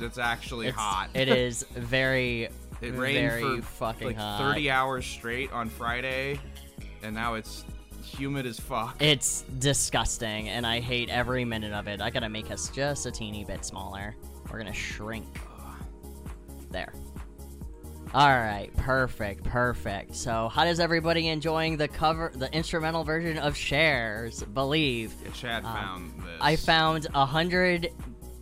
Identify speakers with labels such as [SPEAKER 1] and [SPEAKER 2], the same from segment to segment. [SPEAKER 1] It's actually
[SPEAKER 2] It's-
[SPEAKER 1] hot.
[SPEAKER 2] It is very,
[SPEAKER 1] It rained
[SPEAKER 2] very
[SPEAKER 1] for
[SPEAKER 2] fucking
[SPEAKER 1] like
[SPEAKER 2] hot.
[SPEAKER 1] 30 hours straight on Friday, and now it's humid as fuck.
[SPEAKER 2] It's disgusting, and I hate every minute of it. I gotta make us just a teeny bit smaller. We're gonna shrink. There. Alright, perfect, perfect. So, how does everybody enjoying the cover, the instrumental version of Shares Believe?
[SPEAKER 1] Yeah, Chad found this.
[SPEAKER 2] um, I found a hundred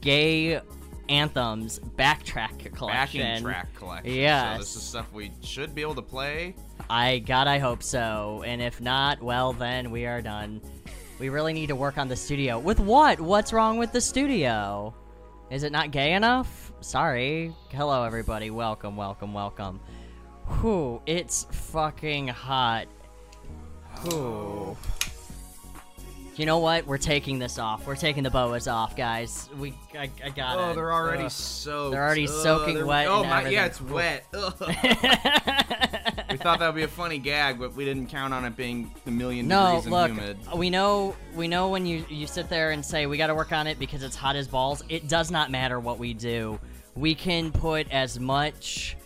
[SPEAKER 2] gay anthems backtrack collection.
[SPEAKER 1] backing track collection. So this
[SPEAKER 2] Yes.
[SPEAKER 1] is stuff we should be able to play.
[SPEAKER 2] I God, I hope so. And if not, well, then we are done. We really need to work on the studio. With what? What's wrong with the studio? Is it not gay enough? Sorry. Hello, everybody. Welcome, welcome, welcome. Whew, it's fucking hot.
[SPEAKER 1] Oh,
[SPEAKER 2] Whew. You know what? We're taking this off. We're taking the boas off, guys. We, I, I got it.
[SPEAKER 1] Oh, they're already
[SPEAKER 2] Ugh.
[SPEAKER 1] soaked.
[SPEAKER 2] They're already
[SPEAKER 1] Ugh,
[SPEAKER 2] soaking
[SPEAKER 1] they're-
[SPEAKER 2] wet
[SPEAKER 1] Oh
[SPEAKER 2] and
[SPEAKER 1] my, yeah,
[SPEAKER 2] everything.
[SPEAKER 1] it's wet. Ugh. we thought that would be a funny gag, but we didn't count on it being a million
[SPEAKER 2] No,
[SPEAKER 1] degrees and
[SPEAKER 2] look,
[SPEAKER 1] humid.
[SPEAKER 2] we know we know when you you sit there and say we got to work on it because it's hot as balls. It does not matter what we do. We can put as much.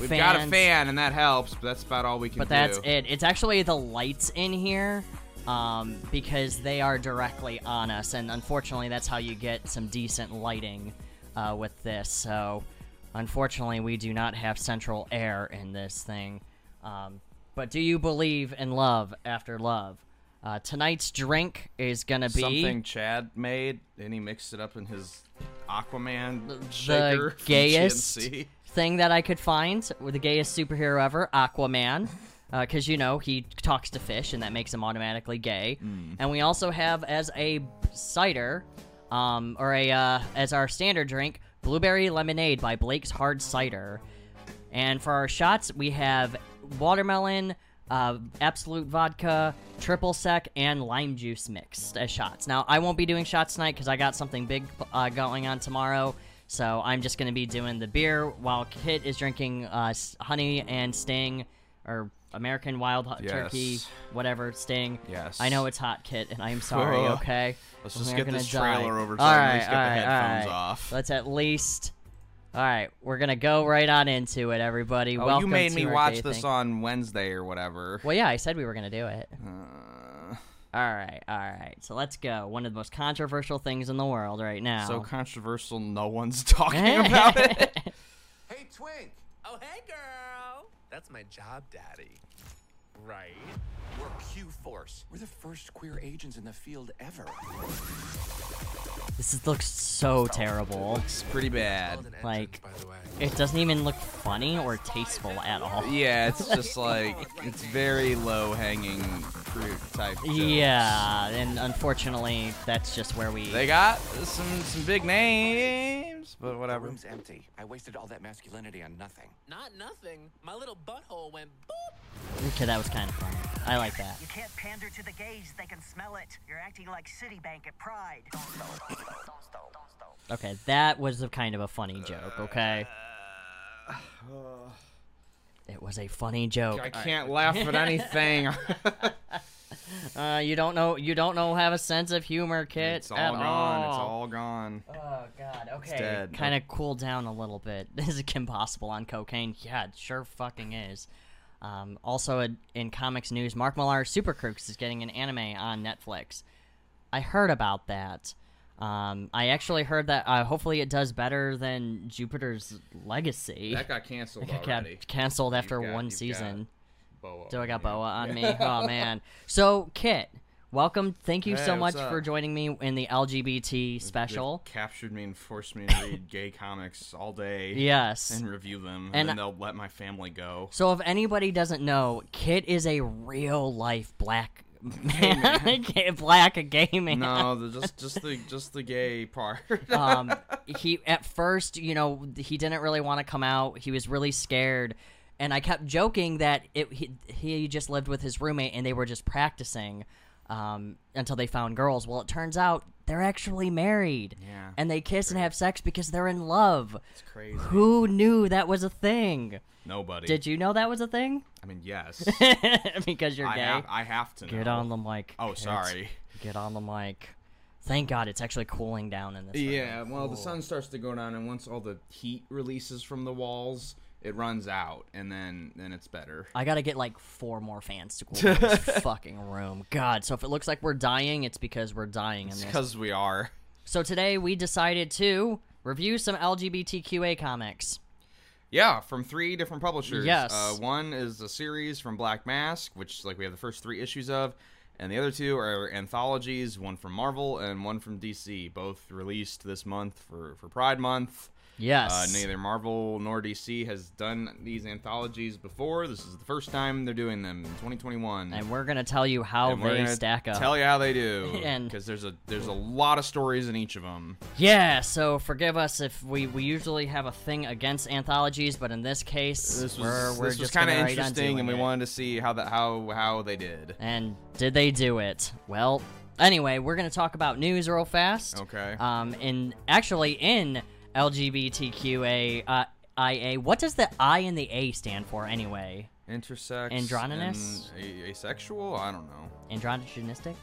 [SPEAKER 1] We've got a
[SPEAKER 2] fans-
[SPEAKER 1] fan, and that helps, but that's about all we can
[SPEAKER 2] but
[SPEAKER 1] do.
[SPEAKER 2] that's it. It's actually the lights in here. Um, because they are directly on us, and unfortunately, that's how you get some decent lighting uh, with this. So, unfortunately, we do not have central air in this thing. Um, but do you believe in love after love? Uh, tonight's drink is gonna be
[SPEAKER 1] Something Chad made, and he mixed it up in his Aquaman shaker
[SPEAKER 2] the
[SPEAKER 1] from
[SPEAKER 2] gayest
[SPEAKER 1] GNC.
[SPEAKER 2] thing that I could find, or the gayest superhero ever, Aquaman. Because, you know, he talks to fish and that makes him automatically gay. And we also have as a cider, um, or a uh, as our standard drink, Blueberry Lemonade by Blake's Hard Cider. And for our shots, we have watermelon, uh, absolute vodka, triple sec, and lime juice mixed as shots. Now, I won't be doing shots tonight because I got something big uh, going on tomorrow. So I'm just going to be doing the beer while Kit is drinking uh, s- honey and sting or American wild hot
[SPEAKER 1] Yes.
[SPEAKER 2] turkey, whatever, sting.
[SPEAKER 1] Yes.
[SPEAKER 2] I know it's hot, Kit, and I'm sorry, okay?
[SPEAKER 1] Let's just
[SPEAKER 2] We're
[SPEAKER 1] get
[SPEAKER 2] gonna
[SPEAKER 1] this
[SPEAKER 2] die.
[SPEAKER 1] trailer over so
[SPEAKER 2] All
[SPEAKER 1] I
[SPEAKER 2] right,
[SPEAKER 1] can at least get
[SPEAKER 2] all
[SPEAKER 1] the
[SPEAKER 2] right, all
[SPEAKER 1] headphones
[SPEAKER 2] right.
[SPEAKER 1] off.
[SPEAKER 2] Let's at least. All right, we're gonna go right on into it, everybody.
[SPEAKER 1] Oh,
[SPEAKER 2] Welcome
[SPEAKER 1] you made
[SPEAKER 2] to
[SPEAKER 1] me
[SPEAKER 2] our
[SPEAKER 1] watch
[SPEAKER 2] gay
[SPEAKER 1] this
[SPEAKER 2] thing.
[SPEAKER 1] on Wednesday or whatever.
[SPEAKER 2] Well, yeah, I said we were gonna do it.
[SPEAKER 1] Uh,
[SPEAKER 2] All right, all right. So let's go. One of the most controversial things in the world right now.
[SPEAKER 1] so controversial, no one's talking
[SPEAKER 2] Eh.
[SPEAKER 1] about it.
[SPEAKER 3] Hey, Twink.
[SPEAKER 4] Oh, hey, girl. That's my job, Daddy. Right?
[SPEAKER 3] We're Q Force. We're the first queer agents in the field ever.
[SPEAKER 2] this is, looks so terrible.
[SPEAKER 1] It's pretty bad.
[SPEAKER 4] Called an entrance,
[SPEAKER 2] Like-
[SPEAKER 4] by the way.
[SPEAKER 2] It doesn't even look funny or tasteful at all.
[SPEAKER 1] Yeah, it's just like it's very low hanging fruit type. jokes.
[SPEAKER 2] Yeah, and unfortunately, that's just where we.
[SPEAKER 1] They got some some big names, but
[SPEAKER 3] The
[SPEAKER 1] whatever.
[SPEAKER 3] room's empty. I wasted all that masculinity on nothing.
[SPEAKER 4] Not nothing. My little butthole went boop.
[SPEAKER 2] Okay, that was kind of funny. I like that.
[SPEAKER 5] You can't pander to the gays, they can smell it. You're acting like Citibank at Pride.
[SPEAKER 2] Okay, that was a kind of a funny joke. Okay. It was a funny joke.
[SPEAKER 1] Uh, I can't laugh at anything.
[SPEAKER 2] Uh, you don't know. You don't know. Have a sense of humor, kid.
[SPEAKER 1] it's all
[SPEAKER 2] at
[SPEAKER 1] gone. It's
[SPEAKER 2] all.
[SPEAKER 1] all gone.
[SPEAKER 2] Oh God. Okay.
[SPEAKER 1] dead.
[SPEAKER 2] Kind of cool down a little bit. Is it Kim Possible on cocaine? Yeah, it sure fucking is. Um, also, in- in comics news, Mark Millar's Super Crooks is getting an anime on Netflix. I heard about that. Um, I actually heard that. Uh, hopefully, it does better than Jupiter's Legacy.
[SPEAKER 1] That got canceled
[SPEAKER 2] It got
[SPEAKER 1] already.
[SPEAKER 2] canceled after
[SPEAKER 1] You've got-
[SPEAKER 2] one
[SPEAKER 1] you've got uh,
[SPEAKER 2] season.
[SPEAKER 1] Boa.
[SPEAKER 2] Do I got boa on me? Oh man. So Kit, welcome. Thank you so
[SPEAKER 1] Hey,
[SPEAKER 2] much
[SPEAKER 1] what's
[SPEAKER 2] for
[SPEAKER 1] up?
[SPEAKER 2] joining me in the LGBT
[SPEAKER 1] They've
[SPEAKER 2] special.
[SPEAKER 1] captured me and forced me to read gay comics all day.
[SPEAKER 2] Yes.
[SPEAKER 1] And review them, and,
[SPEAKER 2] And-
[SPEAKER 1] then they'll let my family go.
[SPEAKER 2] So if anybody doesn't know, Kit is a real life black man, Gay- black gay man.
[SPEAKER 1] No, the, just just the just the gay part.
[SPEAKER 2] um, he at first, you know, he didn't really want to come out. He was really scared, and I kept joking that it he, he just lived with his roommate and they were just practicing um, until they found girls. Well, it turns out they're actually married,
[SPEAKER 1] Yeah.
[SPEAKER 2] and they kiss and have sex because they're in love.
[SPEAKER 1] it's crazy.
[SPEAKER 2] Who knew that was a thing?
[SPEAKER 1] Nobody.
[SPEAKER 2] Did you know that was a thing?
[SPEAKER 1] I mean, yes.
[SPEAKER 2] because you're
[SPEAKER 1] I
[SPEAKER 2] gay.
[SPEAKER 1] have. I have to.
[SPEAKER 2] Get
[SPEAKER 1] know.
[SPEAKER 2] on the mic.
[SPEAKER 1] Oh,
[SPEAKER 2] Kit.
[SPEAKER 1] sorry.
[SPEAKER 2] Get on the mic. Thank God it's actually cooling down in this. room.
[SPEAKER 1] Yeah, well, the
[SPEAKER 2] Cool.
[SPEAKER 1] sun starts to go down, and once all the heat releases from the walls, it runs out, and then then it's better.
[SPEAKER 2] I gotta get like four more fans to cool down this fucking room. God, so if it looks like we're dying, it's because we're dying in this.
[SPEAKER 1] Because we are.
[SPEAKER 2] So today we decided to review some LGBTQA comics.
[SPEAKER 1] Yeah, from three different publishers.
[SPEAKER 2] Yes.
[SPEAKER 1] Uh, one is a series from Black Mask, which like we have the first three issues of, and the other two are anthologies, one from Marvel and one from DC, both released this month for, for Pride Month.
[SPEAKER 2] Yes.
[SPEAKER 1] Uh, neither Marvel nor DC has done these anthologies before. This is the first time they're doing them in 2021.
[SPEAKER 2] and we're gonna tell you how
[SPEAKER 1] And we're
[SPEAKER 2] they
[SPEAKER 1] gonna
[SPEAKER 2] stack up.
[SPEAKER 1] Tell you how they do,
[SPEAKER 2] And-
[SPEAKER 1] because there's a there's a lot of stories in each of them.
[SPEAKER 2] yeah, so forgive us if we, we usually have a thing against anthologies, but in this case,
[SPEAKER 1] This was
[SPEAKER 2] we're, we're
[SPEAKER 1] this was
[SPEAKER 2] just
[SPEAKER 1] kind of
[SPEAKER 2] gonna write on
[SPEAKER 1] interesting, and we
[SPEAKER 2] doing it.
[SPEAKER 1] wanted to see how that how how they did.
[SPEAKER 2] And did they do it? Well, anyway, we're going to talk about news real fast.
[SPEAKER 1] Okay.
[SPEAKER 2] Um, and actually, in LGBTQA. Uh, IA. What does the I and the A stand for anyway?
[SPEAKER 1] Intersex,
[SPEAKER 2] Androgynous?
[SPEAKER 1] and a- asexual. I don't know.
[SPEAKER 2] Androgynistic?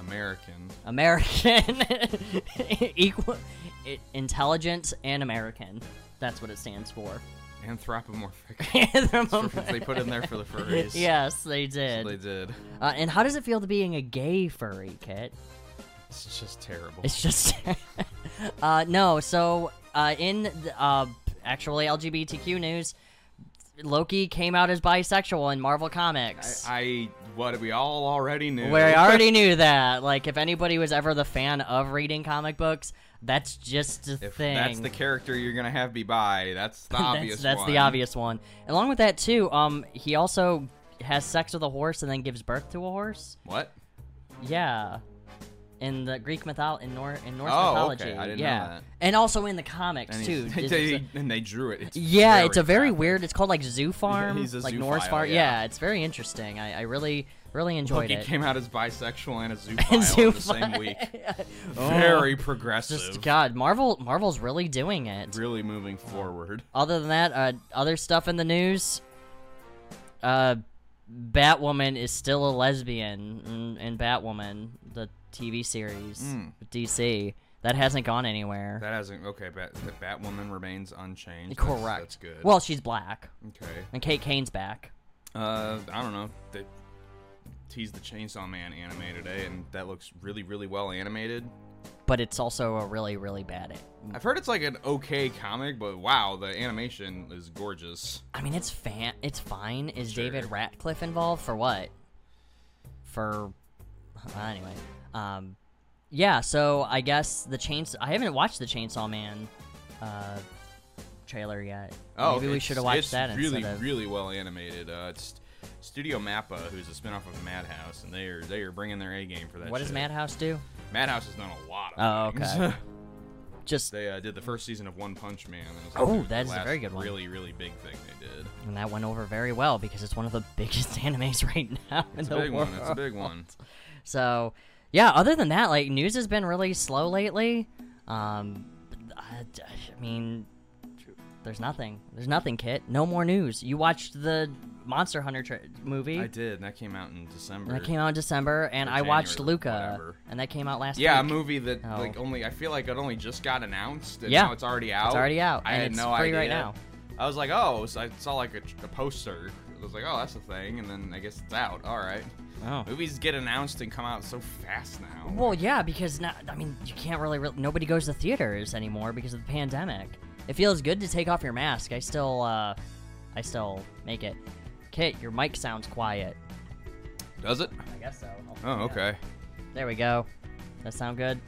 [SPEAKER 1] American.
[SPEAKER 2] American. Equal. i- Intelligent and American. That's what it stands for.
[SPEAKER 1] Anthropomorphic. they
[SPEAKER 2] they
[SPEAKER 1] put in there for the furries.
[SPEAKER 2] Yes, they did.
[SPEAKER 1] They did.
[SPEAKER 2] Uh, and how does it feel to being a gay furry, Kit?
[SPEAKER 1] It's just terrible.
[SPEAKER 2] It's just, uh, no. So uh, in the, uh, actually LGBTQ news, Loki came out as bisexual in Marvel Comics.
[SPEAKER 1] I what we all already knew.
[SPEAKER 2] we already knew that. Like, if anybody was ever the fan of reading comic books, that's just a
[SPEAKER 1] if
[SPEAKER 2] thing.
[SPEAKER 1] that's the character you're gonna have be by, that's the
[SPEAKER 2] That's-
[SPEAKER 1] obvious.
[SPEAKER 2] that's the
[SPEAKER 1] one.
[SPEAKER 2] obvious one. Along with that too, um, he also has sex with a horse and then gives birth to a horse.
[SPEAKER 1] What?
[SPEAKER 2] Yeah. In the Greek mytholo- in, Nor- in Norse
[SPEAKER 1] Oh,
[SPEAKER 2] mythology,
[SPEAKER 1] okay, I didn't know
[SPEAKER 2] yeah,
[SPEAKER 1] that.
[SPEAKER 2] and also in the comics
[SPEAKER 1] And,
[SPEAKER 2] too.
[SPEAKER 1] he's-
[SPEAKER 2] It's-
[SPEAKER 1] they,
[SPEAKER 2] it's a-
[SPEAKER 1] and they drew it. It's
[SPEAKER 2] Yeah, it's a very
[SPEAKER 1] graphic.
[SPEAKER 2] weird. It's called like Zoo Farm,
[SPEAKER 1] he's a
[SPEAKER 2] like
[SPEAKER 1] zoophile,
[SPEAKER 2] Norse Farm.
[SPEAKER 1] yeah.
[SPEAKER 2] Yeah. it's very interesting. I, I really, really enjoyed
[SPEAKER 1] Loki
[SPEAKER 2] it.
[SPEAKER 1] came out as bisexual and a
[SPEAKER 2] And
[SPEAKER 1] zoophile in the
[SPEAKER 2] zoophile.
[SPEAKER 1] same week. Very progressive.
[SPEAKER 2] Oh. Just God, Marvel, Marvel's really doing it.
[SPEAKER 1] really moving forward.
[SPEAKER 2] Other than that, uh, other stuff in the news. Uh, Batwoman is still a lesbian in, in Batwoman, the TV series, with DC. That hasn't gone anywhere.
[SPEAKER 1] Hmm. That hasn't okay. Bat, the Batwoman remains unchanged. That's-
[SPEAKER 2] Correct.
[SPEAKER 1] That's, good. Mm-hmm.
[SPEAKER 2] Well, she's black,
[SPEAKER 1] okay.
[SPEAKER 2] and Kate Kane's back.
[SPEAKER 1] Uh, I don't know. They teased the Chainsaw Man anime today, and that looks really, really well animated.
[SPEAKER 2] But it's also a really, really bad
[SPEAKER 1] I've heard it's like an okay comic, but wow, the animation is gorgeous.
[SPEAKER 2] I mean, it's fan. It's fine. Is
[SPEAKER 1] Sure.
[SPEAKER 2] David Ratcliffe involved for what? For uh, anyway, um, yeah. So I guess the chains. I haven't watched the Chainsaw Man uh, trailer yet.
[SPEAKER 1] Oh,
[SPEAKER 2] maybe we
[SPEAKER 1] it's-
[SPEAKER 2] should have watched
[SPEAKER 1] it's
[SPEAKER 2] that
[SPEAKER 1] Really,
[SPEAKER 2] instead of.
[SPEAKER 1] really well animated. Uh, it's Studio Mappa, who's a spinoff of Madhouse, and they are they are bringing their A game for that.
[SPEAKER 2] what does
[SPEAKER 1] shit.
[SPEAKER 2] Madhouse do?
[SPEAKER 1] Madhouse has done a lot.
[SPEAKER 2] Oh,
[SPEAKER 1] Of things.
[SPEAKER 2] okay. Just
[SPEAKER 1] They uh, did the first season of One Punch Man. and it's, like,
[SPEAKER 2] Oh,
[SPEAKER 1] the
[SPEAKER 2] that is a
[SPEAKER 1] last
[SPEAKER 2] very good one.
[SPEAKER 1] Really, really big thing they did.
[SPEAKER 2] and that went over very well because it's one of the biggest animes right now in
[SPEAKER 1] It's
[SPEAKER 2] the
[SPEAKER 1] a big
[SPEAKER 2] world.
[SPEAKER 1] one. It's a big one.
[SPEAKER 2] So, yeah, other than that, like news has been really slow lately. Um, I, I mean, there's nothing. There's nothing, Kit. No more news. You watched the Monster Hunter tra- movie.
[SPEAKER 1] I did. And that came out in December.
[SPEAKER 2] That came out in December, and
[SPEAKER 1] Or
[SPEAKER 2] I watched
[SPEAKER 1] January,
[SPEAKER 2] Luca,
[SPEAKER 1] whatever.
[SPEAKER 2] and that came out last
[SPEAKER 1] yeah, a
[SPEAKER 2] week.
[SPEAKER 1] movie that
[SPEAKER 2] Oh.
[SPEAKER 1] like only I feel like it only just got announced. And
[SPEAKER 2] Yeah.
[SPEAKER 1] now it's already out.
[SPEAKER 2] already out,
[SPEAKER 1] I
[SPEAKER 2] and
[SPEAKER 1] had
[SPEAKER 2] it's
[SPEAKER 1] no
[SPEAKER 2] free
[SPEAKER 1] idea.
[SPEAKER 2] right now.
[SPEAKER 1] I was like, oh, so I saw like a, tr- a poster. I was like, oh, that's a thing, and then I guess it's out. All right.
[SPEAKER 2] Oh.
[SPEAKER 1] Movies get announced and come out so fast now.
[SPEAKER 2] Well, yeah, because now, I mean, you can't really, re- Nobody goes to theaters anymore because of the pandemic. It feels good to take off your mask. I still, uh, I still make it. Kit, your mic sounds quiet.
[SPEAKER 1] Does it?
[SPEAKER 2] I guess so.
[SPEAKER 1] Oh, okay.
[SPEAKER 2] There we go. That sound good?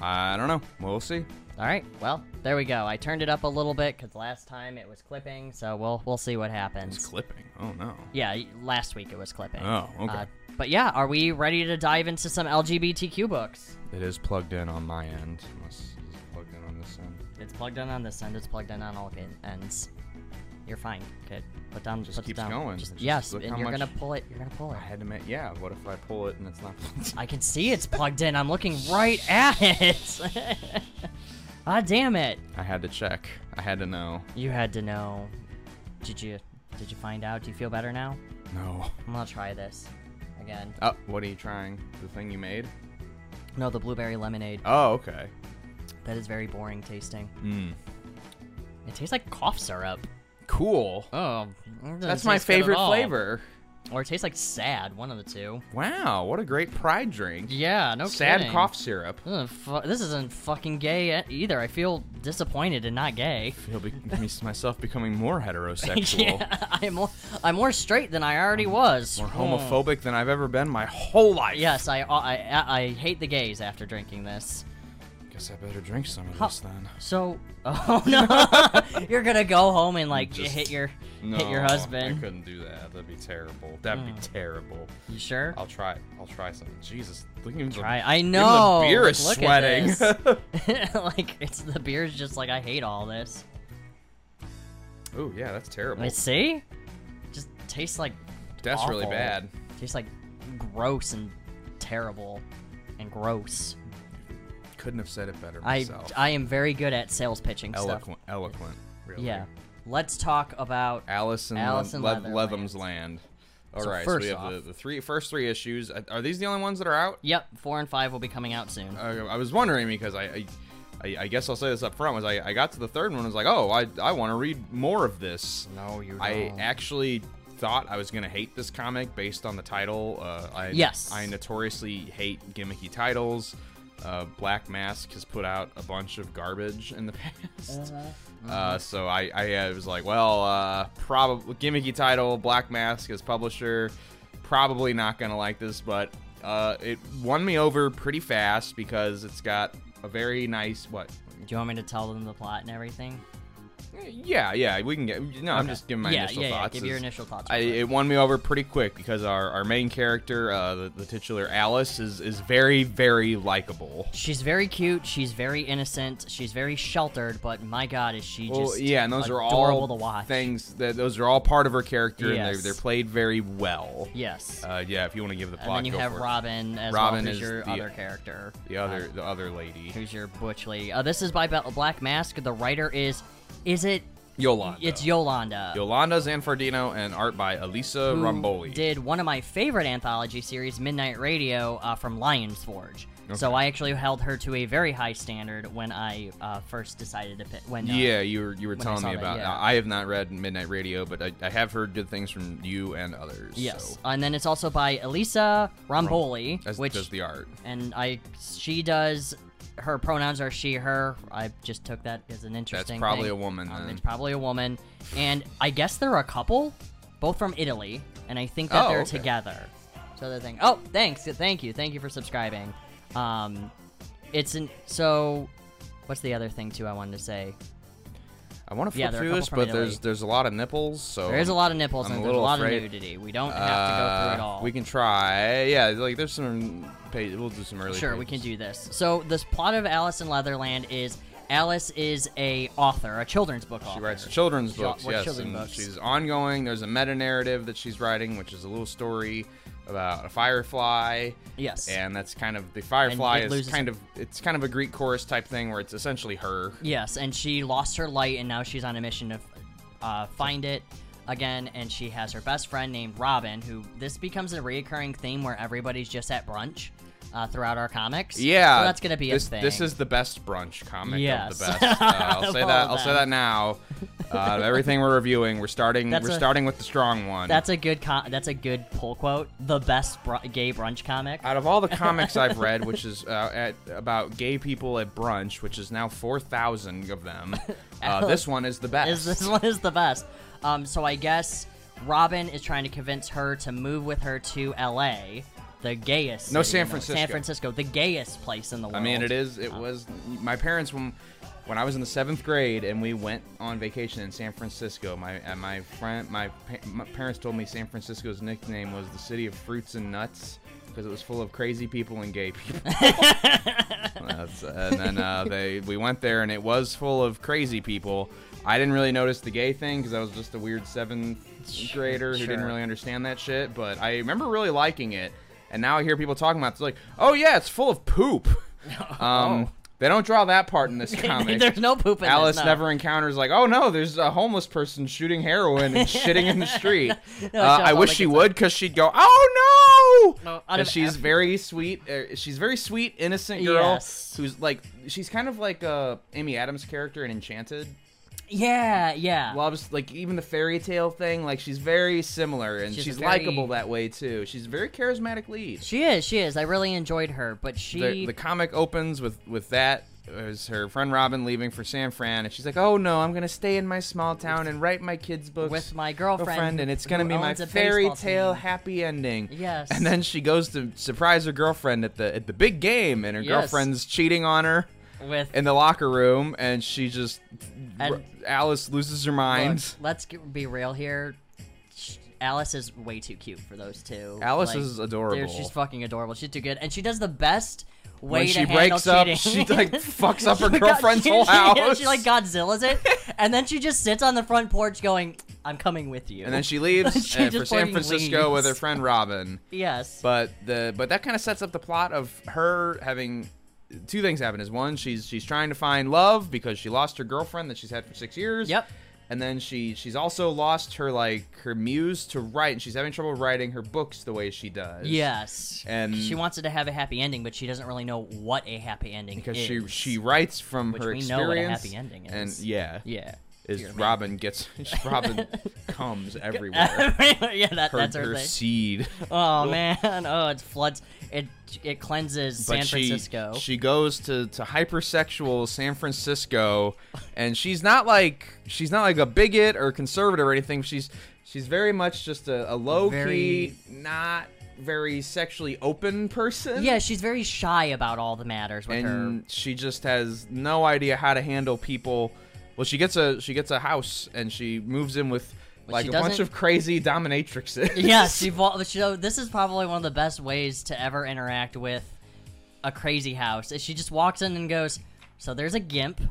[SPEAKER 1] I don't know. We'll see.
[SPEAKER 2] All right. Well, there we go. I turned it up a little bit cuz last time it was clipping, so we'll we'll see what
[SPEAKER 1] It's
[SPEAKER 2] happens.
[SPEAKER 1] clipping. Oh no.
[SPEAKER 2] yeah, y- last week it was clipping. Uh,
[SPEAKER 1] Oh, okay.
[SPEAKER 2] but yeah, are we ready to dive into some LGBTQ books?
[SPEAKER 1] It is plugged in on my end. Unless it's plugged in on this end.
[SPEAKER 2] It's plugged in on this end. It's plugged in on all en- ends. You're fine, kid. Put down.
[SPEAKER 1] Just
[SPEAKER 2] put it
[SPEAKER 1] keeps
[SPEAKER 2] down.
[SPEAKER 1] going.
[SPEAKER 2] Just-
[SPEAKER 1] Just
[SPEAKER 2] yes,
[SPEAKER 1] look
[SPEAKER 2] and
[SPEAKER 1] how
[SPEAKER 2] you're
[SPEAKER 1] much-
[SPEAKER 2] gonna pull it. You're gonna pull it.
[SPEAKER 1] I had to make. Yeah. What if I pull it and it's not?
[SPEAKER 2] I can see it's plugged in. I'm looking right at it. ah, damn it.
[SPEAKER 1] I had to check. I had to know.
[SPEAKER 2] You had to know. Did you did you find out? Do you feel better now?
[SPEAKER 1] No.
[SPEAKER 2] I'm gonna try this again.
[SPEAKER 1] Oh, what are you trying? The thing you made?
[SPEAKER 2] No, the blueberry lemonade.
[SPEAKER 1] Oh, okay.
[SPEAKER 2] That is very boring tasting.
[SPEAKER 1] Mm.
[SPEAKER 2] It tastes like cough syrup.
[SPEAKER 1] Cool.
[SPEAKER 2] Oh,
[SPEAKER 1] That's my favorite flavor.
[SPEAKER 2] Or it tastes like sad. One of the two.
[SPEAKER 1] Wow, what a great pride drink.
[SPEAKER 2] Yeah, no
[SPEAKER 1] Sad
[SPEAKER 2] kidding.
[SPEAKER 1] cough syrup.
[SPEAKER 2] Ugh, fu- this isn't fucking gay e- either. I feel disappointed and not gay.
[SPEAKER 1] I feel be- myself becoming more heterosexual,
[SPEAKER 2] yeah, I'm more, I'm more straight than I already was.
[SPEAKER 1] more
[SPEAKER 2] Hmm.
[SPEAKER 1] homophobic than I've ever been my whole life.
[SPEAKER 2] Yes, I, I, I, I hate the gays after drinking this.
[SPEAKER 1] Guess I better drink some of
[SPEAKER 2] Huh.
[SPEAKER 1] this then.
[SPEAKER 2] So, oh no, you're gonna go home and like
[SPEAKER 1] Just-
[SPEAKER 2] hit your,
[SPEAKER 1] No,
[SPEAKER 2] hit your
[SPEAKER 1] I
[SPEAKER 2] husband. Hmm.
[SPEAKER 1] couldn't do that. That'd be terrible. That'd be terrible.
[SPEAKER 2] You sure?
[SPEAKER 1] I'll try. I'll try something. Jesus, look at him. the-
[SPEAKER 2] Right, I
[SPEAKER 1] even
[SPEAKER 2] know.
[SPEAKER 1] The beer
[SPEAKER 2] like,
[SPEAKER 1] is
[SPEAKER 2] look
[SPEAKER 1] sweating.
[SPEAKER 2] At this. like it's the beer's just like I hate all this.
[SPEAKER 1] oh yeah, that's terrible.
[SPEAKER 2] I see. Just tastes like
[SPEAKER 1] That's really
[SPEAKER 2] awful.
[SPEAKER 1] bad.
[SPEAKER 2] tastes like gross and terrible and gross.
[SPEAKER 1] Couldn't have said it better
[SPEAKER 2] I
[SPEAKER 1] myself.
[SPEAKER 2] I am very good at sales pitching stuff.
[SPEAKER 1] eloquent, eloquent. Really.
[SPEAKER 2] Yeah. Let's talk about
[SPEAKER 1] Alice in,
[SPEAKER 2] Alice in
[SPEAKER 1] Le-
[SPEAKER 2] Leatherland.
[SPEAKER 1] Leatham's Land. All right, so
[SPEAKER 2] So first
[SPEAKER 1] we have
[SPEAKER 2] off-
[SPEAKER 1] the, the three first three issues. Uh, Are these the only ones that are out?
[SPEAKER 2] Yep, 4 and 5 will be coming out soon.
[SPEAKER 1] I, I was wondering because I, I, I, I guess I'll say this up front was I, I got to the third one and was like, oh, I, I want to read more of this.
[SPEAKER 2] no, you
[SPEAKER 1] I actually thought I was gonna hate this comic based on the title. Uh, I,
[SPEAKER 2] Yes.
[SPEAKER 1] I notoriously hate gimmicky titles. Uh, Black Mask has put out a bunch of garbage in the past. Uh, so I, I uh, was like, well, uh, probably gimmicky title. Black Mask as publisher, probably not gonna like this, but uh, it won me over pretty fast because it's got a very nice what?
[SPEAKER 2] Do you want me to tell them the plot and everything?
[SPEAKER 1] Yeah, yeah, we can get. No, I'm
[SPEAKER 2] Okay.
[SPEAKER 1] just giving my
[SPEAKER 2] yeah,
[SPEAKER 1] initial
[SPEAKER 2] yeah,
[SPEAKER 1] thoughts.
[SPEAKER 2] Yeah, give your
[SPEAKER 1] is-
[SPEAKER 2] initial thoughts.
[SPEAKER 1] I,
[SPEAKER 2] real quick.
[SPEAKER 1] it won me over pretty quick because our, our main character, uh, the, the titular Alice, is, is very, very likable.
[SPEAKER 2] she's very cute, she's very innocent, she's very sheltered, but my god, is she
[SPEAKER 1] Well,
[SPEAKER 2] just
[SPEAKER 1] yeah, and those are
[SPEAKER 2] adorable
[SPEAKER 1] all
[SPEAKER 2] to watch.
[SPEAKER 1] things that those are all part of her character, and
[SPEAKER 2] Yes.
[SPEAKER 1] they're, they're played very well.
[SPEAKER 2] Yes.
[SPEAKER 1] Uh, yeah, if you want to give the plot,
[SPEAKER 2] and then you
[SPEAKER 1] go
[SPEAKER 2] have
[SPEAKER 1] for it.
[SPEAKER 2] Robin as
[SPEAKER 1] Robin
[SPEAKER 2] well, who's
[SPEAKER 1] is
[SPEAKER 2] your
[SPEAKER 1] the-
[SPEAKER 2] other character.
[SPEAKER 1] the other the other lady,
[SPEAKER 2] Who's your Butch Lady? Uh, this is by Be- Black Mask. The writer is, is it?
[SPEAKER 1] Yolanda.
[SPEAKER 2] It's Yolanda.
[SPEAKER 1] Yolanda Zanfardino and art by Elisa
[SPEAKER 2] who
[SPEAKER 1] Romboli.
[SPEAKER 2] Did one of my favorite anthology series, Midnight Radio, uh, from Lions Forge. So I actually held her to a very high standard when I uh, first decided to pick. When uh,
[SPEAKER 1] yeah, you were you were
[SPEAKER 2] when I
[SPEAKER 1] telling
[SPEAKER 2] saw
[SPEAKER 1] me
[SPEAKER 2] that,
[SPEAKER 1] about.
[SPEAKER 2] yeah.
[SPEAKER 1] I have not read Midnight Radio, but I, I have heard good things from you and others.
[SPEAKER 2] Yes,
[SPEAKER 1] so.
[SPEAKER 2] and then it's also by Elisa Romboli,
[SPEAKER 1] as
[SPEAKER 2] which
[SPEAKER 1] does the art.
[SPEAKER 2] and I she does her pronouns are she her. I just took that as an interesting.
[SPEAKER 1] probably
[SPEAKER 2] thing.
[SPEAKER 1] a woman,
[SPEAKER 2] Um,
[SPEAKER 1] then.
[SPEAKER 2] It's probably a woman, and I guess they're a couple, both from Italy, and I think that
[SPEAKER 1] Oh,
[SPEAKER 2] they're
[SPEAKER 1] okay.
[SPEAKER 2] together. So they're thinking, oh, thanks, thank you, thank you for subscribing. Um, it's an so. What's the other thing too? I wanted to say.
[SPEAKER 1] I want to flip
[SPEAKER 2] Yeah, there are a
[SPEAKER 1] through this,
[SPEAKER 2] couple
[SPEAKER 1] but
[SPEAKER 2] from
[SPEAKER 1] there's
[SPEAKER 2] Italy.
[SPEAKER 1] there's a lot of nipples, so
[SPEAKER 2] There is a lot of nipples
[SPEAKER 1] Um, I'm
[SPEAKER 2] and
[SPEAKER 1] a
[SPEAKER 2] there's a
[SPEAKER 1] little
[SPEAKER 2] lot
[SPEAKER 1] afraid.
[SPEAKER 2] of nudity. We don't have to go through it
[SPEAKER 1] Uh,
[SPEAKER 2] all.
[SPEAKER 1] We can try. Yeah, like there's some. Page, we'll do some early.
[SPEAKER 2] Sure, we can
[SPEAKER 1] pages.
[SPEAKER 2] do this. So this plot of Alice in Leatherland is Alice is a author, a children's book author.
[SPEAKER 1] She writes children's
[SPEAKER 2] She
[SPEAKER 1] books.
[SPEAKER 2] writes
[SPEAKER 1] yes,
[SPEAKER 2] children's
[SPEAKER 1] and
[SPEAKER 2] books.
[SPEAKER 1] she's ongoing. There's a meta narrative that she's writing, which is a little story about a firefly.
[SPEAKER 2] Yes.
[SPEAKER 1] And that's kind of the firefly
[SPEAKER 2] it
[SPEAKER 1] is
[SPEAKER 2] loses-
[SPEAKER 1] kind of it's kind of a Greek chorus type thing where it's essentially her.
[SPEAKER 2] Yes, and she lost her light, and now she's on a mission to uh, find it again. And she has her best friend named Robin, who this becomes a reoccurring theme where everybody's just at brunch uh, throughout our comics.
[SPEAKER 1] Yeah,
[SPEAKER 2] so that's gonna be
[SPEAKER 1] this,
[SPEAKER 2] a thing.
[SPEAKER 1] This is the best brunch comic
[SPEAKER 2] Yes.
[SPEAKER 1] of the best. Uh, I'll
[SPEAKER 2] Of
[SPEAKER 1] say
[SPEAKER 2] all
[SPEAKER 1] that.
[SPEAKER 2] of
[SPEAKER 1] I'll say
[SPEAKER 2] them.
[SPEAKER 1] that now. Uh, everything we're reviewing, we're starting.
[SPEAKER 2] That's
[SPEAKER 1] we're
[SPEAKER 2] a-
[SPEAKER 1] starting with the strong one.
[SPEAKER 2] that's a good co- that's a good pull quote. The best br- gay brunch comic.
[SPEAKER 1] out of all the comics I've read, which is uh, at about gay people at brunch, which is now four thousand of them. Uh, this one is the best.
[SPEAKER 2] is this one is the best. Um, so I guess Robin is trying to convince her to move with her to L.A., the gayest.
[SPEAKER 1] No,
[SPEAKER 2] city
[SPEAKER 1] San
[SPEAKER 2] in the- San
[SPEAKER 1] Francisco.
[SPEAKER 2] Francisco, the gayest place in the world.
[SPEAKER 1] I mean, it is. It was my parents when when I was in the seventh grade, and we went on vacation in San Francisco. My and my friend, my, pa- my parents told me San Francisco's nickname was the city of fruits and nuts because it was full of crazy people and gay people. That's, and then uh, they we went there, and it was full of crazy people. I didn't really notice the gay thing because I was just a weird seventh
[SPEAKER 2] Sure,
[SPEAKER 1] grader who didn't
[SPEAKER 2] sure.
[SPEAKER 1] really understand that shit. But I remember really liking it, and now I hear people talking about it. It's like, oh yeah, it's full of poop. Um, They don't draw that part in this comic.
[SPEAKER 2] There's no poop in this,
[SPEAKER 1] Alice
[SPEAKER 2] no.
[SPEAKER 1] never encounters like, oh no, there's a homeless person shooting heroin and shitting in the street.
[SPEAKER 2] No,
[SPEAKER 1] Uh,
[SPEAKER 2] she
[SPEAKER 1] I
[SPEAKER 2] also
[SPEAKER 1] wish
[SPEAKER 2] like
[SPEAKER 1] she
[SPEAKER 2] it's
[SPEAKER 1] would, cause she'd go, oh no.
[SPEAKER 2] No, out
[SPEAKER 1] 'Cause
[SPEAKER 2] of
[SPEAKER 1] she's
[SPEAKER 2] eff-
[SPEAKER 1] very sweet. Uh, she's very sweet, innocent girl
[SPEAKER 2] Yes.
[SPEAKER 1] who's like, she's kind of like uh, Amy Adams' character in Enchanted.
[SPEAKER 2] Yeah, yeah.
[SPEAKER 1] Loves like even the fairy tale thing. Like she's very similar, and
[SPEAKER 2] She's
[SPEAKER 1] she's,
[SPEAKER 2] a very-
[SPEAKER 1] likable that way too. She's a very charismatic lead.
[SPEAKER 2] she is, she is. I really enjoyed her, but she
[SPEAKER 1] the, the comic opens with with that as her friend Robin leaving for San Fran, and she's like, "Oh no, I'm gonna stay in my small town and write my kids' books
[SPEAKER 2] With my girlfriend
[SPEAKER 1] and it's gonna
[SPEAKER 2] who
[SPEAKER 1] be my
[SPEAKER 2] owns a
[SPEAKER 1] fairy
[SPEAKER 2] baseball
[SPEAKER 1] tale
[SPEAKER 2] team."
[SPEAKER 1] happy ending."
[SPEAKER 2] Yes.
[SPEAKER 1] And then she goes to surprise her girlfriend at the at the big game, and her
[SPEAKER 2] Yes.
[SPEAKER 1] girlfriend's cheating on her
[SPEAKER 2] with
[SPEAKER 1] in the locker room, and she just
[SPEAKER 2] And-
[SPEAKER 1] Alice loses her
[SPEAKER 2] Look,
[SPEAKER 1] mind.
[SPEAKER 2] let's g be real here. Sh- Alice is way too cute for those two.
[SPEAKER 1] Alice is
[SPEAKER 2] dude,
[SPEAKER 1] adorable.
[SPEAKER 2] she's fucking adorable. She's too good, and she does the best way
[SPEAKER 1] when she
[SPEAKER 2] to handle
[SPEAKER 1] breaks up,
[SPEAKER 2] cheating.
[SPEAKER 1] she like fucks up her
[SPEAKER 2] She got-
[SPEAKER 1] girlfriend's
[SPEAKER 2] she-
[SPEAKER 1] whole
[SPEAKER 2] she- yeah,
[SPEAKER 1] house.
[SPEAKER 2] She, like Godzilla's it, and then she just sits on the front porch going, "I'm coming with you."
[SPEAKER 1] and then she leaves
[SPEAKER 2] She
[SPEAKER 1] uh,
[SPEAKER 2] just
[SPEAKER 1] for San
[SPEAKER 2] fucking
[SPEAKER 1] Francisco
[SPEAKER 2] leaves.
[SPEAKER 1] with her friend Robin.
[SPEAKER 2] yes,
[SPEAKER 1] But the but that kind of sets up the plot of her having two things happen. Is one she's she's trying to find love because she lost her girlfriend that she's had for six years.
[SPEAKER 2] Yep.
[SPEAKER 1] And then she she's also lost her like her muse to write, and she's having trouble writing her books the way she does.
[SPEAKER 2] yes,
[SPEAKER 1] And-
[SPEAKER 2] she wants it to have a happy ending, but she doesn't really know what a happy ending
[SPEAKER 1] Because
[SPEAKER 2] is.
[SPEAKER 1] she she writes from
[SPEAKER 2] Which
[SPEAKER 1] her
[SPEAKER 2] we know what a
[SPEAKER 1] experience.
[SPEAKER 2] happy ending is.
[SPEAKER 1] And yeah,
[SPEAKER 2] yeah
[SPEAKER 1] is
[SPEAKER 2] Dear man.
[SPEAKER 1] Robin gets Robin comes everywhere.
[SPEAKER 2] yeah, that,
[SPEAKER 1] Her,
[SPEAKER 2] that's her,
[SPEAKER 1] her
[SPEAKER 2] thing.
[SPEAKER 1] seed.
[SPEAKER 2] Oh man! Oh, it floods. It it cleanses San
[SPEAKER 1] she,
[SPEAKER 2] Francisco.
[SPEAKER 1] She goes to, to hypersexual San Francisco, and she's not like she's not like a bigot or conservative or anything. She's she's very much just a, a low
[SPEAKER 2] Very-
[SPEAKER 1] key, not very sexually open person.
[SPEAKER 2] yeah, she's very shy about all the matters with her.
[SPEAKER 1] and she just has no idea how to handle people. Well, she gets a she gets a house and she moves in with like
[SPEAKER 2] she
[SPEAKER 1] a bunch
[SPEAKER 2] doesn't-
[SPEAKER 1] of crazy dominatrixes.
[SPEAKER 2] Yeah, she. vol- So this is probably one of the best ways to ever interact with a crazy house. Is she just walks in and goes, "So there's a gimp.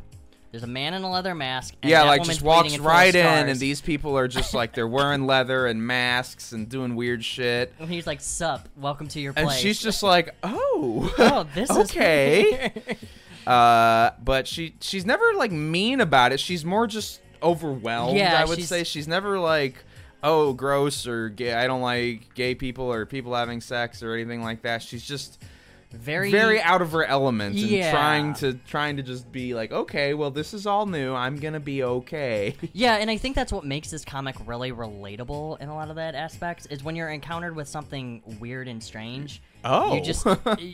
[SPEAKER 2] There's a man in a leather mask. And
[SPEAKER 1] yeah,
[SPEAKER 2] that
[SPEAKER 1] like
[SPEAKER 2] woman's
[SPEAKER 1] just
[SPEAKER 2] bleeding
[SPEAKER 1] walks
[SPEAKER 2] and full of
[SPEAKER 1] right in,
[SPEAKER 2] scars."
[SPEAKER 1] and these people are just like they're wearing leather and masks and doing weird shit.
[SPEAKER 2] And he's like, "Sup? Welcome to your
[SPEAKER 1] And
[SPEAKER 2] place."
[SPEAKER 1] she's just like, oh,
[SPEAKER 2] Oh, this is
[SPEAKER 1] okay. uh, but she she's never like mean about it. She's more just overwhelmed.
[SPEAKER 2] Yeah,
[SPEAKER 1] I would
[SPEAKER 2] she's-
[SPEAKER 1] say she's never like, oh, gross or gay. I don't like gay people or people having sex or anything like that. She's just
[SPEAKER 2] very
[SPEAKER 1] very, out of her element
[SPEAKER 2] Yeah.
[SPEAKER 1] and trying to trying to just be like, okay, well, this is all new. I'm gonna be okay.
[SPEAKER 2] Yeah, and I think that's what makes this comic really relatable in a lot of that aspects is when you're encountered with something weird and strange.
[SPEAKER 1] Oh.
[SPEAKER 2] you just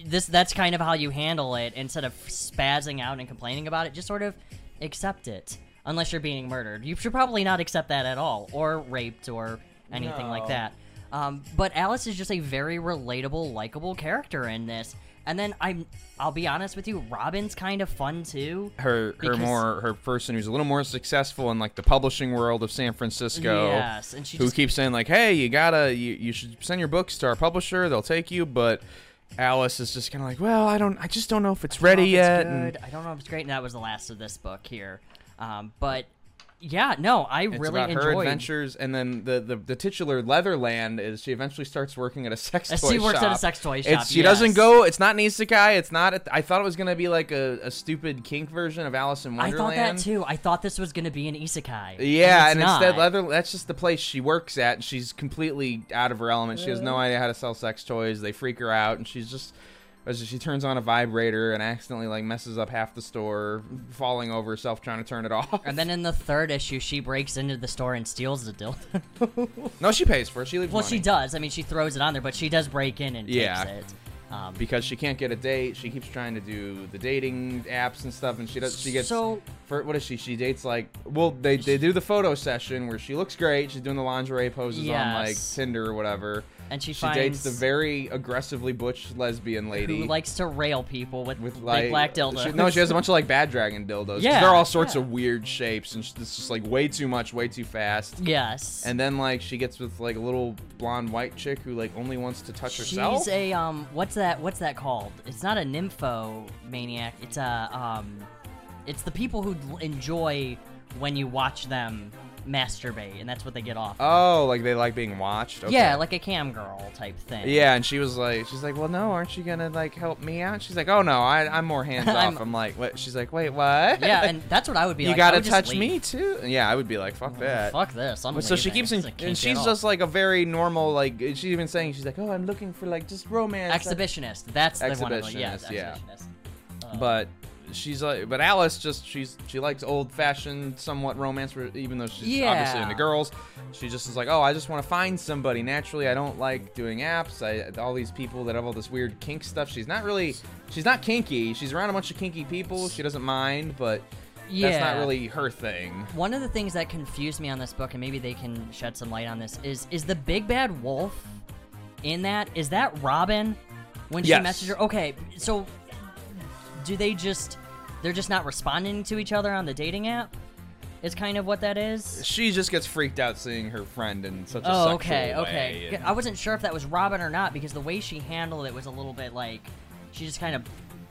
[SPEAKER 2] this that's kind of how you handle it instead of spazzing out and complaining about it. Just sort of accept it, unless you're being murdered. You should probably not accept that at all, or raped, or anything like
[SPEAKER 1] No.
[SPEAKER 2] that. Um, but Alice is just a very relatable, likable character in this. And then I'm I'll be honest with you, Robin's kind of fun too.
[SPEAKER 1] her her
[SPEAKER 2] Because-
[SPEAKER 1] more her person who's a little more successful in like the publishing world of San Francisco.
[SPEAKER 2] Yes, and she
[SPEAKER 1] who
[SPEAKER 2] just-
[SPEAKER 1] keeps saying like, "Hey, you gotta you, you should send your books to our publisher. They'll take you." But Alice is just kind of like, "Well, I don't I just don't know if it's ready
[SPEAKER 2] don't know if
[SPEAKER 1] yet."
[SPEAKER 2] it's
[SPEAKER 1] and
[SPEAKER 2] good. I don't know if it's great. And that was the last of this book here. Um, but yeah, no, I
[SPEAKER 1] it's
[SPEAKER 2] really
[SPEAKER 1] about her
[SPEAKER 2] enjoyed.
[SPEAKER 1] adventures, and then the, the the titular Leatherland is she eventually starts working at a sex
[SPEAKER 2] Uh,
[SPEAKER 1] toy shop.
[SPEAKER 2] she works at a sex toy shop,
[SPEAKER 1] It's, She doesn't
[SPEAKER 2] yes.
[SPEAKER 1] go. It's not an isekai. It's not. A, I thought it was gonna be like a, a stupid kink version of Alice in
[SPEAKER 2] I
[SPEAKER 1] Wonderland.
[SPEAKER 2] thought that too. I thought this was gonna be an isekai.
[SPEAKER 1] Yeah,
[SPEAKER 2] it's
[SPEAKER 1] and, instead,
[SPEAKER 2] not.
[SPEAKER 1] leather that's just the place she works at, and she's completely out of her element. She has no idea how to sell sex toys. They freak her out, and she's just. as She turns on a vibrator and accidentally like messes up half the store, falling over herself trying to turn it off.
[SPEAKER 2] And then in the third issue, she breaks into the store and steals the dildo.
[SPEAKER 1] no, she pays for it. She leaves
[SPEAKER 2] well,
[SPEAKER 1] money.
[SPEAKER 2] she does. I mean, she throws it on there, but she does break in and
[SPEAKER 1] Yeah.
[SPEAKER 2] takes it. Um,
[SPEAKER 1] because she can't get a date. She keeps trying to do the dating apps and stuff, and she does. She gets
[SPEAKER 2] So-
[SPEAKER 1] For, what is she? She dates like well, they they do the photo session where she looks great. She's doing the lingerie poses on like
[SPEAKER 2] Yes.
[SPEAKER 1] Tinder or whatever.
[SPEAKER 2] And she
[SPEAKER 1] she dates
[SPEAKER 2] finds-
[SPEAKER 1] the very aggressively butch lesbian lady
[SPEAKER 2] who likes to rail people with,
[SPEAKER 1] with
[SPEAKER 2] big
[SPEAKER 1] like
[SPEAKER 2] black dildos?
[SPEAKER 1] She, no, she has a bunch of like bad dragon dildos. 'cause
[SPEAKER 2] Yeah,
[SPEAKER 1] they're all sorts
[SPEAKER 2] yeah.
[SPEAKER 1] of weird shapes, and sh- it's just like way too much, way too fast.
[SPEAKER 2] Yes.
[SPEAKER 1] And then like she gets with like a little blonde white chick who like only wants to touch herself.
[SPEAKER 2] She's a um. What's that? What's that called? It's not a nymphomaniac. It's a um. It's the people who l- enjoy when you watch them masturbate, and that's what they get off.
[SPEAKER 1] Oh, like they like being watched. Okay.
[SPEAKER 2] Yeah, like a cam girl type thing.
[SPEAKER 1] Yeah, and she was like, she's like, well, no, aren't you gonna like help me out? She's like, oh no, I, I'm more hands off. I'm,
[SPEAKER 2] I'm-
[SPEAKER 1] like, what? She's like, wait, what?
[SPEAKER 2] Yeah, and that's what I would be
[SPEAKER 1] you
[SPEAKER 2] like. I
[SPEAKER 1] gotta
[SPEAKER 2] would just
[SPEAKER 1] touch
[SPEAKER 2] leave.
[SPEAKER 1] me too. And Yeah, I would be like, fuck that.
[SPEAKER 2] Fuck this. I'm
[SPEAKER 1] But so she
[SPEAKER 2] leaving.
[SPEAKER 1] keeps, in,
[SPEAKER 2] It's like, can't
[SPEAKER 1] and
[SPEAKER 2] get
[SPEAKER 1] she's
[SPEAKER 2] off.
[SPEAKER 1] just like a very normal, like she's even saying, she's like, oh, I'm looking for like just romance.
[SPEAKER 2] exhibitionist. That's the one. I'm like, yeah,
[SPEAKER 1] Exhibitionist, yeah.
[SPEAKER 2] exhibitionist.
[SPEAKER 1] But she's like, but Alice just she's she likes old fashioned, somewhat romance, even though she's obviously
[SPEAKER 2] Yeah.
[SPEAKER 1] into girls. She just is like, oh, I just want to find somebody. Naturally, I don't like doing apps. I all these people that have all this weird kink stuff. She's not really, she's not kinky. She's around a bunch of kinky people. She doesn't mind, but that's not
[SPEAKER 2] Yeah.
[SPEAKER 1] really her thing.
[SPEAKER 2] One of the things that confused me on this book, and maybe they can shed some light on this, is is the big bad wolf in that? Is that Robin when she
[SPEAKER 1] Yes.
[SPEAKER 2] messaged her? Okay, so do they just they're just not responding to each other on the dating app? Is kind of what that is.
[SPEAKER 1] She just gets freaked out seeing her friend in such a
[SPEAKER 2] Oh,
[SPEAKER 1] sexual
[SPEAKER 2] okay,
[SPEAKER 1] way,
[SPEAKER 2] okay.
[SPEAKER 1] and-
[SPEAKER 2] I wasn't sure if that was Robin or not because the way she handled it was a little bit like she just kind of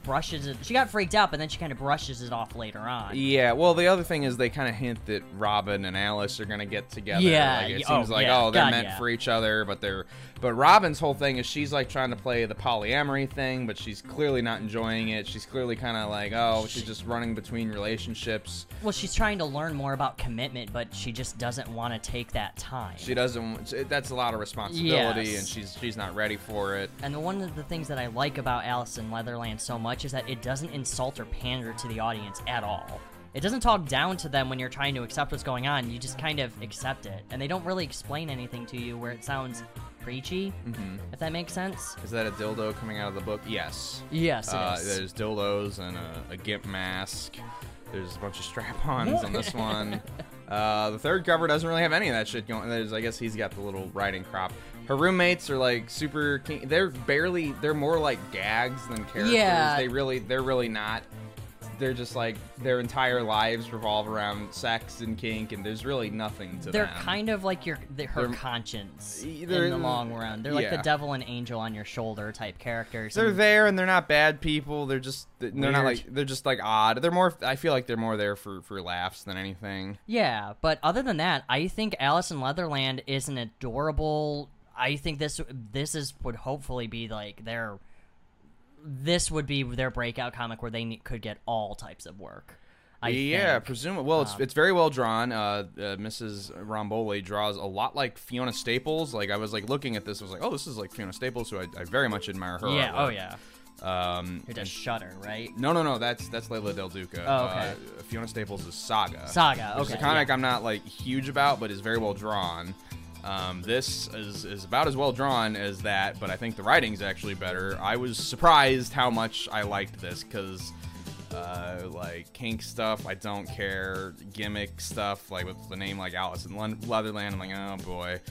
[SPEAKER 2] brushes it. She got freaked out, but then she kind of brushes it off later on.
[SPEAKER 1] Yeah, well, the other thing is they kind of hint that Robin and Alice are gonna get together.
[SPEAKER 2] Yeah,
[SPEAKER 1] like, it
[SPEAKER 2] y- oh,
[SPEAKER 1] seems like
[SPEAKER 2] yeah,
[SPEAKER 1] oh they're
[SPEAKER 2] God,
[SPEAKER 1] meant
[SPEAKER 2] yeah.
[SPEAKER 1] for each other, but they're but Robin's whole thing is she's like trying to play the polyamory thing, but she's clearly not enjoying it. She's clearly kind of like oh she's just running between relationships.
[SPEAKER 2] Well, she's trying to learn more about commitment, but she just doesn't want to take that time.
[SPEAKER 1] She doesn't. That's a lot of responsibility,
[SPEAKER 2] Yes.
[SPEAKER 1] and she's she's not ready for it.
[SPEAKER 2] and the, one of the things that I like about Alice in Leatherland so much is that it doesn't insult or pander to the audience at all. It doesn't talk down to them when you're trying to accept what's going on. You just kind of accept it. And they don't really explain anything to you where it sounds preachy,
[SPEAKER 1] Mm-hmm.
[SPEAKER 2] if that makes sense.
[SPEAKER 1] Is that a dildo coming out of the book? Yes.
[SPEAKER 2] Yes, it
[SPEAKER 1] Uh,
[SPEAKER 2] is.
[SPEAKER 1] there's dildos and a, a gimp mask. There's a bunch of strap-ons on this one. Uh, the third cover doesn't really have any of that shit going. There's, I guess, he's got the little riding crop. Her roommates are like super. King- they're barely. They're more like gags than characters.
[SPEAKER 2] Yeah.
[SPEAKER 1] They really. They're really not. They're just like their entire lives revolve around sex and kink, and there's really nothing to
[SPEAKER 2] They're
[SPEAKER 1] them.
[SPEAKER 2] kind of like your the, her
[SPEAKER 1] They're- e,
[SPEAKER 2] conscience in
[SPEAKER 1] they're-
[SPEAKER 2] the long run. They're like
[SPEAKER 1] yeah.
[SPEAKER 2] the devil and angel on your shoulder type characters.
[SPEAKER 1] they're
[SPEAKER 2] and-
[SPEAKER 1] there and they're not bad people. They're just they're not
[SPEAKER 2] Mm. Weird.
[SPEAKER 1] like they're just like odd. They're more. I feel like they're more there for for laughs than anything.
[SPEAKER 2] Yeah, but other than that, I think Alice in Leatherland is an adorable. I think this this is would hopefully be like their this would be their breakout comic where they ne- could get all types of work. I
[SPEAKER 1] yeah,
[SPEAKER 2] think. Um,
[SPEAKER 1] presumably. Well, it's, it's very well drawn. Uh, uh, Mrs. Romboli draws a lot like Fiona Staples. Like I was like looking at this, I was like, oh, this is like Fiona Staples, who I, I very much admire her.
[SPEAKER 2] yeah, oh
[SPEAKER 1] artwork.
[SPEAKER 2] yeah.
[SPEAKER 1] Um,
[SPEAKER 2] It does Shudder, right?
[SPEAKER 1] no, no, no. That's that's Leila Del Duca.
[SPEAKER 2] Oh, okay.
[SPEAKER 1] Uh, Fiona Staples is Saga.
[SPEAKER 2] Saga,
[SPEAKER 1] Which is
[SPEAKER 2] okay,
[SPEAKER 1] a comic
[SPEAKER 2] yeah.
[SPEAKER 1] I'm not like huge about, but is very well drawn. Um, this is, is about as well drawn as that, but I think the writing's actually better. I was surprised how much I liked this because, uh, like kink stuff, I don't care. Gimmick stuff, like with the name like Alice in Lon- Leatherland, I'm like, oh boy.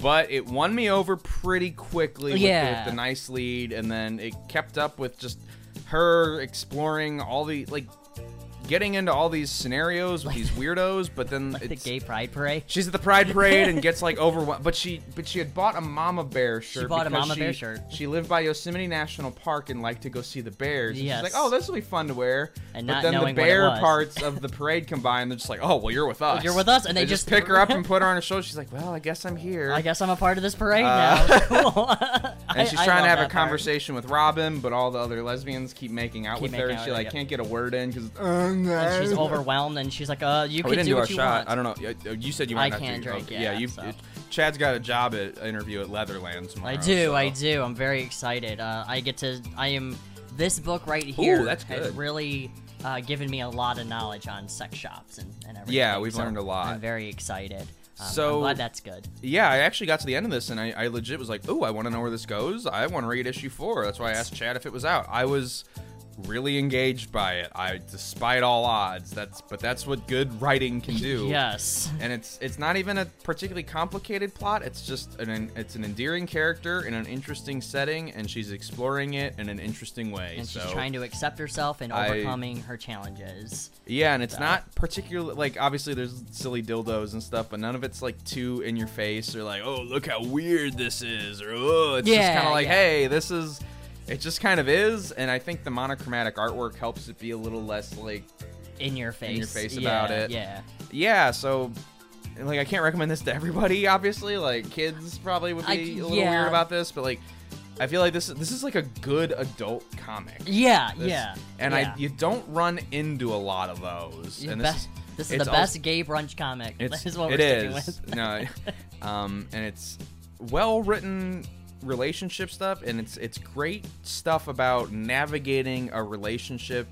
[SPEAKER 1] But it won me over pretty quickly with the-
[SPEAKER 2] Yeah.
[SPEAKER 1] with the nice lead, and then it kept up with just her exploring all the like getting into all these scenarios with these weirdos, but then
[SPEAKER 2] Like the
[SPEAKER 1] it's,
[SPEAKER 2] gay pride parade.
[SPEAKER 1] she's at the Pride Parade and gets like overwhelmed. But she but she had bought a Mama Bear shirt.
[SPEAKER 2] bought a
[SPEAKER 1] because
[SPEAKER 2] Mama
[SPEAKER 1] she,
[SPEAKER 2] Bear shirt.
[SPEAKER 1] She lived by Yosemite National Park and liked to go see the bears. And
[SPEAKER 2] Yes.
[SPEAKER 1] She's like, oh, this will be fun to wear.
[SPEAKER 2] And
[SPEAKER 1] but
[SPEAKER 2] not
[SPEAKER 1] then the
[SPEAKER 2] knowing what it
[SPEAKER 1] bear
[SPEAKER 2] was.
[SPEAKER 1] parts of the parade combine. They're just like, oh, well, you're with us.
[SPEAKER 2] you're with us, and they
[SPEAKER 1] just,
[SPEAKER 2] just-
[SPEAKER 1] pick her up and put her on a show. She's like, well, I guess I'm here.
[SPEAKER 2] I guess I'm a part of this parade
[SPEAKER 1] Uh,
[SPEAKER 2] now. cool. I-
[SPEAKER 1] and she's
[SPEAKER 2] I
[SPEAKER 1] trying
[SPEAKER 2] love
[SPEAKER 1] to have a
[SPEAKER 2] that part.
[SPEAKER 1] conversation with Robin, but all the other lesbians keep making out
[SPEAKER 2] Keep
[SPEAKER 1] with her,
[SPEAKER 2] making
[SPEAKER 1] and
[SPEAKER 2] out
[SPEAKER 1] she
[SPEAKER 2] with
[SPEAKER 1] like
[SPEAKER 2] her, yep.
[SPEAKER 1] can't get a word in "Oh, because
[SPEAKER 2] And she's overwhelmed, and she's like, "Uh, you
[SPEAKER 1] Oh,
[SPEAKER 2] can
[SPEAKER 1] we didn't
[SPEAKER 2] do,
[SPEAKER 1] do, our
[SPEAKER 2] what you
[SPEAKER 1] shot.
[SPEAKER 2] want."
[SPEAKER 1] I don't know. Y- y- You said you
[SPEAKER 2] I
[SPEAKER 1] wanted
[SPEAKER 2] can't
[SPEAKER 1] to.
[SPEAKER 2] drink,
[SPEAKER 1] oh,
[SPEAKER 2] yeah,
[SPEAKER 1] you.
[SPEAKER 2] so.
[SPEAKER 1] it- Chad's got a job at interview at Leatherland tomorrow.
[SPEAKER 2] I do,
[SPEAKER 1] so.
[SPEAKER 2] I do. I'm very excited. Uh, I get to. I am. This book right here
[SPEAKER 1] Ooh, that's
[SPEAKER 2] has
[SPEAKER 1] good.
[SPEAKER 2] really uh, given me a lot of knowledge on sex shops and, and everything.
[SPEAKER 1] Yeah, we've
[SPEAKER 2] so
[SPEAKER 1] learned a lot.
[SPEAKER 2] I'm very excited. Um,
[SPEAKER 1] So-
[SPEAKER 2] I'm glad that's good.
[SPEAKER 1] Yeah, I actually got to the end of this, and I, I legit was like, "Ooh, I want to know where this goes. I want to read issue four. That's why I asked Chad if it was out. I was really engaged by it. I, despite all odds, that's but that's what good writing can do.
[SPEAKER 2] Yes.
[SPEAKER 1] and it's it's not even a particularly complicated plot. It's just an it's an endearing character in an interesting setting, and she's exploring it in an interesting way.
[SPEAKER 2] And she's
[SPEAKER 1] so-
[SPEAKER 2] trying to accept herself and
[SPEAKER 1] I-
[SPEAKER 2] overcoming her challenges.
[SPEAKER 1] Yeah, and it's not particular. Like, obviously, there's silly dildos and stuff, but none of it's like too in your face or like, oh, look how weird this is, or oh, it's just
[SPEAKER 2] Yeah,
[SPEAKER 1] kind of like,
[SPEAKER 2] yeah.
[SPEAKER 1] hey, this is. It just kind of is, and I think the monochromatic artwork helps it be a little less like
[SPEAKER 2] in your face.
[SPEAKER 1] your face
[SPEAKER 2] Yeah,
[SPEAKER 1] about it.
[SPEAKER 2] Yeah.
[SPEAKER 1] yeah, so like I can't recommend this to everybody. Obviously, like kids probably would be
[SPEAKER 2] I-
[SPEAKER 1] a little
[SPEAKER 2] yeah.
[SPEAKER 1] weird about this, but like I feel like this this is like a good adult comic.
[SPEAKER 2] Yeah,
[SPEAKER 1] This-
[SPEAKER 2] yeah.
[SPEAKER 1] and
[SPEAKER 2] yeah.
[SPEAKER 1] I you don't run into a lot of those.
[SPEAKER 2] Your
[SPEAKER 1] and
[SPEAKER 2] best- this is
[SPEAKER 1] it's
[SPEAKER 2] the
[SPEAKER 1] also-
[SPEAKER 2] best gay brunch comic.
[SPEAKER 1] It's,
[SPEAKER 2] This is what
[SPEAKER 1] it
[SPEAKER 2] we're sticking
[SPEAKER 1] is.
[SPEAKER 2] with.
[SPEAKER 1] no, um, and it's well written relationship stuff, and it's it's great stuff about navigating a relationship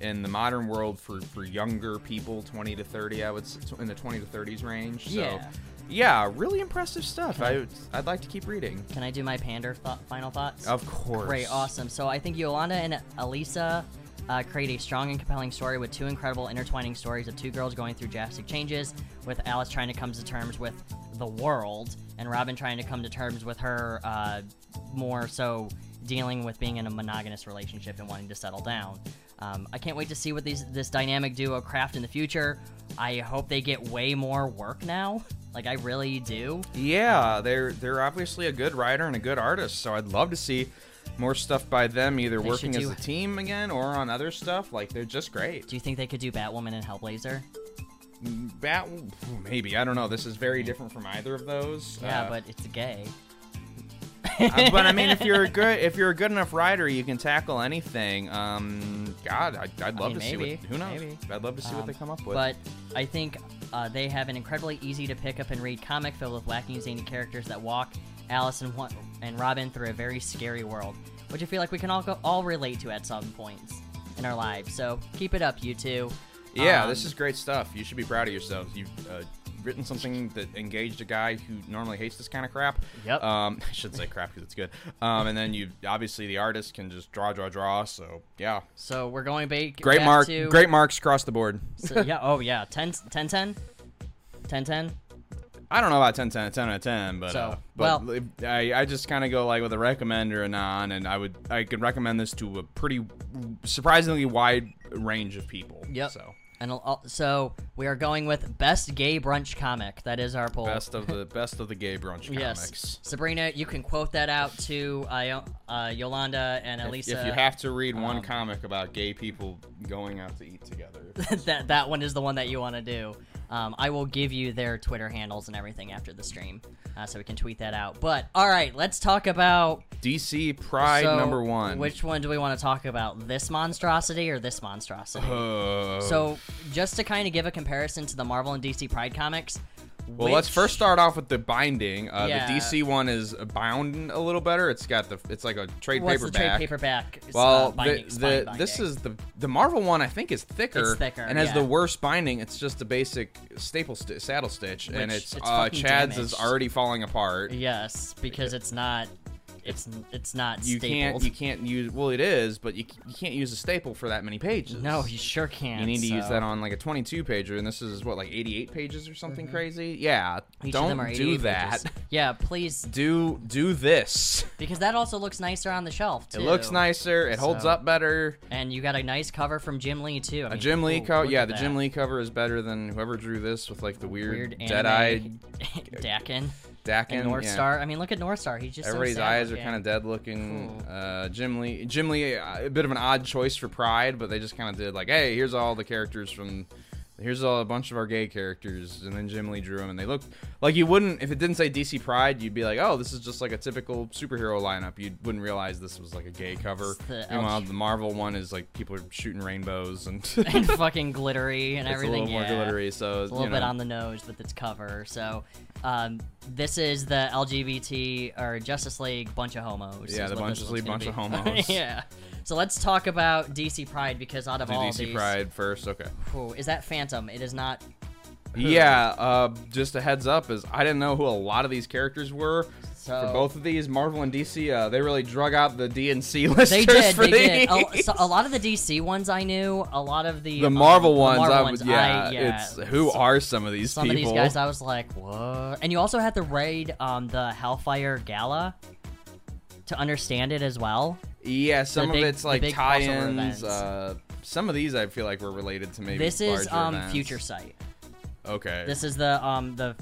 [SPEAKER 1] in the modern world for for younger people, twenty to thirty. I would s- in the twenty to thirties range. So,
[SPEAKER 2] Yeah.
[SPEAKER 1] yeah, really impressive stuff. I would- I'd like to keep reading.
[SPEAKER 2] Can I do my pander thought final thoughts?
[SPEAKER 1] Of course.
[SPEAKER 2] Great, awesome. So I think Yolanda and Elisa uh, create a strong and compelling story with two incredible intertwining stories of two girls going through drastic changes, with Alice trying to come to terms with the world, and Robin trying to come to terms with her uh, more so dealing with being in a monogamous relationship and wanting to settle down. Um, I can't wait to see what these this dynamic duo craft in the future. I hope they get way more work now. Like I really do.
[SPEAKER 1] Yeah, they're they're obviously a good writer and a good artist, so I'd love to see more stuff by them either
[SPEAKER 2] They
[SPEAKER 1] working
[SPEAKER 2] should
[SPEAKER 1] as
[SPEAKER 2] do-
[SPEAKER 1] a team again or on other stuff. Like they're just great.
[SPEAKER 2] Do you think they could do Batwoman and Hellblazer?
[SPEAKER 1] Bat maybe, I don't know. This is very different from either of those.
[SPEAKER 2] Yeah,
[SPEAKER 1] Uh,
[SPEAKER 2] but it's gay.
[SPEAKER 1] uh, but I mean if you're a good if you're a good enough writer, you can tackle anything. Um god, I would love
[SPEAKER 2] mean,
[SPEAKER 1] to see
[SPEAKER 2] maybe,
[SPEAKER 1] what who knows.
[SPEAKER 2] maybe.
[SPEAKER 1] I'd love to see what
[SPEAKER 2] Um,
[SPEAKER 1] they come up with.
[SPEAKER 2] But I think uh, they have an incredibly easy to pick up and read comic filled with wacky, zany characters that walk Alice and, Wa- and Robin through a very scary world, which I feel like we can all go- all relate to at some points in our lives. So keep it up, you two.
[SPEAKER 1] yeah,
[SPEAKER 2] Um,
[SPEAKER 1] this is great stuff. You should be proud of yourselves. You've uh, written something that engaged a guy who normally hates this kind of crap.
[SPEAKER 2] Yep.
[SPEAKER 1] Um, I should say crap because it's good. Um, and then you obviously the artist can just draw, draw, draw. So yeah,
[SPEAKER 2] So we're going ba-
[SPEAKER 1] great
[SPEAKER 2] back
[SPEAKER 1] mark,
[SPEAKER 2] to-
[SPEAKER 1] great marks across the board.
[SPEAKER 2] so, yeah. Oh yeah. 10, 10, 10, 10, 10.
[SPEAKER 1] I don't know about 10, 10, 10 out of 10, but,
[SPEAKER 2] So,
[SPEAKER 1] uh, but
[SPEAKER 2] well-
[SPEAKER 1] I, I just kind of go like with a recommender and on, and I would I could recommend this to a pretty surprisingly wide range of people.
[SPEAKER 2] Yep.
[SPEAKER 1] So
[SPEAKER 2] And I'll- I'll- so we are going with best gay brunch comic. That is our poll.
[SPEAKER 1] best of the best of the gay brunch comics.
[SPEAKER 2] Yes, Sabrina, you can quote that out to uh, uh, Yolanda and
[SPEAKER 1] If-
[SPEAKER 2] Elisa.
[SPEAKER 1] If you have to read one
[SPEAKER 2] um,
[SPEAKER 1] comic about gay people going out to eat together,
[SPEAKER 2] that that one is the one that you want to do. Um, I will give you their Twitter handles and everything after the stream, uh, so we can tweet that out. But all right, let's talk about
[SPEAKER 1] DC Pride
[SPEAKER 2] so,
[SPEAKER 1] number one.
[SPEAKER 2] Which one do we want to talk about? This monstrosity or this monstrosity?
[SPEAKER 1] Uh,
[SPEAKER 2] so just to kind of give a comparison to the Marvel and DC Pride comics.
[SPEAKER 1] well, let's first start off with the binding. Uh,
[SPEAKER 2] Yeah.
[SPEAKER 1] The DC one is bound a little better. It's got the it's like a trade
[SPEAKER 2] What's the
[SPEAKER 1] paperback.
[SPEAKER 2] trade paperback? uh,
[SPEAKER 1] well,
[SPEAKER 2] binding-
[SPEAKER 1] the,
[SPEAKER 2] spine
[SPEAKER 1] the, this
[SPEAKER 2] binding?
[SPEAKER 1] is the the Marvel one. I think is thicker,
[SPEAKER 2] It's thicker,
[SPEAKER 1] and has
[SPEAKER 2] yeah.
[SPEAKER 1] the worst binding. It's just a basic staple st- saddle stitch, and
[SPEAKER 2] Which
[SPEAKER 1] it's,
[SPEAKER 2] it's
[SPEAKER 1] uh,
[SPEAKER 2] fucking
[SPEAKER 1] Chad's is
[SPEAKER 2] damaged.
[SPEAKER 1] already falling apart.
[SPEAKER 2] Yes, because it's not. It's it's not
[SPEAKER 1] you
[SPEAKER 2] stapled.
[SPEAKER 1] can't you can't use well it is, but you c- you can't use a staple for that many pages.
[SPEAKER 2] no, you sure can't.
[SPEAKER 1] You need to use
[SPEAKER 2] so-
[SPEAKER 1] that on like a 22 pager, and this is what like 88 pages or something crazy. Yeah,
[SPEAKER 2] Mm-hmm. Each of
[SPEAKER 1] don't
[SPEAKER 2] them are
[SPEAKER 1] do
[SPEAKER 2] 88
[SPEAKER 1] that.
[SPEAKER 2] pages. Yeah, please,
[SPEAKER 1] Do do this.
[SPEAKER 2] because that also looks nicer on the shelf too.
[SPEAKER 1] It looks nicer. It holds
[SPEAKER 2] So-
[SPEAKER 1] up better.
[SPEAKER 2] and you got a nice cover from Jim Lee too. I
[SPEAKER 1] A
[SPEAKER 2] mean,
[SPEAKER 1] Jim Lee
[SPEAKER 2] ooh,
[SPEAKER 1] cover,
[SPEAKER 2] look
[SPEAKER 1] yeah,
[SPEAKER 2] at
[SPEAKER 1] the
[SPEAKER 2] that.
[SPEAKER 1] Jim Lee cover is better than whoever drew this with like the weird,
[SPEAKER 2] Weird
[SPEAKER 1] dead-eyed
[SPEAKER 2] Dakin
[SPEAKER 1] Dakin.
[SPEAKER 2] and North
[SPEAKER 1] yeah.
[SPEAKER 2] Star. I mean, look at North Star. He's just
[SPEAKER 1] Everybody's
[SPEAKER 2] so sad
[SPEAKER 1] eyes are
[SPEAKER 2] looking.
[SPEAKER 1] kind of dead looking.
[SPEAKER 2] Cool.
[SPEAKER 1] Uh, Jim Lee, Jim Lee, uh, a bit of an odd choice for Pride, but they just kind of did like, hey, here's all the characters from, here's all a bunch of our gay characters, and then Jim Lee drew them, and they looked like you wouldn't if it didn't say DC Pride, you'd be like, oh, this is just like a typical superhero lineup. You wouldn't realize this was like a gay cover.
[SPEAKER 2] It's the
[SPEAKER 1] Meanwhile,
[SPEAKER 2] LG
[SPEAKER 1] the Marvel one is like people are shooting rainbows and.
[SPEAKER 2] and fucking glittery and
[SPEAKER 1] It's a
[SPEAKER 2] everything.
[SPEAKER 1] little more
[SPEAKER 2] yeah.
[SPEAKER 1] glittery, so
[SPEAKER 2] It's a little bit on the nose with its cover. So, um, this is the LGBT or Justice League bunch of
[SPEAKER 1] Yeah,
[SPEAKER 2] homos. is
[SPEAKER 1] the
[SPEAKER 2] what this
[SPEAKER 1] Bunches
[SPEAKER 2] looks
[SPEAKER 1] League
[SPEAKER 2] gonna
[SPEAKER 1] bunch of
[SPEAKER 2] be.
[SPEAKER 1] homos.
[SPEAKER 2] yeah. So let's talk about DC Pride because out of
[SPEAKER 1] Do
[SPEAKER 2] all
[SPEAKER 1] DC
[SPEAKER 2] these,
[SPEAKER 1] Pride first, okay.
[SPEAKER 2] Ooh, is that Phantom? It is not.
[SPEAKER 1] Yeah, uh, just a heads up is I didn't know who a lot of these characters were.
[SPEAKER 2] So-
[SPEAKER 1] for both of these, Marvel and DC, uh, they really drug out the D and C listers
[SPEAKER 2] They did.
[SPEAKER 1] for
[SPEAKER 2] They did.
[SPEAKER 1] these.
[SPEAKER 2] A, so a lot of the DC ones I knew. A lot of the
[SPEAKER 1] the
[SPEAKER 2] um,
[SPEAKER 1] Marvel ones,
[SPEAKER 2] Marvel
[SPEAKER 1] I
[SPEAKER 2] ones,
[SPEAKER 1] would, yeah,
[SPEAKER 2] I, yeah.
[SPEAKER 1] It's who are some of these
[SPEAKER 2] some
[SPEAKER 1] people?
[SPEAKER 2] of these guys? I was like, what? And you also had to raid um, the Hellfire Gala to understand it as well.
[SPEAKER 1] yeah, some
[SPEAKER 2] big-
[SPEAKER 1] of it's
[SPEAKER 2] the
[SPEAKER 1] like
[SPEAKER 2] big crossover
[SPEAKER 1] tie-ins.
[SPEAKER 2] events.
[SPEAKER 1] Uh, some of these I feel like were related to maybe
[SPEAKER 2] this is
[SPEAKER 1] larger
[SPEAKER 2] um,
[SPEAKER 1] events.
[SPEAKER 2] Future Sight.
[SPEAKER 1] Okay,
[SPEAKER 2] This is the um the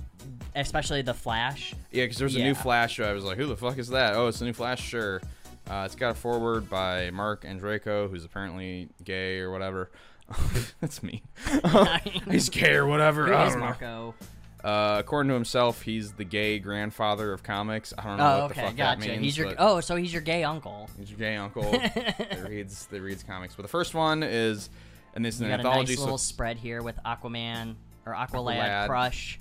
[SPEAKER 2] especially the Flash.
[SPEAKER 1] yeah, because there was a
[SPEAKER 2] yeah.
[SPEAKER 1] new Flash show. I was like, who the fuck is that? Oh, it's a new Flash. Sure, uh, it's got a forward by Mark Andreyko, who's apparently gay or whatever. That's me. I just care, whatever.
[SPEAKER 2] Who
[SPEAKER 1] I
[SPEAKER 2] is
[SPEAKER 1] don't know.
[SPEAKER 2] Marco?
[SPEAKER 1] Uh, according to himself, he's the gay grandfather of comics. I don't know
[SPEAKER 2] Oh,
[SPEAKER 1] what the
[SPEAKER 2] okay,
[SPEAKER 1] fuck
[SPEAKER 2] gotcha.
[SPEAKER 1] that means.
[SPEAKER 2] he's your
[SPEAKER 1] but
[SPEAKER 2] oh, so he's your gay uncle.
[SPEAKER 1] he's your gay uncle that reads that reads comics. But the first one is, and this is
[SPEAKER 2] You
[SPEAKER 1] an
[SPEAKER 2] got a
[SPEAKER 1] anthology.
[SPEAKER 2] nice little
[SPEAKER 1] so
[SPEAKER 2] spread here with Aquaman or Aqualad,
[SPEAKER 1] Aqualad.
[SPEAKER 2] Crush,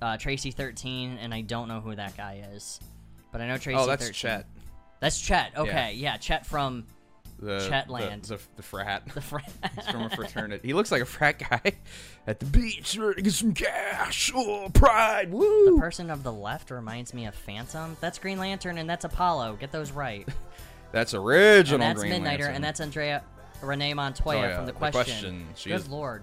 [SPEAKER 2] uh, Tracy Thirteen, and I don't know who that guy is, but I know Tracy.
[SPEAKER 1] oh, that's
[SPEAKER 2] 13.
[SPEAKER 1] Chet,
[SPEAKER 2] That's Chet. Okay, yeah, Chet from
[SPEAKER 1] the
[SPEAKER 2] Chetland.
[SPEAKER 1] the, the, the frat.
[SPEAKER 2] the frat.
[SPEAKER 1] He's from a fraternity. He looks like a frat guy at the beach, ready to get some cash. Oh, pride, woo!
[SPEAKER 2] Person of the left reminds me of Phantom. That's Green Lantern and that's Apollo. Get those right.
[SPEAKER 1] that's original.
[SPEAKER 2] And Oh, that's
[SPEAKER 1] Green
[SPEAKER 2] Midnighter
[SPEAKER 1] Lantern.
[SPEAKER 2] and that's Andrea Renee Montoya
[SPEAKER 1] Oh, yeah,
[SPEAKER 2] from The
[SPEAKER 1] The
[SPEAKER 2] Question.
[SPEAKER 1] Question. She
[SPEAKER 2] Good
[SPEAKER 1] is-
[SPEAKER 2] lord.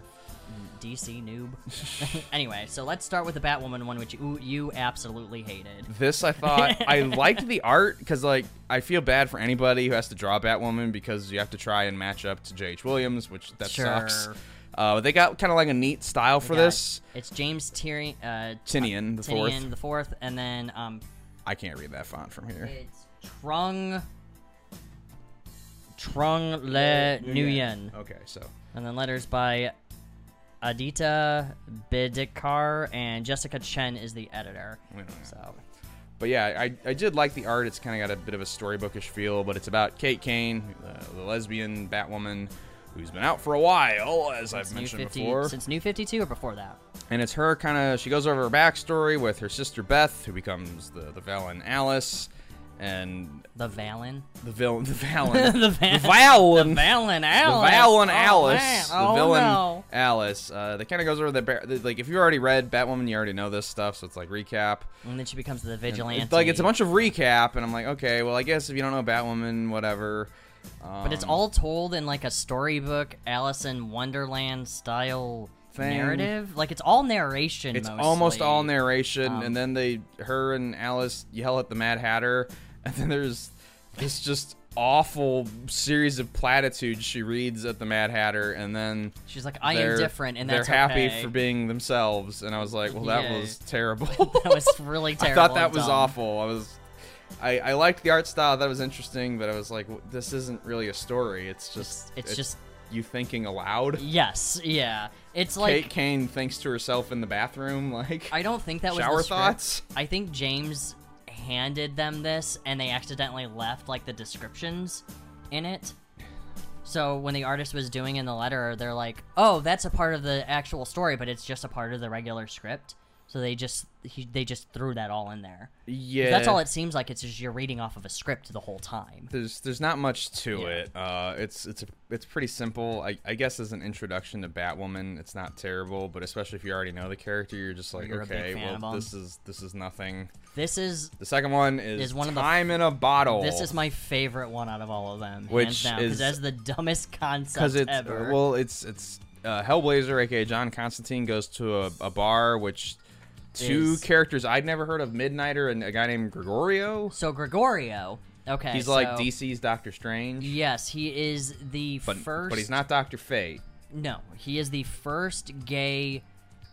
[SPEAKER 2] DC noob. anyway, so let's start with the Batwoman one, which you, you absolutely hated.
[SPEAKER 1] This I thought I liked the art because like I feel bad for anybody who has to draw Batwoman because you have to try and match up to J.H. Williams, which that
[SPEAKER 2] Sure.
[SPEAKER 1] sucks. Uh, but they got kind of like a neat style for
[SPEAKER 2] Yeah,
[SPEAKER 1] this.
[SPEAKER 2] It's James Tyrion, uh,
[SPEAKER 1] Tinian the
[SPEAKER 2] Tinian
[SPEAKER 1] fourth.
[SPEAKER 2] the fourth, and then um,
[SPEAKER 1] I can't read that font from here.
[SPEAKER 2] it's Trung. Trung Le Uh, Nguyen.
[SPEAKER 1] Okay, so
[SPEAKER 2] And then letters by Adita Bidikar and Jessica Chen is the editor.
[SPEAKER 1] don't know.
[SPEAKER 2] So
[SPEAKER 1] but yeah, I, I did like the art. It's kind of got a bit of a storybookish feel, but it's about Kate Kane, uh, the lesbian Batwoman, who's been out for a while, as I've
[SPEAKER 2] New
[SPEAKER 1] mentioned
[SPEAKER 2] 50,
[SPEAKER 1] before.
[SPEAKER 2] since New 52 or before that.
[SPEAKER 1] and it's her kind of she goes over her backstory with her sister Beth, who becomes the the Valen Alice, and
[SPEAKER 2] The Valen.
[SPEAKER 1] the villain, the Valen,
[SPEAKER 2] The Val-
[SPEAKER 1] the Valen,
[SPEAKER 2] The Valen
[SPEAKER 1] the
[SPEAKER 2] Alice.
[SPEAKER 1] Valen Alice,
[SPEAKER 2] Oh, man. Oh,
[SPEAKER 1] the villain
[SPEAKER 2] no.
[SPEAKER 1] Alice. Uh, that kind of goes over the, bar- the like if you already read Batwoman, you already know this stuff, so it's like recap.
[SPEAKER 2] And then she becomes the
[SPEAKER 1] And
[SPEAKER 2] vigilante.
[SPEAKER 1] It's like it's a bunch of recap, and I'm like, okay, well, I guess if you don't know Batwoman, whatever. Um,
[SPEAKER 2] But it's all told in like a storybook Alice in Wonderland style
[SPEAKER 1] Thing.
[SPEAKER 2] narrative. Like it's all narration.
[SPEAKER 1] It's
[SPEAKER 2] mostly.
[SPEAKER 1] almost all narration,
[SPEAKER 2] Um,
[SPEAKER 1] and then they, her and Alice yell at the Mad Hatter, and then there's this just awful series of platitudes she reads at the Mad Hatter, and then
[SPEAKER 2] She's like, "I am
[SPEAKER 1] they're-
[SPEAKER 2] different," and that's
[SPEAKER 1] they're happy
[SPEAKER 2] okay.
[SPEAKER 1] for being themselves. And I was like, well, that
[SPEAKER 2] Yeah.
[SPEAKER 1] was terrible.
[SPEAKER 2] that was really
[SPEAKER 1] I
[SPEAKER 2] terrible.
[SPEAKER 1] thought that
[SPEAKER 2] and
[SPEAKER 1] was
[SPEAKER 2] dumb.
[SPEAKER 1] awful. I was. I, I liked the art style. That was interesting, but I was like, w- this isn't really a story. It's just
[SPEAKER 2] it's just-
[SPEAKER 1] you thinking aloud.
[SPEAKER 2] Yes, yeah. It's like
[SPEAKER 1] Kate Kane thinks to herself in the bathroom, like
[SPEAKER 2] I don't think that was
[SPEAKER 1] shower
[SPEAKER 2] the script.
[SPEAKER 1] thoughts.
[SPEAKER 2] I think James handed them this, and they accidentally left like the descriptions in it. So when the artist was doing in the letter, they're like, "Oh, that's a part of the actual story, but it's just a part of the regular script." So they just he, they just threw that all in there. 'Cause
[SPEAKER 1] Yeah,
[SPEAKER 2] That's all it seems like. It's just you're reading off of a script the whole time.
[SPEAKER 1] there's there's not much to
[SPEAKER 2] Yeah.
[SPEAKER 1] it. Uh, it's it's a, it's pretty simple. I, I guess as an introduction to Batwoman, it's not terrible, but especially if you already know the character, you're just like,
[SPEAKER 2] You're a big
[SPEAKER 1] okay,
[SPEAKER 2] fan of
[SPEAKER 1] well
[SPEAKER 2] 'em.
[SPEAKER 1] this is this is nothing.
[SPEAKER 2] This is
[SPEAKER 1] The second one is,
[SPEAKER 2] Is one of the-
[SPEAKER 1] time in a bottle.
[SPEAKER 2] this is my favorite one out of all of them, hands
[SPEAKER 1] Oh. Which
[SPEAKER 2] down, because
[SPEAKER 1] is-
[SPEAKER 2] that's the dumbest concept
[SPEAKER 1] because it's
[SPEAKER 2] ever.
[SPEAKER 1] uh, well, it's it's uh, Hellblazer, aka John Constantine, goes to a, a bar which. Two
[SPEAKER 2] Is-
[SPEAKER 1] characters I'd never heard of, Midnighter and a guy named Gregorio.
[SPEAKER 2] so Gregorio, okay,
[SPEAKER 1] He's like
[SPEAKER 2] so-
[SPEAKER 1] DC's Doctor Strange,
[SPEAKER 2] Yes, he is the
[SPEAKER 1] but
[SPEAKER 2] first.
[SPEAKER 1] but he's not Doctor Fate.
[SPEAKER 2] No, he is the first gay,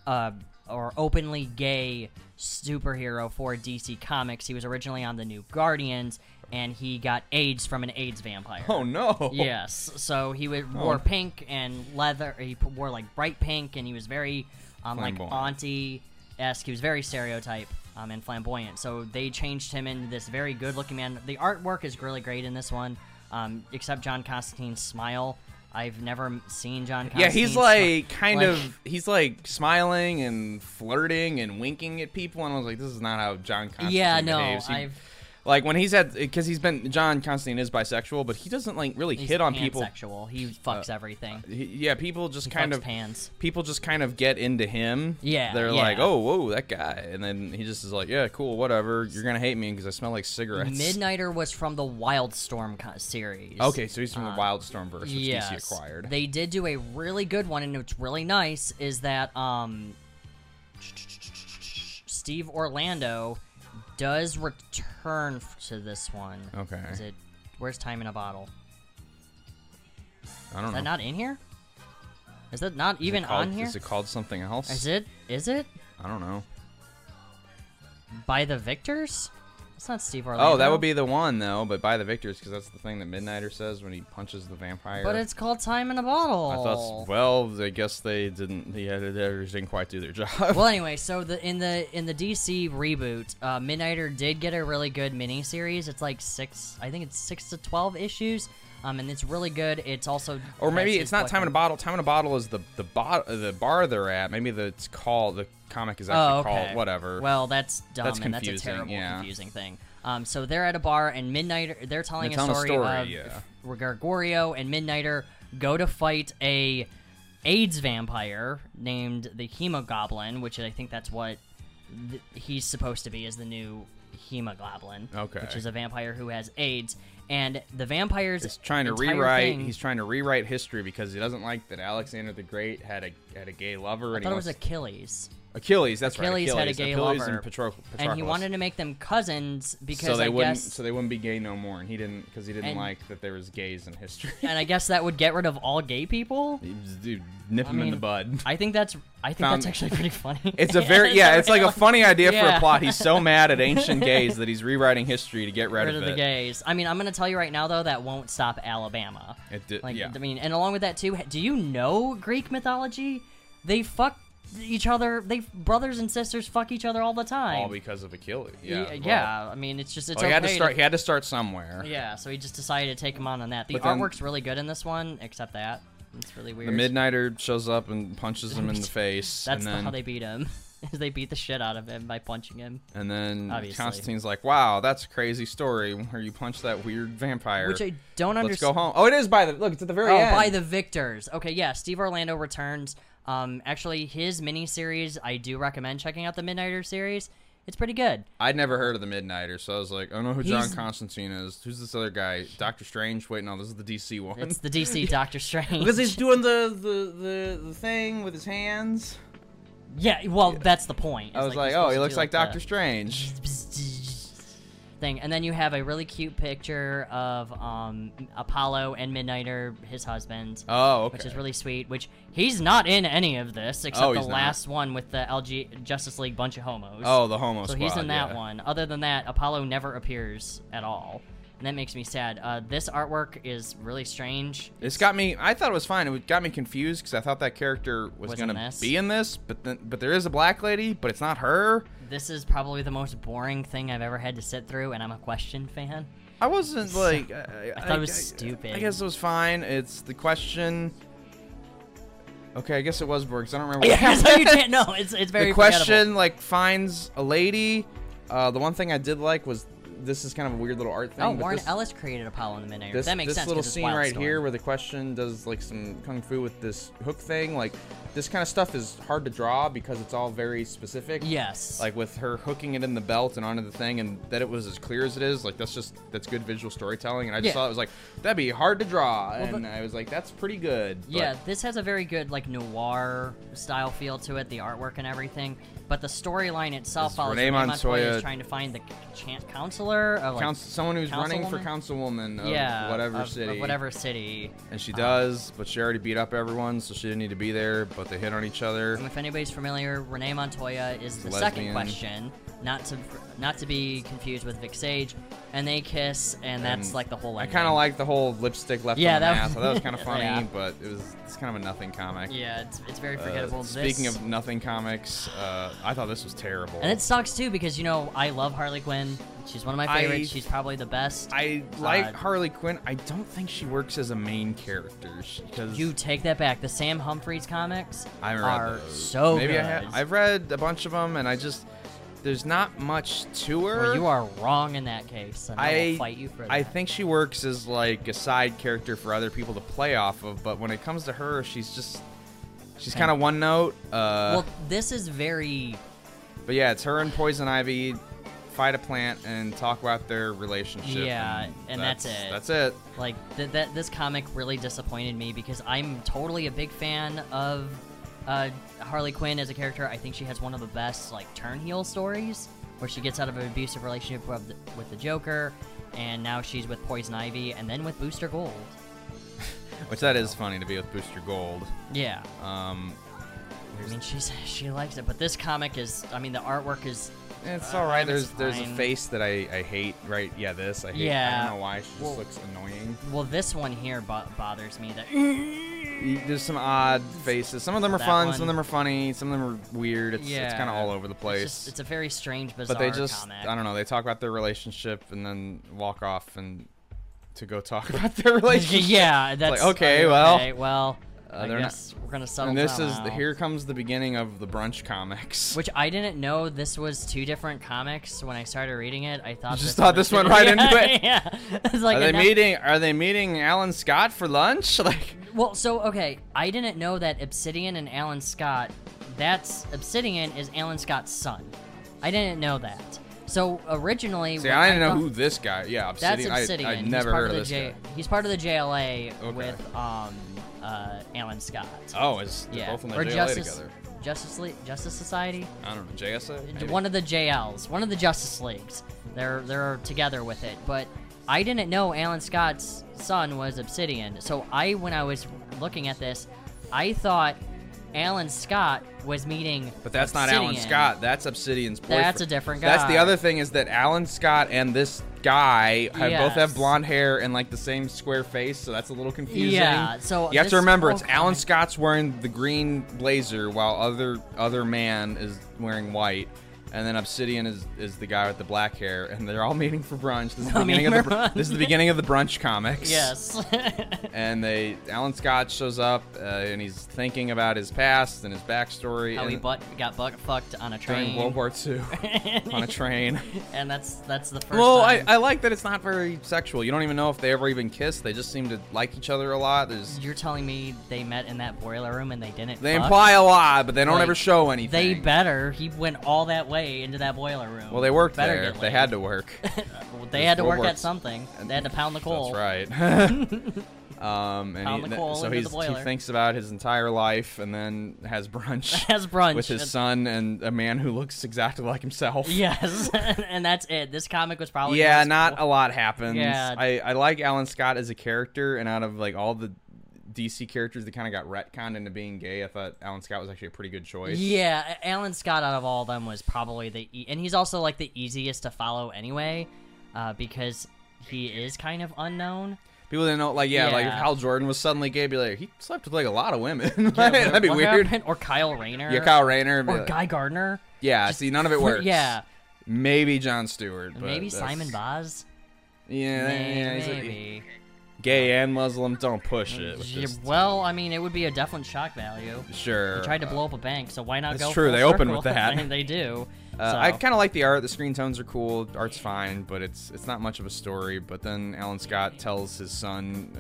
[SPEAKER 2] uh, or openly gay superhero for DC Comics. He was originally on the New Guardians, and he got AIDS from an AIDS vampire.
[SPEAKER 1] Oh no!
[SPEAKER 2] Yes, so he would,
[SPEAKER 1] Oh.
[SPEAKER 2] wore pink and leather. He p- wore like bright pink, and he was very, um, like
[SPEAKER 1] Flamboyant.
[SPEAKER 2] auntie esque. He was very stereotype um, and flamboyant. So they changed him into this very good looking man. The artwork is really great in this one, um, except John Constantine's smile. I'i've never m- seen John.
[SPEAKER 1] Yeah,
[SPEAKER 2] Constantine
[SPEAKER 1] he's
[SPEAKER 2] smi-
[SPEAKER 1] like kind
[SPEAKER 2] like-
[SPEAKER 1] of he's like smiling and flirting and winking at people, and I was like, this is not how John Constantine
[SPEAKER 2] Yeah, no,
[SPEAKER 1] behaves. He-
[SPEAKER 2] I've-
[SPEAKER 1] like when he's at because he's been John Constantine is bisexual, but he doesn't like really
[SPEAKER 2] he's
[SPEAKER 1] hit on people.
[SPEAKER 2] Sexual. He fucks everything.
[SPEAKER 1] He- yeah, people just
[SPEAKER 2] He
[SPEAKER 1] kind
[SPEAKER 2] fucks
[SPEAKER 1] of
[SPEAKER 2] pans.
[SPEAKER 1] people just kind of get into him.
[SPEAKER 2] Yeah,
[SPEAKER 1] they're
[SPEAKER 2] yeah.
[SPEAKER 1] like, oh, whoa, that guy, and then he just is like, yeah, cool, whatever. You're gonna hate me because I smell like cigarettes.
[SPEAKER 2] Midnighter was from the Wildstorm co- series.
[SPEAKER 1] Okay, so he's from the Wildstorm verse, which DC
[SPEAKER 2] uh, Yes.
[SPEAKER 1] acquired.
[SPEAKER 2] They did do a really good one, and what's really nice is that um, Steve Orlando does return f- to this one.
[SPEAKER 1] Okay.
[SPEAKER 2] Is it? Where's Time in a Bottle?
[SPEAKER 1] I don't
[SPEAKER 2] Is that
[SPEAKER 1] know.
[SPEAKER 2] not in here? Is that not even
[SPEAKER 1] Called-
[SPEAKER 2] on here?
[SPEAKER 1] Is it called something else?
[SPEAKER 2] Is it? Is it
[SPEAKER 1] I don't know.
[SPEAKER 2] by the Victors? It's not Steve Orlando.
[SPEAKER 1] Oh, that would be the one though, but by the victors because that's the thing that Midnighter says when he punches the vampire.
[SPEAKER 2] But it's called Time in a Bottle.
[SPEAKER 1] I thought well, I guess they didn't. The editors didn't quite do their job.
[SPEAKER 2] Well, anyway, so the in the in the DC reboot, uh, Midnighter did get a really good miniseries. It's like six, I think it's six to twelve issues, um, and it's really good. It's also
[SPEAKER 1] or maybe it's
[SPEAKER 2] has his
[SPEAKER 1] not time in a
[SPEAKER 2] boyfriend-
[SPEAKER 1] bottle. Time in a bottle is the the bot, the bar they're at. Maybe the it's called the comic is actually
[SPEAKER 2] Oh, okay.
[SPEAKER 1] called whatever.
[SPEAKER 2] Well, that's dumb
[SPEAKER 1] That's
[SPEAKER 2] and that's a
[SPEAKER 1] confusing,
[SPEAKER 2] terrible,
[SPEAKER 1] yeah.
[SPEAKER 2] confusing thing. Um, so they're at a bar and Midnighter. They're telling
[SPEAKER 1] They're telling a
[SPEAKER 2] story
[SPEAKER 1] story,
[SPEAKER 2] of
[SPEAKER 1] yeah.
[SPEAKER 2] Gregorio and Midnighter go to fight a AIDS vampire named the Hemogoblin, which I think that's what th- he's supposed to be is the new Hemogoblin.
[SPEAKER 1] Okay.
[SPEAKER 2] Which is a vampire who has AIDS, and the vampires
[SPEAKER 1] He's trying to
[SPEAKER 2] entire
[SPEAKER 1] rewrite.
[SPEAKER 2] thing-
[SPEAKER 1] He's trying to rewrite history because he doesn't like that Alexander the Great had a had a gay lover.
[SPEAKER 2] I
[SPEAKER 1] and he
[SPEAKER 2] thought it was
[SPEAKER 1] wants-
[SPEAKER 2] Achilles.
[SPEAKER 1] Achilles. That's
[SPEAKER 2] Achilles,
[SPEAKER 1] right.
[SPEAKER 2] had a
[SPEAKER 1] Achilles
[SPEAKER 2] gay
[SPEAKER 1] Achilles
[SPEAKER 2] lover,
[SPEAKER 1] and Patroc-
[SPEAKER 2] and he
[SPEAKER 1] Patroclus.
[SPEAKER 2] wanted to make them cousins because
[SPEAKER 1] so they
[SPEAKER 2] I
[SPEAKER 1] wouldn't.
[SPEAKER 2] guess
[SPEAKER 1] So they wouldn't be gay no more, and he didn't because he didn't
[SPEAKER 2] And-
[SPEAKER 1] like that there was gays in history.
[SPEAKER 2] and I guess that would get rid of all gay people.
[SPEAKER 1] Dude, nip him in the
[SPEAKER 2] mean,
[SPEAKER 1] bud.
[SPEAKER 2] I think that's I think
[SPEAKER 1] Found-
[SPEAKER 2] that's actually pretty funny.
[SPEAKER 1] It's a very yeah. It's like a funny idea for a
[SPEAKER 2] Yeah.
[SPEAKER 1] plot. He's so mad at ancient gays that he's rewriting history to get rid,
[SPEAKER 2] rid of the
[SPEAKER 1] it.
[SPEAKER 2] gays. I mean, I'm gonna tell you right now though that won't stop Alabama.
[SPEAKER 1] It did-
[SPEAKER 2] Like
[SPEAKER 1] yeah.
[SPEAKER 2] I mean, and along with that too, do you know Greek mythology? They fuck each other. They brothers and sisters fuck each other all the time.
[SPEAKER 1] All because of Achilles. Yeah.
[SPEAKER 2] yeah,
[SPEAKER 1] well,
[SPEAKER 2] yeah, I mean, it's just it's
[SPEAKER 1] well, he
[SPEAKER 2] okay.
[SPEAKER 1] had to
[SPEAKER 2] to-
[SPEAKER 1] start. He had to start somewhere.
[SPEAKER 2] yeah, so he just decided to take him on on that. The
[SPEAKER 1] But then-
[SPEAKER 2] artwork's really good in this one, except that it's really weird.
[SPEAKER 1] The Midnighter shows up and punches him in the face.
[SPEAKER 2] That's
[SPEAKER 1] and then,
[SPEAKER 2] how they beat him. Is they beat the shit out of him by punching him.
[SPEAKER 1] And then
[SPEAKER 2] Obviously.
[SPEAKER 1] Constantine's like, "Wow, that's a crazy story where you punch that weird vampire."
[SPEAKER 2] Which I don't
[SPEAKER 1] Let's go
[SPEAKER 2] understand.
[SPEAKER 1] home. Oh, it is by the look. It's at the very
[SPEAKER 2] Oh,
[SPEAKER 1] end.
[SPEAKER 2] by the victors. Okay, yeah, Steve Orlando returns. Um, actually, his miniseries, I do recommend checking out the Midnighter series. It's pretty good.
[SPEAKER 1] I'd never heard of the Midnighter, so I was like, I don't know who John
[SPEAKER 2] He's-
[SPEAKER 1] Constantine is. Who's this other guy? Doctor Strange? Wait, no, this is the DC one.
[SPEAKER 2] It's the DC Doctor Strange.
[SPEAKER 1] because he's doing the, the, the, the thing with his hands.
[SPEAKER 2] yeah, well, that's the point.
[SPEAKER 1] I
[SPEAKER 2] It's
[SPEAKER 1] was like,
[SPEAKER 2] you're
[SPEAKER 1] oh,
[SPEAKER 2] supposed
[SPEAKER 1] he
[SPEAKER 2] to
[SPEAKER 1] looks
[SPEAKER 2] do,
[SPEAKER 1] like
[SPEAKER 2] the
[SPEAKER 1] Doctor Strange.
[SPEAKER 2] Thing, and then you have a really cute picture of um, Apollo and Midnighter, his husband,
[SPEAKER 1] Oh, okay.
[SPEAKER 2] which is really sweet. Which he's not in any of this except
[SPEAKER 1] Oh,
[SPEAKER 2] the
[SPEAKER 1] he's not.
[SPEAKER 2] last one with the LG Justice League bunch of homos.
[SPEAKER 1] oh, the homo
[SPEAKER 2] So
[SPEAKER 1] squad.
[SPEAKER 2] he's in that
[SPEAKER 1] yeah.
[SPEAKER 2] one. Other than that, Apollo never appears at all, and that makes me sad. Uh, this artwork is really strange.
[SPEAKER 1] It's got me. I thought it was fine. It got me confused because I thought that character was
[SPEAKER 2] Was in
[SPEAKER 1] gonna
[SPEAKER 2] this?
[SPEAKER 1] be in this, but then but there is a black lady, but it's not her.
[SPEAKER 2] This is probably the most boring thing I've ever had to sit through, and I'm a Question fan.
[SPEAKER 1] I wasn't like. I,
[SPEAKER 2] I thought it was stupid.
[SPEAKER 1] I guess it was fine. It's the question. Okay, I guess it was Borg. 'cause I don't remember. what-
[SPEAKER 2] Yeah, so you can't know. It's it's very
[SPEAKER 1] the question like finds a lady. Uh, the one thing I did like was this is kind of a weird little art thing.
[SPEAKER 2] forgettable. Oh,
[SPEAKER 1] but
[SPEAKER 2] Warren
[SPEAKER 1] this,
[SPEAKER 2] Ellis created Apollo in the Midnight.
[SPEAKER 1] This,
[SPEAKER 2] that makes
[SPEAKER 1] this
[SPEAKER 2] sense. 'cause
[SPEAKER 1] little
[SPEAKER 2] it's
[SPEAKER 1] scene
[SPEAKER 2] Wildstorm.
[SPEAKER 1] right here where the question does like some kung fu with this hook thing. Like this kind of stuff is hard to draw because it's all very specific.
[SPEAKER 2] Yes.
[SPEAKER 1] Like with her hooking it in the belt and onto the thing, and that it was as clear as it is. Like that's just that's good visual storytelling. And I just
[SPEAKER 2] Yeah.
[SPEAKER 1] thought it was like that'd be hard to draw, and
[SPEAKER 2] the-
[SPEAKER 1] I was like that's pretty good. but-
[SPEAKER 2] Yeah, this has a very good like noir style feel to it, the artwork and everything. But the storyline itself
[SPEAKER 1] Is
[SPEAKER 2] follows
[SPEAKER 1] Renee
[SPEAKER 2] Renee
[SPEAKER 1] Montoya-
[SPEAKER 2] is trying to find the chan- counselor, or, like,
[SPEAKER 1] Couns- someone who's running for
[SPEAKER 2] councilwoman?
[SPEAKER 1] councilwoman of
[SPEAKER 2] yeah,
[SPEAKER 1] whatever
[SPEAKER 2] of- of
[SPEAKER 1] city,
[SPEAKER 2] whatever city.
[SPEAKER 1] And she does, but she already beat up everyone, so she didn't need to be there. But they hit on each other.
[SPEAKER 2] And if anybody's familiar, Renee Montoya is the second
[SPEAKER 1] lesbian.
[SPEAKER 2] question, not to not to be confused with Vic Sage, and they kiss, and that's
[SPEAKER 1] And
[SPEAKER 2] like the whole.
[SPEAKER 1] I
[SPEAKER 2] ending.
[SPEAKER 1] kind of like the whole lipstick left
[SPEAKER 2] Yeah,
[SPEAKER 1] on the
[SPEAKER 2] that
[SPEAKER 1] mask.
[SPEAKER 2] was-
[SPEAKER 1] so that was kind of funny,
[SPEAKER 2] Yeah.
[SPEAKER 1] but it was it's kind of a nothing comic.
[SPEAKER 2] Yeah, it's, it's very
[SPEAKER 1] Uh,
[SPEAKER 2] forgettable.
[SPEAKER 1] speaking
[SPEAKER 2] This-
[SPEAKER 1] of nothing comics, uh, I thought this was terrible.
[SPEAKER 2] and it sucks too because you know I love Harley Quinn. She's one of my favorites.
[SPEAKER 1] I-
[SPEAKER 2] She's probably the best.
[SPEAKER 1] I like
[SPEAKER 2] uh,
[SPEAKER 1] Harley Quinn. I don't think she works as a main character because
[SPEAKER 2] You take that back. The Sam Humphreys comics
[SPEAKER 1] I haven't read
[SPEAKER 2] are
[SPEAKER 1] those.
[SPEAKER 2] so
[SPEAKER 1] Maybe
[SPEAKER 2] good.
[SPEAKER 1] I have. I've read a bunch of them, and I just there's not much to her.
[SPEAKER 2] well, you are wrong in that case, and I,
[SPEAKER 1] I
[SPEAKER 2] will fight you for that.
[SPEAKER 1] I think she works as like a side character for other people to play off of, but when it comes to her, she's just she's
[SPEAKER 2] Okay.
[SPEAKER 1] kind of one note. Uh,
[SPEAKER 2] Well, this is very
[SPEAKER 1] but yeah, it's her and Poison Ivy fight a plant and talk about their relationship.
[SPEAKER 2] Yeah, and that's it.
[SPEAKER 1] That's it.
[SPEAKER 2] like th- that. This comic really disappointed me because I'm totally a big fan of uh, Harley Quinn as a character. I think she has one of the best like turn heel stories where she gets out of an abusive relationship with the, with the Joker, and now she's with Poison Ivy, and then with Booster Gold.
[SPEAKER 1] Which that is funny to be with Booster Gold.
[SPEAKER 2] Yeah,
[SPEAKER 1] Um,
[SPEAKER 2] I mean, she's she likes it, but this comic is. I mean, the artwork is.
[SPEAKER 1] It's all right. There's
[SPEAKER 2] Uh, it's
[SPEAKER 1] there's a
[SPEAKER 2] fine.
[SPEAKER 1] face that I, I hate. Right? Yeah, this I hate. I
[SPEAKER 2] Yeah.
[SPEAKER 1] don't know why. She just
[SPEAKER 2] Well-
[SPEAKER 1] looks annoying.
[SPEAKER 2] Well, this one here bo- bothers me. That.
[SPEAKER 1] Y- There's some odd faces. Some of them are
[SPEAKER 2] That
[SPEAKER 1] fun.
[SPEAKER 2] one.
[SPEAKER 1] Some of them are funny. Some of them are weird. It's it's
[SPEAKER 2] Yeah.
[SPEAKER 1] kind of all over the place.
[SPEAKER 2] It's, just, it's a very strange, bizarre
[SPEAKER 1] but they just
[SPEAKER 2] comic.
[SPEAKER 1] I don't know. They talk about their relationship and then walk off and to go talk about their relationship.
[SPEAKER 2] yeah, that's
[SPEAKER 1] okay, well, Uh,
[SPEAKER 2] okay, well, I
[SPEAKER 1] they're not-
[SPEAKER 2] guess we're gonna settle.
[SPEAKER 1] And this
[SPEAKER 2] down
[SPEAKER 1] is
[SPEAKER 2] now.
[SPEAKER 1] here comes the beginning of the brunch comics.
[SPEAKER 2] which I didn't know this was two different comics when I started reading it. I thought
[SPEAKER 1] You just
[SPEAKER 2] this
[SPEAKER 1] thought
[SPEAKER 2] was
[SPEAKER 1] this went
[SPEAKER 2] two-
[SPEAKER 1] right
[SPEAKER 2] Yeah,
[SPEAKER 1] into it?
[SPEAKER 2] Yeah, it's like
[SPEAKER 1] are they
[SPEAKER 2] enough-
[SPEAKER 1] meeting? Are they meeting Alan Scott for lunch? Like
[SPEAKER 2] Well, so okay, I didn't know that Obsidian and Alan Scott. That's Obsidian is Alan Scott's son. I didn't know that. So originally,
[SPEAKER 1] See,
[SPEAKER 2] when
[SPEAKER 1] I didn't know
[SPEAKER 2] thought-
[SPEAKER 1] who this guy. Yeah,
[SPEAKER 2] That's
[SPEAKER 1] Obsidian.
[SPEAKER 2] Obsidian.
[SPEAKER 1] I, I'd
[SPEAKER 2] He's
[SPEAKER 1] never
[SPEAKER 2] part
[SPEAKER 1] heard
[SPEAKER 2] of
[SPEAKER 1] of
[SPEAKER 2] the
[SPEAKER 1] this
[SPEAKER 2] J-
[SPEAKER 1] guy.
[SPEAKER 2] He's part of the JLA
[SPEAKER 1] Okay.
[SPEAKER 2] with um, uh, Alan Scott.
[SPEAKER 1] Oh, is they're
[SPEAKER 2] yeah,
[SPEAKER 1] both in the
[SPEAKER 2] or
[SPEAKER 1] JLA
[SPEAKER 2] Justice
[SPEAKER 1] together?
[SPEAKER 2] Justice League, Justice Society,
[SPEAKER 1] I don't know. JSA. Maybe?
[SPEAKER 2] one of the JLs, one of the Justice Leagues. They're they're together with it, but I didn't know Alan Scott's son was Obsidian. So I, when I was looking at this, I thought Alan Scott was meeting.
[SPEAKER 1] But that's not Alan
[SPEAKER 2] Obsidian.
[SPEAKER 1] Scott. That's Obsidian's boyfriend.
[SPEAKER 2] That's a different
[SPEAKER 1] That's the
[SPEAKER 2] guy.
[SPEAKER 1] other thing is that Alan Scott and this guy have both have
[SPEAKER 2] Yes.
[SPEAKER 1] blonde hair and like the same square face, so that's a little confusing.
[SPEAKER 2] Yeah, so
[SPEAKER 1] you have to
[SPEAKER 2] this
[SPEAKER 1] remember
[SPEAKER 2] whole
[SPEAKER 1] it's Alan
[SPEAKER 2] comic-
[SPEAKER 1] Scott's wearing the green blazer while other other man is wearing white. And then Obsidian is, is the guy with the black hair, and they're all meeting for brunch. This is the
[SPEAKER 2] All
[SPEAKER 1] beginning of the
[SPEAKER 2] meeting
[SPEAKER 1] br-
[SPEAKER 2] for brunch.
[SPEAKER 1] this is the beginning of the brunch comics.
[SPEAKER 2] Yes.
[SPEAKER 1] And they Alan Scott shows up, uh, and he's thinking about his past and his backstory.
[SPEAKER 2] How
[SPEAKER 1] and
[SPEAKER 2] he butt got butt fucked on a train.
[SPEAKER 1] during World War II on a train.
[SPEAKER 2] and that's that's the first.
[SPEAKER 1] Well, I,
[SPEAKER 2] time.
[SPEAKER 1] I like that it's not very sexual. You don't even know if they ever even kissed. They just seem to like each other a lot. There's
[SPEAKER 2] You're telling me they met in that boiler room and they didn't.
[SPEAKER 1] they
[SPEAKER 2] fuck?
[SPEAKER 1] imply a lot, but they don't
[SPEAKER 2] Like,
[SPEAKER 1] ever show anything.
[SPEAKER 2] They better. He went all that way into that boiler room.
[SPEAKER 1] well, they worked
[SPEAKER 2] better
[SPEAKER 1] there.
[SPEAKER 2] Get
[SPEAKER 1] They had to work.
[SPEAKER 2] to. They had to
[SPEAKER 1] World
[SPEAKER 2] work
[SPEAKER 1] War-
[SPEAKER 2] at something. They had to pound the coal.
[SPEAKER 1] That's right. um, and
[SPEAKER 2] Pound
[SPEAKER 1] he,
[SPEAKER 2] the coal
[SPEAKER 1] so
[SPEAKER 2] into
[SPEAKER 1] he's,
[SPEAKER 2] the boiler.
[SPEAKER 1] he thinks about his entire life and then has brunch.
[SPEAKER 2] Has brunch.
[SPEAKER 1] with his
[SPEAKER 2] It's-
[SPEAKER 1] son and a man who looks exactly like himself.
[SPEAKER 2] Yes, and that's it. This comic was probably.
[SPEAKER 1] yeah,
[SPEAKER 2] just-
[SPEAKER 1] not a lot happens.
[SPEAKER 2] Oh, Yeah.
[SPEAKER 1] I, I like Alan Scott as a character, and out of like all the DC characters that kind of got retconned into being gay, I thought Alan Scott was actually a pretty good choice.
[SPEAKER 2] Yeah, Alan Scott out of all them was probably the, e- and he's also like the easiest to follow anyway, uh, because he is kind of unknown.
[SPEAKER 1] People didn't know, like, yeah, like if
[SPEAKER 2] Yeah.
[SPEAKER 1] Hal Jordan was suddenly gay, be like, he slept with like a lot of women. Like,
[SPEAKER 2] Yeah,
[SPEAKER 1] That'd be
[SPEAKER 2] what
[SPEAKER 1] weird.
[SPEAKER 2] happened? Or Kyle Rayner.
[SPEAKER 1] Yeah, Kyle Rayner. be
[SPEAKER 2] Or
[SPEAKER 1] like-
[SPEAKER 2] Guy Gardner.
[SPEAKER 1] yeah, see, none of it works.
[SPEAKER 2] Yeah.
[SPEAKER 1] Maybe John Stewart. But
[SPEAKER 2] Maybe
[SPEAKER 1] that's-
[SPEAKER 2] Simon Boz.
[SPEAKER 1] Yeah,
[SPEAKER 2] May-
[SPEAKER 1] yeah, he's a-
[SPEAKER 2] maybe.
[SPEAKER 1] gay and Muslim. Don't push it. with
[SPEAKER 2] Yeah,
[SPEAKER 1] this-
[SPEAKER 2] well, I mean, it would be a definite shock value.
[SPEAKER 1] sure.
[SPEAKER 2] They tried to
[SPEAKER 1] uh,
[SPEAKER 2] blow up a bank, so why not
[SPEAKER 1] That's
[SPEAKER 2] go?
[SPEAKER 1] true,
[SPEAKER 2] full
[SPEAKER 1] they opened
[SPEAKER 2] circle?
[SPEAKER 1] with that.
[SPEAKER 2] I mean, they do.
[SPEAKER 1] Uh,
[SPEAKER 2] so.
[SPEAKER 1] I kind of like the art. The screen tones are cool. Art's fine, but it's it's not much of a story. But then Alan Scott tells his son,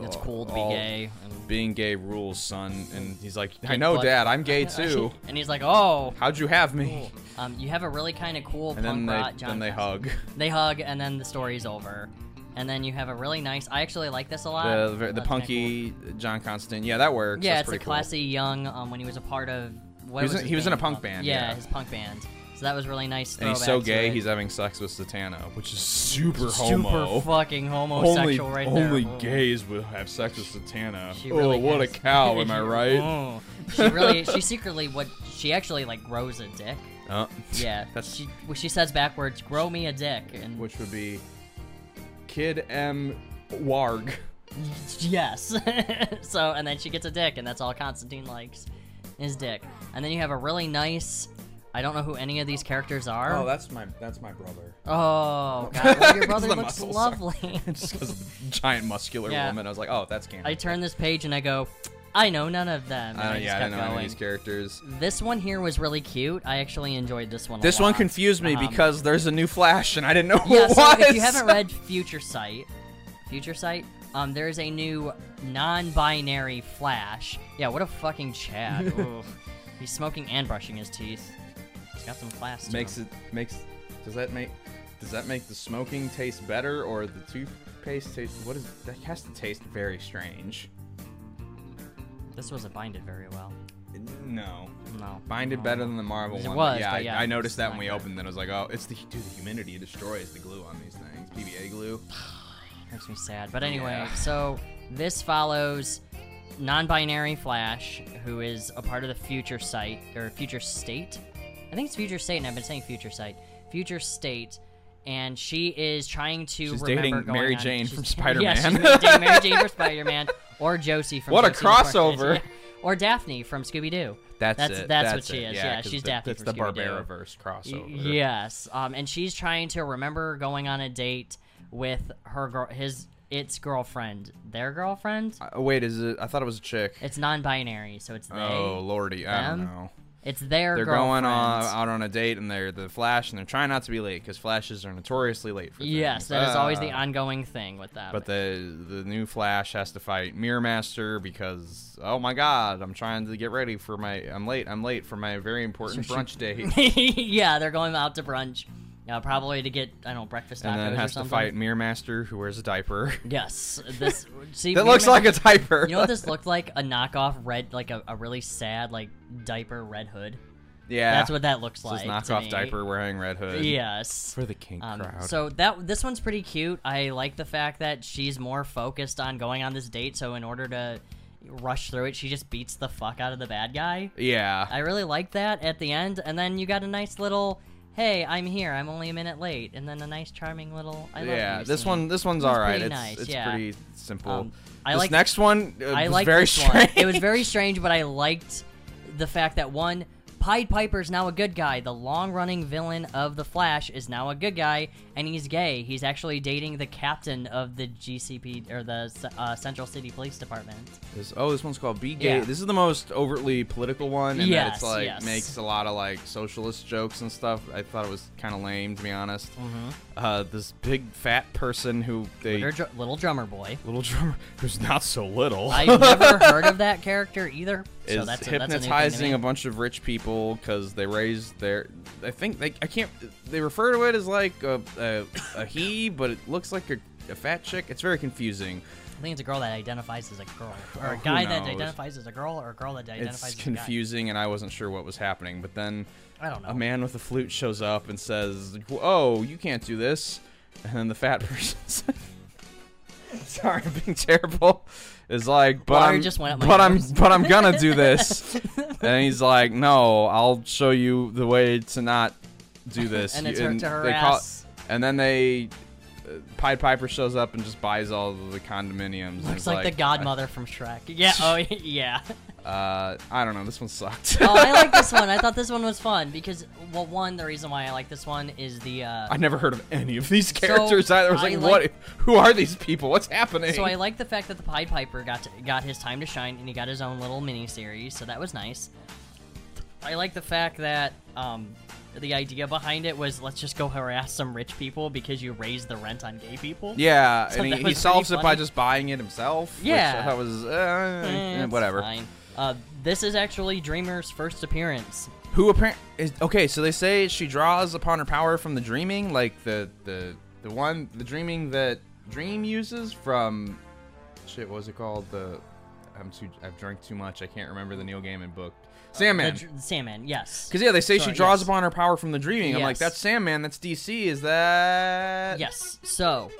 [SPEAKER 1] uh,
[SPEAKER 2] It's cool to be
[SPEAKER 1] all-
[SPEAKER 2] gay. and-
[SPEAKER 1] Being gay rules, son." And he's like, "I know, Dad. I'm gay too.
[SPEAKER 2] and he's like, "Oh,
[SPEAKER 1] How'd you have me?"
[SPEAKER 2] um, you have a really kind of cool
[SPEAKER 1] And
[SPEAKER 2] punk
[SPEAKER 1] then they
[SPEAKER 2] rock John."
[SPEAKER 1] then they
[SPEAKER 2] Fest."
[SPEAKER 1] hug.
[SPEAKER 2] They hug, and then the story's over. And then you have a really nice. I actually like this a lot.
[SPEAKER 1] The the,
[SPEAKER 2] That's kinda
[SPEAKER 1] punky John Constantine. Yeah, that
[SPEAKER 2] cool.
[SPEAKER 1] works.
[SPEAKER 2] Yeah,
[SPEAKER 1] That's
[SPEAKER 2] it's a
[SPEAKER 1] pretty cool.
[SPEAKER 2] classy young. Um, when he was a part of. What
[SPEAKER 1] He was in-
[SPEAKER 2] his
[SPEAKER 1] he was in a
[SPEAKER 2] band
[SPEAKER 1] punk
[SPEAKER 2] called?
[SPEAKER 1] band, yeah.
[SPEAKER 2] his punk band. So that was really nice.
[SPEAKER 1] And he's
[SPEAKER 2] throwback
[SPEAKER 1] so
[SPEAKER 2] to
[SPEAKER 1] gay,
[SPEAKER 2] it.
[SPEAKER 1] he's having sex with Satana, which is super
[SPEAKER 2] super
[SPEAKER 1] homo.
[SPEAKER 2] fucking
[SPEAKER 1] only
[SPEAKER 2] homosexual right there.
[SPEAKER 1] only
[SPEAKER 2] Oh.
[SPEAKER 1] gays will have sex with Satana.
[SPEAKER 2] She
[SPEAKER 1] oh,
[SPEAKER 2] really
[SPEAKER 1] what
[SPEAKER 2] has-
[SPEAKER 1] a cow! Am I right?
[SPEAKER 2] Oh. She really, she secretly what she actually like grows a dick.
[SPEAKER 1] Uh,
[SPEAKER 2] Yeah,
[SPEAKER 1] that's
[SPEAKER 2] she well, she says backwards, "Grow me a dick," and
[SPEAKER 1] which would be Kid M. Warg.
[SPEAKER 2] yes. so and then she gets a dick, and that's all Constantine likes, is dick. And then you have a really nice. I don't know who any of these characters are.
[SPEAKER 1] Oh, that's my that's my brother.
[SPEAKER 2] Oh, god, well,
[SPEAKER 1] 'Cause
[SPEAKER 2] your brother
[SPEAKER 1] the
[SPEAKER 2] looks
[SPEAKER 1] muscles are-
[SPEAKER 2] lovely.
[SPEAKER 1] Just because giant muscular
[SPEAKER 2] Yeah.
[SPEAKER 1] woman, I was like, oh, that's canon.
[SPEAKER 2] I turn this page and I go, I know none of them. And
[SPEAKER 1] Uh,
[SPEAKER 2] I just
[SPEAKER 1] yeah, I
[SPEAKER 2] kept
[SPEAKER 1] didn't know any of
[SPEAKER 2] going.
[SPEAKER 1] these characters.
[SPEAKER 2] This one here was really cute. I actually enjoyed this one. a
[SPEAKER 1] This one
[SPEAKER 2] lot.
[SPEAKER 1] confused me
[SPEAKER 2] Um,
[SPEAKER 1] because there's a new Flash, and I didn't know who
[SPEAKER 2] yeah.
[SPEAKER 1] it was.
[SPEAKER 2] So if you haven't read Future Sight, Future Sight, um, there is a new non-binary Flash. Yeah, what a fucking Chad. Oof. He's smoking and brushing his teeth. He's got some class. to
[SPEAKER 1] makes
[SPEAKER 2] him.
[SPEAKER 1] it makes does that make does that make the smoking taste better or the toothpaste taste? What is that? Has to taste very strange.
[SPEAKER 2] This wasn't binded very well.
[SPEAKER 1] No.
[SPEAKER 2] No.
[SPEAKER 1] Binded
[SPEAKER 2] No.
[SPEAKER 1] better than the marble
[SPEAKER 2] It
[SPEAKER 1] one.
[SPEAKER 2] was,
[SPEAKER 1] yeah,
[SPEAKER 2] but
[SPEAKER 1] I,
[SPEAKER 2] yeah,
[SPEAKER 1] I
[SPEAKER 2] it's
[SPEAKER 1] noticed that when
[SPEAKER 2] not
[SPEAKER 1] we
[SPEAKER 2] good.
[SPEAKER 1] opened. Then I was like, oh, it's the dude. The humidity destroys the glue on these things. PVA glue.
[SPEAKER 2] Makes me sad. But anyway,
[SPEAKER 1] Yeah.
[SPEAKER 2] so this follows non-binary Flash, who is a part of the Future Site or Future State. I think it's Future State, and I've been saying Future Site, Future State, and she is trying to
[SPEAKER 1] She's
[SPEAKER 2] remember
[SPEAKER 1] dating
[SPEAKER 2] going
[SPEAKER 1] Mary
[SPEAKER 2] on-
[SPEAKER 1] Jane
[SPEAKER 2] she's-
[SPEAKER 1] from
[SPEAKER 2] Yes,
[SPEAKER 1] Spider-Man.
[SPEAKER 2] she's dating Mary Jane from Spider-Man, or Josie from
[SPEAKER 1] What a
[SPEAKER 2] Josie and the Pussycats,
[SPEAKER 1] crossover.
[SPEAKER 2] yeah. or Daphne from Scooby Doo.
[SPEAKER 1] That's
[SPEAKER 2] that's,
[SPEAKER 1] it.
[SPEAKER 2] That's,
[SPEAKER 1] That's
[SPEAKER 2] what she
[SPEAKER 1] it.
[SPEAKER 2] is.
[SPEAKER 1] Yeah,
[SPEAKER 2] Yeah,
[SPEAKER 1] 'cause
[SPEAKER 2] she's
[SPEAKER 1] the-
[SPEAKER 2] Daphni.
[SPEAKER 1] That's
[SPEAKER 2] from
[SPEAKER 1] the
[SPEAKER 2] Scooby-Doo.
[SPEAKER 1] Barbariverse crossover.
[SPEAKER 2] Yes, um, and she's trying to remember going on a date with her girl, his its girlfriend, their girlfriend.
[SPEAKER 1] Uh, wait, is it? I thought it was a chick.
[SPEAKER 2] It's non-binary, so it's they.
[SPEAKER 1] oh lordy, I don't
[SPEAKER 2] them?
[SPEAKER 1] know.
[SPEAKER 2] it's their.
[SPEAKER 1] They're going
[SPEAKER 2] girlfriend.
[SPEAKER 1] on, out on a date, and they're the Flash, and they're trying not to be late because Flashes are notoriously late for things.
[SPEAKER 2] Yes, that is always the
[SPEAKER 1] Ah.
[SPEAKER 2] ongoing thing with that.
[SPEAKER 1] But the the new Flash has to fight Mirror Master because oh my God, I'm trying to get ready for my I'm late I'm late for my very important brunch date,
[SPEAKER 2] yeah, they're going out to brunch, uh, probably to get I don't know breakfast tacos
[SPEAKER 1] and then
[SPEAKER 2] or
[SPEAKER 1] has to
[SPEAKER 2] something.
[SPEAKER 1] fight Mirror Master who wears a diaper
[SPEAKER 2] Yes, this see
[SPEAKER 1] that
[SPEAKER 2] we
[SPEAKER 1] looks
[SPEAKER 2] remember-
[SPEAKER 1] like a diaper.
[SPEAKER 2] You know what this looked like? A knockoff red, like a, a really sad like diaper red hood.
[SPEAKER 1] yeah,
[SPEAKER 2] That's what that looks
[SPEAKER 1] this
[SPEAKER 2] like.
[SPEAKER 1] is
[SPEAKER 2] to
[SPEAKER 1] knockoff
[SPEAKER 2] me.
[SPEAKER 1] diaper wearing Red Hood.
[SPEAKER 2] Yes.
[SPEAKER 1] for the kink
[SPEAKER 2] Um,
[SPEAKER 1] crowd.
[SPEAKER 2] so that this one's pretty cute. I like the fact that she's more focused on going on this date. So in order to rush through it, she just beats the fuck out of the bad guy.
[SPEAKER 1] yeah,
[SPEAKER 2] I really like that at the end, and then you got a nice little, hey, I'm here. I'm only a minute late, and then a nice, charming little. I love
[SPEAKER 1] yeah.
[SPEAKER 2] you
[SPEAKER 1] This
[SPEAKER 2] scene.
[SPEAKER 1] one, this one's
[SPEAKER 2] It was
[SPEAKER 1] all right.
[SPEAKER 2] pretty
[SPEAKER 1] It's,
[SPEAKER 2] nice,
[SPEAKER 1] it's
[SPEAKER 2] yeah.
[SPEAKER 1] pretty simple.
[SPEAKER 2] Um, I
[SPEAKER 1] this
[SPEAKER 2] like-
[SPEAKER 1] next one. Uh,
[SPEAKER 2] I
[SPEAKER 1] was
[SPEAKER 2] like
[SPEAKER 1] very
[SPEAKER 2] this
[SPEAKER 1] strange.
[SPEAKER 2] one. It was very strange, but I liked the fact that one Pied Piper's now a good guy. The long-running villain of the Flash is now a good guy, and he's gay. He's actually dating the captain of the GCP or the uh, Central City Police Department.
[SPEAKER 1] This- oh, this one's called Be Gay.
[SPEAKER 2] Yeah.
[SPEAKER 1] This is the most overtly political one, and that
[SPEAKER 2] Yes,
[SPEAKER 1] it's like
[SPEAKER 2] yes.
[SPEAKER 1] makes a lot of like socialist jokes and stuff. I thought it was kind of lame, to be honest.
[SPEAKER 2] Mm-hmm.
[SPEAKER 1] Uh, this big fat person who they
[SPEAKER 2] Little dr- little drummer boy.
[SPEAKER 1] little drummer who's not so little
[SPEAKER 2] I've never heard of that character either. So
[SPEAKER 1] is
[SPEAKER 2] that's a, that's a new thing to
[SPEAKER 1] hypnotizing
[SPEAKER 2] me.
[SPEAKER 1] a, bunch of rich people because they raise their. I think they I can't. They refer to it as like a a, a he, but it looks like a, a fat chick. It's very confusing.
[SPEAKER 2] I think it's a girl that identifies as a girl,
[SPEAKER 1] Oh,
[SPEAKER 2] or a
[SPEAKER 1] who
[SPEAKER 2] guy that
[SPEAKER 1] knows?
[SPEAKER 2] identifies as a girl, or a girl that identifies
[SPEAKER 1] It's
[SPEAKER 2] as a guy.
[SPEAKER 1] confusing, and I wasn't sure what was happening. But then
[SPEAKER 2] I don't know.
[SPEAKER 1] a man with a flute shows up and says, "Oh, you can't do this," and then the fat person says, "Sorry, I'm being terrible." Is like, but
[SPEAKER 2] Water
[SPEAKER 1] I'm,
[SPEAKER 2] just went up my
[SPEAKER 1] but I'm,
[SPEAKER 2] nose."
[SPEAKER 1] but I'm gonna do this, and he's like, "No, I'll show you the way to not do this."
[SPEAKER 2] And it's
[SPEAKER 1] You-
[SPEAKER 2] her to
[SPEAKER 1] they call-
[SPEAKER 2] harass.
[SPEAKER 1] and then they. uh, Pied Piper shows up and just buys all the condominiums. and
[SPEAKER 2] Looks
[SPEAKER 1] is
[SPEAKER 2] like, the godmother from Shrek. Yeah. Oh, yeah.
[SPEAKER 1] Uh, I don't know. This one sucked.
[SPEAKER 2] Oh, I like this one. I thought this one was fun because, well, one, the reason why I like this one is the. Uh,
[SPEAKER 1] I never heard of any of these characters either. I was
[SPEAKER 2] I
[SPEAKER 1] like,
[SPEAKER 2] like-
[SPEAKER 1] what? Who are these people? What's happening?
[SPEAKER 2] so I like the fact that the Pied Piper got to, got his time to shine and he got his own little mini series, so that was nice. I like the fact that um, the idea behind it was let's just go harass some rich people because you raise the rent on gay people.
[SPEAKER 1] yeah,
[SPEAKER 2] So
[SPEAKER 1] and
[SPEAKER 2] that
[SPEAKER 1] he, he
[SPEAKER 2] was
[SPEAKER 1] solves it
[SPEAKER 2] pretty
[SPEAKER 1] by
[SPEAKER 2] funny.
[SPEAKER 1] just buying it himself.
[SPEAKER 2] Yeah.
[SPEAKER 1] which I thought was uh,
[SPEAKER 2] Eh,
[SPEAKER 1] eh,
[SPEAKER 2] it's
[SPEAKER 1] whatever.
[SPEAKER 2] fine. Uh, this is actually Dreamer's first appearance.
[SPEAKER 1] Who apparently is okay? So they say she draws upon her power from the dreaming, like the the the one the dreaming that Dream uses from shit. What was it called? The I'm too I've drank too much. I can't remember the Neil Gaiman book. Sandman.
[SPEAKER 2] Uh, The Dr- Sandman, yes.
[SPEAKER 1] because yeah, they say
[SPEAKER 2] Sorry,
[SPEAKER 1] she draws
[SPEAKER 2] yes.
[SPEAKER 1] upon her power from the dreaming. I'm like,
[SPEAKER 2] Yes.
[SPEAKER 1] that's Sandman. That's DC. Is that
[SPEAKER 2] Yes. So,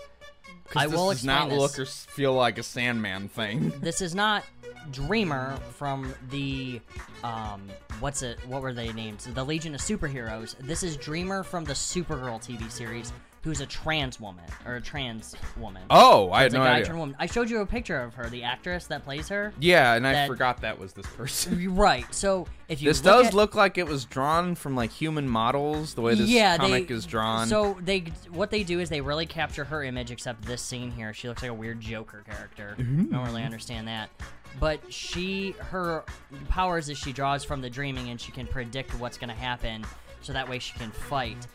[SPEAKER 1] 'Cause
[SPEAKER 2] I
[SPEAKER 1] this
[SPEAKER 2] will
[SPEAKER 1] does not
[SPEAKER 2] explain
[SPEAKER 1] look
[SPEAKER 2] this.
[SPEAKER 1] or s- feel like a Sandman thing.
[SPEAKER 2] this is not Dreamer from the um what's it what were they named? The Legion of Superheroes. This is Dreamer from the Supergirl TV series who's a trans woman or a trans woman.
[SPEAKER 1] Oh, I had
[SPEAKER 2] It's a
[SPEAKER 1] no
[SPEAKER 2] guy
[SPEAKER 1] idea.
[SPEAKER 2] turned woman. I showed you a picture of her, the actress that plays her.
[SPEAKER 1] yeah, and I
[SPEAKER 2] that-
[SPEAKER 1] forgot that was this person.
[SPEAKER 2] You're Right. So, if you
[SPEAKER 1] This
[SPEAKER 2] look
[SPEAKER 1] does
[SPEAKER 2] at-
[SPEAKER 1] look like it was drawn from like human models, the way this
[SPEAKER 2] yeah,
[SPEAKER 1] comic
[SPEAKER 2] they,
[SPEAKER 1] is drawn.
[SPEAKER 2] So they what they do is they really capture her image, except this scene here. She looks like a weird Joker character. Don't really understand that. But she her powers is she draws from the dreaming and she can predict what's gonna happen, so that way she can fight.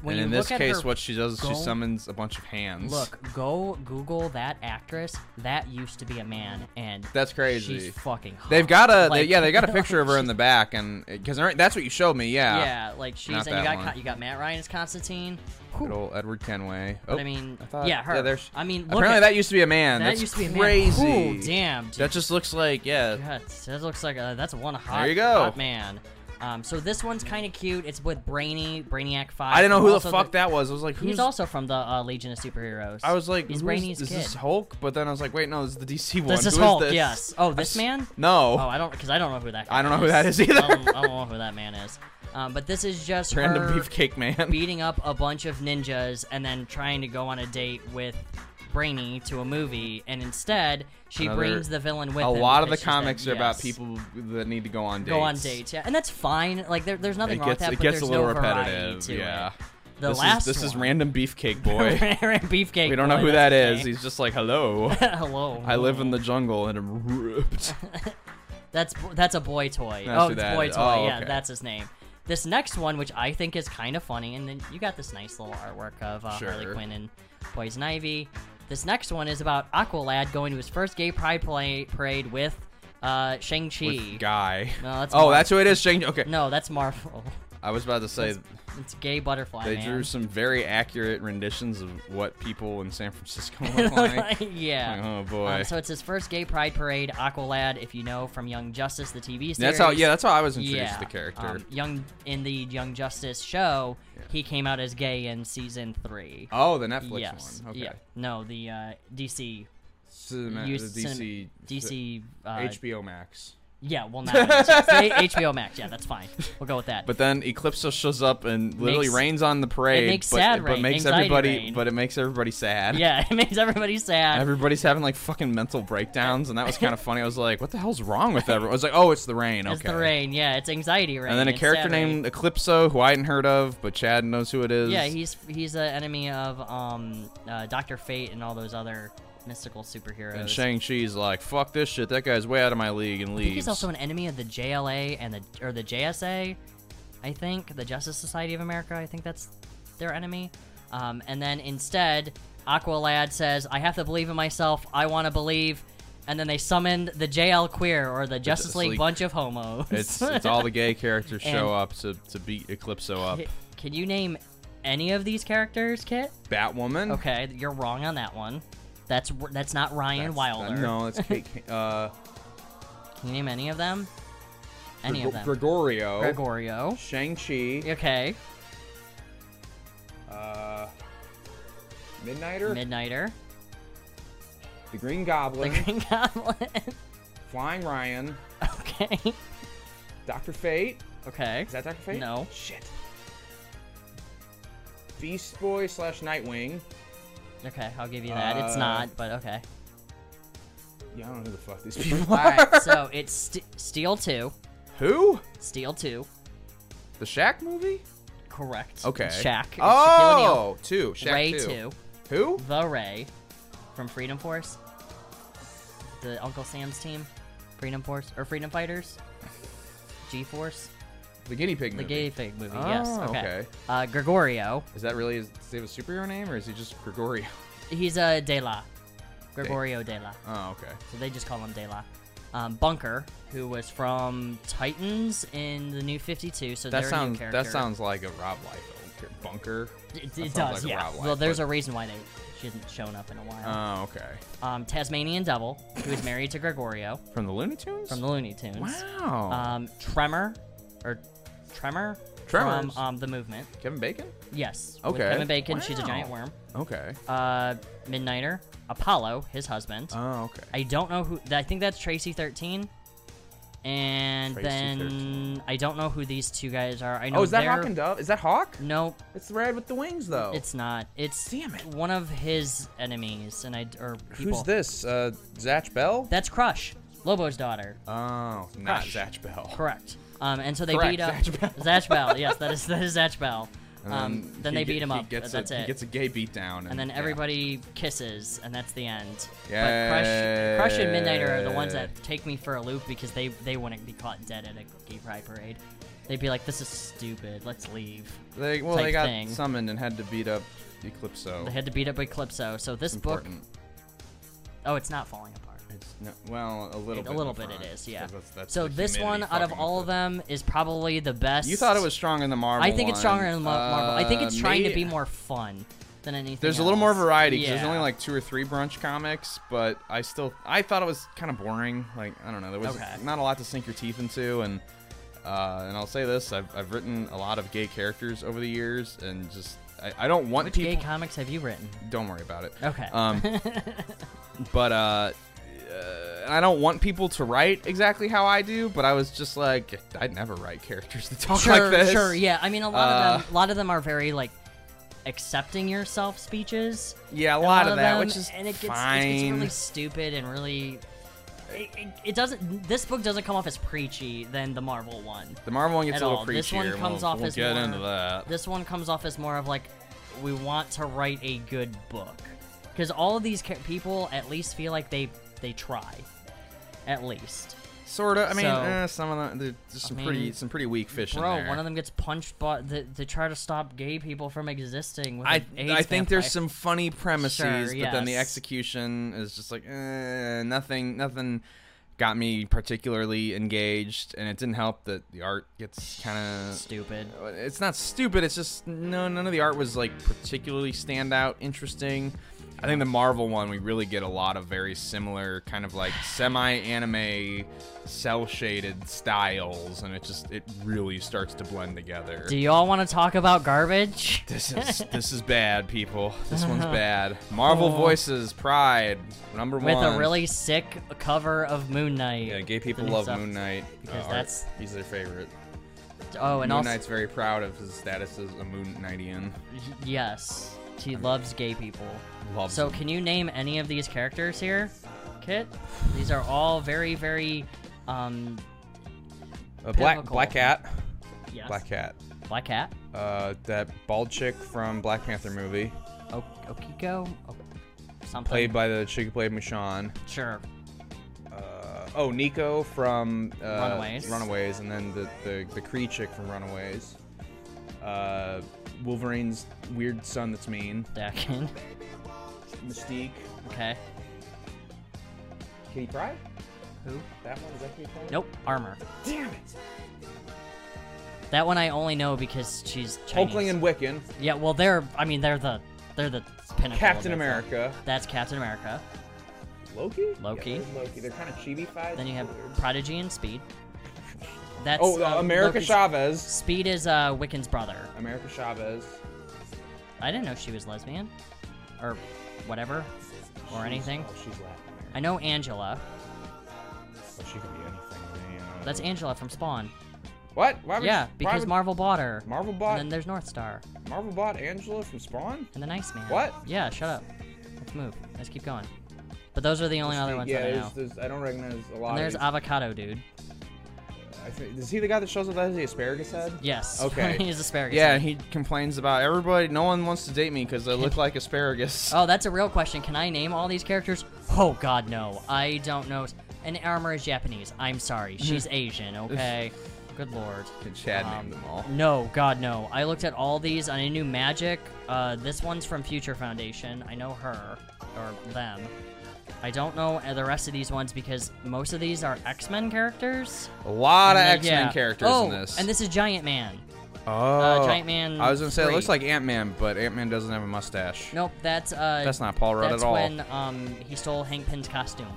[SPEAKER 2] When
[SPEAKER 1] and
[SPEAKER 2] you
[SPEAKER 1] in
[SPEAKER 2] look
[SPEAKER 1] this
[SPEAKER 2] at
[SPEAKER 1] case,
[SPEAKER 2] her-
[SPEAKER 1] what she does is she
[SPEAKER 2] go-
[SPEAKER 1] summons a bunch of hands.
[SPEAKER 2] Look, go Google that actress. That used to be a man, and
[SPEAKER 1] That's crazy.
[SPEAKER 2] She's fucking. Hot.
[SPEAKER 1] they've got a they,
[SPEAKER 2] Like-
[SPEAKER 1] yeah, they got a picture of her in the back, and because that's what you showed me, yeah.
[SPEAKER 2] Yeah, like she's
[SPEAKER 1] Not
[SPEAKER 2] and you
[SPEAKER 1] that
[SPEAKER 2] got
[SPEAKER 1] one.
[SPEAKER 2] Con- you got Matt Ryan as Constantine.
[SPEAKER 1] Good old Edward Kenway. Oh,
[SPEAKER 2] I mean,
[SPEAKER 1] thought-
[SPEAKER 2] yeah, her.
[SPEAKER 1] Yeah, there's,
[SPEAKER 2] I mean, look
[SPEAKER 1] apparently
[SPEAKER 2] at-
[SPEAKER 1] that used to be a man.
[SPEAKER 2] That
[SPEAKER 1] that's
[SPEAKER 2] used to be a man.
[SPEAKER 1] crazy.
[SPEAKER 2] Ooh, damn, dude.
[SPEAKER 1] That just looks like yeah.
[SPEAKER 2] God, that looks like a, uh, that's one hot,
[SPEAKER 1] you go.
[SPEAKER 2] hot man. Um, so this one's kind of cute. It's with Brainy, Brainiac Five.
[SPEAKER 1] I didn't know
[SPEAKER 2] who
[SPEAKER 1] who the fuck that was. I was like, who's?
[SPEAKER 2] He's also from the uh, Legion of Superheroes.
[SPEAKER 1] I was like,
[SPEAKER 2] he's
[SPEAKER 1] who's-
[SPEAKER 2] Brainy's
[SPEAKER 1] is
[SPEAKER 2] kid.
[SPEAKER 1] this Hulk? But then I was like, wait, no, this is the DC one.
[SPEAKER 2] This is
[SPEAKER 1] Who
[SPEAKER 2] Hulk.
[SPEAKER 1] this?
[SPEAKER 2] Yes. Oh,
[SPEAKER 1] I
[SPEAKER 2] this
[SPEAKER 1] s-
[SPEAKER 2] man?
[SPEAKER 1] No.
[SPEAKER 2] Oh, I don't because I don't know who that. Guy
[SPEAKER 1] I don't know who that is either.
[SPEAKER 2] I don't, I don't know who that man is. Um, but this is just
[SPEAKER 1] Random
[SPEAKER 2] her
[SPEAKER 1] beefcake man.
[SPEAKER 2] beating up a bunch of ninjas and then trying to go on a date with Brainy to a movie, and instead she
[SPEAKER 1] Another-
[SPEAKER 2] brings the villain with.
[SPEAKER 1] a
[SPEAKER 2] them
[SPEAKER 1] lot of the
[SPEAKER 2] because she's
[SPEAKER 1] comics
[SPEAKER 2] like,
[SPEAKER 1] are about
[SPEAKER 2] yes,
[SPEAKER 1] people that need to go on dates.
[SPEAKER 2] Go on dates, yeah, and that's fine. Like there, there's nothing
[SPEAKER 1] It
[SPEAKER 2] wrong with
[SPEAKER 1] gets
[SPEAKER 2] that.
[SPEAKER 1] it
[SPEAKER 2] but
[SPEAKER 1] gets a
[SPEAKER 2] there's
[SPEAKER 1] little
[SPEAKER 2] no variety
[SPEAKER 1] repetitive.
[SPEAKER 2] to it.
[SPEAKER 1] Yeah.
[SPEAKER 2] The
[SPEAKER 1] this
[SPEAKER 2] last
[SPEAKER 1] is this is
[SPEAKER 2] one-
[SPEAKER 1] random beefcake boy.
[SPEAKER 2] beefcake.
[SPEAKER 1] we don't know
[SPEAKER 2] boy,
[SPEAKER 1] who that
[SPEAKER 2] that's
[SPEAKER 1] is.
[SPEAKER 2] his name.
[SPEAKER 1] He's just like, hello.
[SPEAKER 2] Hello.
[SPEAKER 1] I live in the jungle and I'm ripped.
[SPEAKER 2] That's that's a boy toy.
[SPEAKER 1] That's
[SPEAKER 2] oh,
[SPEAKER 1] who
[SPEAKER 2] it's
[SPEAKER 1] that
[SPEAKER 2] boy
[SPEAKER 1] is.
[SPEAKER 2] toy.
[SPEAKER 1] Oh,
[SPEAKER 2] Yeah,
[SPEAKER 1] okay.
[SPEAKER 2] that's his name. This next one, which I think is kind of funny, and then you got this nice little artwork of uh, Harley
[SPEAKER 1] Sure.
[SPEAKER 2] Quinn and Poison Ivy. This next one is about Aqualad going to his first gay pride play, parade with uh, Shang Chi.
[SPEAKER 1] With guy.
[SPEAKER 2] No, that's
[SPEAKER 1] oh,
[SPEAKER 2] Marvel.
[SPEAKER 1] that's who it is. Shang. Okay,
[SPEAKER 2] No, that's Marvel.
[SPEAKER 1] I was about to say
[SPEAKER 2] It's gay butterfly.
[SPEAKER 1] they
[SPEAKER 2] man.
[SPEAKER 1] drew some very accurate renditions of what people in San Francisco
[SPEAKER 2] It
[SPEAKER 1] look
[SPEAKER 2] looked
[SPEAKER 1] like.
[SPEAKER 2] like- yeah.
[SPEAKER 1] Like, oh, boy.
[SPEAKER 2] Um, so it's his first gay pride parade. Aqualad, if you know from Young Justice, the TV series.
[SPEAKER 1] That's how. Yeah, that's how I was introduced
[SPEAKER 2] yeah.
[SPEAKER 1] to the character.
[SPEAKER 2] Um, young in the Young Justice show, he came out as gay in season three.
[SPEAKER 1] oh, the Netflix
[SPEAKER 2] yes.
[SPEAKER 1] one. Okay.
[SPEAKER 2] Yeah. No, the uh, DC.
[SPEAKER 1] Cinema-
[SPEAKER 2] you-
[SPEAKER 1] the DC.
[SPEAKER 2] cinem- DC. Uh,
[SPEAKER 1] HBO Max.
[SPEAKER 2] yeah. Well, not say HBO Max. Yeah, that's fine. We'll go with that.
[SPEAKER 1] But then Eclipse shows up and literally
[SPEAKER 2] Makes-
[SPEAKER 1] rains on the parade.
[SPEAKER 2] makes
[SPEAKER 1] but,
[SPEAKER 2] sad
[SPEAKER 1] but
[SPEAKER 2] rain,
[SPEAKER 1] makes
[SPEAKER 2] anxiety
[SPEAKER 1] everybody.
[SPEAKER 2] rain.
[SPEAKER 1] But it makes everybody sad.
[SPEAKER 2] yeah, it makes everybody sad.
[SPEAKER 1] Everybody's having like fucking mental breakdowns, and that was kind of funny. I was like, "What the hell's wrong with everyone?" I was like, "Oh, it's the rain." Okay.
[SPEAKER 2] It's the rain. Yeah, it's anxiety rain.
[SPEAKER 1] And then a
[SPEAKER 2] it's
[SPEAKER 1] character
[SPEAKER 2] sad rain.
[SPEAKER 1] named Eclipso, who I hadn't heard of, but Chad knows who it is.
[SPEAKER 2] Yeah, he's he's an enemy of um uh, Doctor Fate and all those other mystical superheroes.
[SPEAKER 1] and Shang Chi's like, "Fuck this shit. That guy's way out of my league," and
[SPEAKER 2] I think
[SPEAKER 1] leaves.
[SPEAKER 2] he's also an enemy of the JLA and the or the JSA. I think the Justice Society of America. I think that's their enemy. Um, and then instead, Aqualad says, "I have to believe in myself. I want to believe." And then they summoned the JL Queer or the Justice
[SPEAKER 1] Justice
[SPEAKER 2] League,
[SPEAKER 1] League.
[SPEAKER 2] bunch of homos.
[SPEAKER 1] it's it's all the gay characters
[SPEAKER 2] And-
[SPEAKER 1] show up to to beat Eclipso up.
[SPEAKER 2] K- Can you name any of these characters, Kit?
[SPEAKER 1] Batwoman.
[SPEAKER 2] Okay, you're wrong on that one. That's r- that's not Ryan
[SPEAKER 1] That's- uh,
[SPEAKER 2] Wilder.
[SPEAKER 1] no, it's Kate. Uh,
[SPEAKER 2] Can you name any of them? Any
[SPEAKER 1] Gre-
[SPEAKER 2] of them?
[SPEAKER 1] Gregorio.
[SPEAKER 2] Gregorio.
[SPEAKER 1] Shang Chi.
[SPEAKER 2] Okay.
[SPEAKER 1] Uh, Midnighter.
[SPEAKER 2] Midnighter.
[SPEAKER 1] the Green
[SPEAKER 2] The
[SPEAKER 1] Goblin.
[SPEAKER 2] Green Goblin.
[SPEAKER 1] Flying Ryan.
[SPEAKER 2] okay.
[SPEAKER 1] Doctor Fate.
[SPEAKER 2] Okay.
[SPEAKER 1] Is that Doctor Fate?
[SPEAKER 2] No.
[SPEAKER 1] Shit. Beast Boy slash Nightwing.
[SPEAKER 2] Okay, I'll give you that. it's
[SPEAKER 1] Uh,
[SPEAKER 2] not, but okay.
[SPEAKER 1] Yeah, I don't know who the fuck these people
[SPEAKER 2] All
[SPEAKER 1] are.
[SPEAKER 2] right. So it's St- Steel Two.
[SPEAKER 1] Who?
[SPEAKER 2] Steel Two.
[SPEAKER 1] The Shaq movie?
[SPEAKER 2] Correct.
[SPEAKER 1] Okay.
[SPEAKER 2] It's Shaq. It's Shaquille O'Neal.
[SPEAKER 1] Oh, two. Shaq
[SPEAKER 2] Ray
[SPEAKER 1] two.
[SPEAKER 2] Two.
[SPEAKER 1] Who?
[SPEAKER 2] The Ray from Freedom Force. The Uncle Sam's team. Freedom Force or Freedom Fighters. G Force.
[SPEAKER 1] The guinea pig
[SPEAKER 2] The
[SPEAKER 1] movie.
[SPEAKER 2] gay fake movie, yes.
[SPEAKER 1] Oh,
[SPEAKER 2] Okay.
[SPEAKER 1] okay.
[SPEAKER 2] Uh, Gregorio.
[SPEAKER 1] Is that really his, does he have a superhero name or is he just Gregorio?
[SPEAKER 2] He's a De La. Gregorio De La.
[SPEAKER 1] Oh, okay.
[SPEAKER 2] So they just call him De La. Um, Bunker, who was from Titans in the New 52, so
[SPEAKER 1] That
[SPEAKER 2] they're a new
[SPEAKER 1] sounds
[SPEAKER 2] character.
[SPEAKER 1] that sounds like a Rob Liefeld char- bunker.
[SPEAKER 2] It,
[SPEAKER 1] that
[SPEAKER 2] it
[SPEAKER 1] sounds like
[SPEAKER 2] does,
[SPEAKER 1] a
[SPEAKER 2] yeah.
[SPEAKER 1] Rob
[SPEAKER 2] well, there's
[SPEAKER 1] Liefeld.
[SPEAKER 2] a reason why they she hasn't shown up in a while.
[SPEAKER 1] Oh, okay.
[SPEAKER 2] um, Tasmanian Devil, who is married to Gregorio
[SPEAKER 1] From the Looney Tunes.
[SPEAKER 2] from the Looney Tunes.
[SPEAKER 1] wow.
[SPEAKER 2] Um, Tremor, or Tremor
[SPEAKER 1] Tremors.
[SPEAKER 2] from um, the Movement.
[SPEAKER 1] Kevin Bacon.
[SPEAKER 2] Yes. With
[SPEAKER 1] Okay.
[SPEAKER 2] Kevin Bacon, she's a
[SPEAKER 1] Wow.
[SPEAKER 2] giant worm.
[SPEAKER 1] Okay.
[SPEAKER 2] Uh, Midnighter, Apollo, his husband.
[SPEAKER 1] Oh, okay.
[SPEAKER 2] I don't know who. I think that's Tracy thirteen. And
[SPEAKER 1] Tracy
[SPEAKER 2] then
[SPEAKER 1] 13.
[SPEAKER 2] I don't know who these two guys are. I know
[SPEAKER 1] oh, is that
[SPEAKER 2] they're-
[SPEAKER 1] Hawk and Dove? Is that Hawk?
[SPEAKER 2] Nope,
[SPEAKER 1] It's the red with the wings, though.
[SPEAKER 2] it's not. It's
[SPEAKER 1] Damn it.
[SPEAKER 2] one of his enemies, and I or people.
[SPEAKER 1] who's this? Uh, Zatch Bell.
[SPEAKER 2] That's Crush, Lobo's daughter.
[SPEAKER 1] Oh, not
[SPEAKER 2] Crush.
[SPEAKER 1] Zatch Bell.
[SPEAKER 2] Correct. Um, and so they
[SPEAKER 1] Correct,
[SPEAKER 2] beat up
[SPEAKER 1] Zatch Bell.
[SPEAKER 2] Zatch Bell, Yes, that is that is Zatch Bell.
[SPEAKER 1] And
[SPEAKER 2] um, then
[SPEAKER 1] he
[SPEAKER 2] they
[SPEAKER 1] get-
[SPEAKER 2] beat him
[SPEAKER 1] he
[SPEAKER 2] up.
[SPEAKER 1] Gets
[SPEAKER 2] that's
[SPEAKER 1] a,
[SPEAKER 2] it.
[SPEAKER 1] He gets a gay beat down. And,
[SPEAKER 2] and then
[SPEAKER 1] yeah.
[SPEAKER 2] everybody kisses, and that's the end. But Crush, Crush and Midnighter are the ones that take me for a loop because they they wouldn't be caught dead at a gay pride parade. They'd be like, "This is stupid. Let's leave."
[SPEAKER 1] They, well,
[SPEAKER 2] type
[SPEAKER 1] they got
[SPEAKER 2] thing.
[SPEAKER 1] summoned and had to beat up Eclipso.
[SPEAKER 2] They had to beat up Eclipso. So this
[SPEAKER 1] Important.
[SPEAKER 2] book, oh, it's not falling apart.
[SPEAKER 1] It's no, well, a little bit.
[SPEAKER 2] a
[SPEAKER 1] in
[SPEAKER 2] little
[SPEAKER 1] the
[SPEAKER 2] bit it
[SPEAKER 1] front,
[SPEAKER 2] is, yeah.
[SPEAKER 1] 'cause that's- that's
[SPEAKER 2] so
[SPEAKER 1] the
[SPEAKER 2] this one,
[SPEAKER 1] humidity
[SPEAKER 2] out of
[SPEAKER 1] fucking
[SPEAKER 2] all of
[SPEAKER 1] with
[SPEAKER 2] them, is probably the best.
[SPEAKER 1] You thought it was stronger than the Marvel.
[SPEAKER 2] I think it's stronger
[SPEAKER 1] one.
[SPEAKER 2] than Mar- Marvel. I think
[SPEAKER 1] Uh,
[SPEAKER 2] it's trying to
[SPEAKER 1] maybe-
[SPEAKER 2] be more fun than anything.
[SPEAKER 1] There's a little more
[SPEAKER 2] else.
[SPEAKER 1] variety 'cause
[SPEAKER 2] Yeah.
[SPEAKER 1] there's only like two or three brunch comics, but I still I thought it was kind of boring. Like I don't know, there was
[SPEAKER 2] Okay.
[SPEAKER 1] not a lot to sink your teeth into, and uh, Uh, and I'll say this: I've, I've written a lot of gay characters over the years, and just I, I don't want
[SPEAKER 2] Which
[SPEAKER 1] people.
[SPEAKER 2] gay comics have you written?
[SPEAKER 1] don't worry about it.
[SPEAKER 2] Okay.
[SPEAKER 1] Um, but uh, uh, I don't want people to write exactly how I do. But I was just like, I'd never write characters that talk
[SPEAKER 2] sure,
[SPEAKER 1] like this.
[SPEAKER 2] sure, yeah. I mean, a lot
[SPEAKER 1] Uh,
[SPEAKER 2] of them, a lot of them are very like accepting yourself speeches.
[SPEAKER 1] Yeah, a
[SPEAKER 2] And
[SPEAKER 1] lot of that,
[SPEAKER 2] them,
[SPEAKER 1] which is
[SPEAKER 2] and it gets,
[SPEAKER 1] fine.
[SPEAKER 2] It gets really stupid and really. It, it, it doesn't. This book doesn't come off as preachy than the Marvel one.
[SPEAKER 1] the Marvel one gets
[SPEAKER 2] at
[SPEAKER 1] a little
[SPEAKER 2] all.
[SPEAKER 1] preachier.
[SPEAKER 2] This one
[SPEAKER 1] and
[SPEAKER 2] comes
[SPEAKER 1] we'll,
[SPEAKER 2] off
[SPEAKER 1] we'll
[SPEAKER 2] as
[SPEAKER 1] get
[SPEAKER 2] more-
[SPEAKER 1] into that.
[SPEAKER 2] This one comes off as more of like, we want to write a good book, because all of these ca- people at least feel like they they try, at least.
[SPEAKER 1] Sort of. I mean,
[SPEAKER 2] So-
[SPEAKER 1] eh, some of them, there's just some pretty,
[SPEAKER 2] mean,
[SPEAKER 1] some pretty weak fish
[SPEAKER 2] Bro,
[SPEAKER 1] in there.
[SPEAKER 2] one of them gets punched, but they, they try to stop gay people from existing. With
[SPEAKER 1] I,
[SPEAKER 2] an AIDS
[SPEAKER 1] I think
[SPEAKER 2] vampire.
[SPEAKER 1] there's some funny premises,
[SPEAKER 2] Sure,
[SPEAKER 1] but then the
[SPEAKER 2] yes.
[SPEAKER 1] execution is just like eh, nothing. Nothing got me particularly engaged, and it didn't help that the art gets kind of.
[SPEAKER 2] stupid.
[SPEAKER 1] It's not stupid. It's just no. None of the art was like particularly standout, interesting. I think the Marvel one, we really get a lot of very similar kind of like semi-anime, cell-shaded styles, and it just it really starts to blend together.
[SPEAKER 2] Do y'all want to talk about garbage?
[SPEAKER 1] This is this is bad, people. This one's bad. Marvel Voices Pride number
[SPEAKER 2] Oh. With
[SPEAKER 1] one.
[SPEAKER 2] a really sick cover of Moon Knight.
[SPEAKER 1] yeah, gay people
[SPEAKER 2] The new
[SPEAKER 1] love
[SPEAKER 2] stuff.
[SPEAKER 1] Moon Knight Uh,
[SPEAKER 2] because
[SPEAKER 1] art.
[SPEAKER 2] that's-
[SPEAKER 1] he's their favorite.
[SPEAKER 2] Oh, and
[SPEAKER 1] Moon
[SPEAKER 2] also
[SPEAKER 1] Knight's very proud of his status as a Moon Knightian.
[SPEAKER 2] yes, he loves gay people.
[SPEAKER 1] Loves
[SPEAKER 2] so,
[SPEAKER 1] them.
[SPEAKER 2] can you name any of these characters here, Kit? These are all very, very, um,
[SPEAKER 1] A black
[SPEAKER 2] Pivotal.
[SPEAKER 1] black cat,
[SPEAKER 2] yes.
[SPEAKER 1] black cat.
[SPEAKER 2] Black Cat.
[SPEAKER 1] Uh, that bald chick from Black Panther movie,
[SPEAKER 2] O- Okiko. O- something.
[SPEAKER 1] played by the chick who played Mushan.
[SPEAKER 2] Sure.
[SPEAKER 1] Uh, oh, Nico from uh,
[SPEAKER 2] Runaways.
[SPEAKER 1] Runaways, and then the the, the Cree chick from Runaways. Uh, Wolverine's weird son that's mean.
[SPEAKER 2] Dakin.
[SPEAKER 1] Mystique.
[SPEAKER 2] okay.
[SPEAKER 1] Kitty Pride?
[SPEAKER 2] Who?
[SPEAKER 1] That one is that Kitty Pride?
[SPEAKER 2] Nope. Armor.
[SPEAKER 1] Damn it.
[SPEAKER 2] That one I only know because she's Chinese.
[SPEAKER 1] Hulkling and Wiccan.
[SPEAKER 2] Yeah, well, they're. I mean, they're the. They're the pinnacle. of
[SPEAKER 1] Captain
[SPEAKER 2] it.
[SPEAKER 1] America.
[SPEAKER 2] That's Captain America.
[SPEAKER 1] Loki. Yeah,
[SPEAKER 2] Loki.
[SPEAKER 1] there's Loki. They're kind of chibi-fied.
[SPEAKER 2] Then you have Prodigy and Speed. That's.
[SPEAKER 1] Oh, uh,
[SPEAKER 2] uh,
[SPEAKER 1] America
[SPEAKER 2] Loki's-
[SPEAKER 1] Chavez.
[SPEAKER 2] Speed is uh, Wiccan's brother.
[SPEAKER 1] America Chavez.
[SPEAKER 2] I didn't know she was lesbian, or whatever, or anything.
[SPEAKER 1] Oh, she's Latin American.
[SPEAKER 2] I know Angela.
[SPEAKER 1] But she could be anything. you know.
[SPEAKER 2] That's Angela from Spawn.
[SPEAKER 1] What? Why would
[SPEAKER 2] Yeah,
[SPEAKER 1] why
[SPEAKER 2] because
[SPEAKER 1] would-
[SPEAKER 2] Marvel bought her.
[SPEAKER 1] Marvel
[SPEAKER 2] And
[SPEAKER 1] bought
[SPEAKER 2] then there's North Star
[SPEAKER 1] Marvel bought Angela from Spawn.
[SPEAKER 2] and the Nice Man.
[SPEAKER 1] What?
[SPEAKER 2] Yeah, shut up. Let's move. Let's keep going. But those are the only other ones
[SPEAKER 1] yeah,
[SPEAKER 2] that I
[SPEAKER 1] there's-
[SPEAKER 2] know.
[SPEAKER 1] there's- I don't recognize a lot.
[SPEAKER 2] And there's
[SPEAKER 1] of these.
[SPEAKER 2] Avocado Dude.
[SPEAKER 1] I think- is he the guy that shows up as the asparagus head?
[SPEAKER 2] Yes.
[SPEAKER 1] Okay.
[SPEAKER 2] He's asparagus.
[SPEAKER 1] Yeah, he complains about everybody. No one wants to date me because I look like asparagus.
[SPEAKER 2] Oh, that's a real question. Can I name all these characters? Oh God, no. I don't know. And Armor is Japanese. I'm sorry. She's Asian. Okay. Good lord.
[SPEAKER 1] Can Chad
[SPEAKER 2] Um,
[SPEAKER 1] named them all.
[SPEAKER 2] No, God, no. I looked at all these and I knew Magic. Uh, this one's from Future Foundation. I know her or them. I don't know the rest of these ones because most of these are X Men characters.
[SPEAKER 1] A lot of
[SPEAKER 2] And then-
[SPEAKER 1] X Men
[SPEAKER 2] yeah.
[SPEAKER 1] characters
[SPEAKER 2] oh,
[SPEAKER 1] in this.
[SPEAKER 2] And this is Giant Man.
[SPEAKER 1] oh,
[SPEAKER 2] Giant Man
[SPEAKER 1] I was gonna say it
[SPEAKER 2] 3.
[SPEAKER 1] looks like Ant Man, but Ant Man doesn't have a mustache.
[SPEAKER 2] Nope, that's uh.
[SPEAKER 1] That's not Paul Rudd
[SPEAKER 2] that's
[SPEAKER 1] at all.
[SPEAKER 2] when um he stole Hank Pym's costume.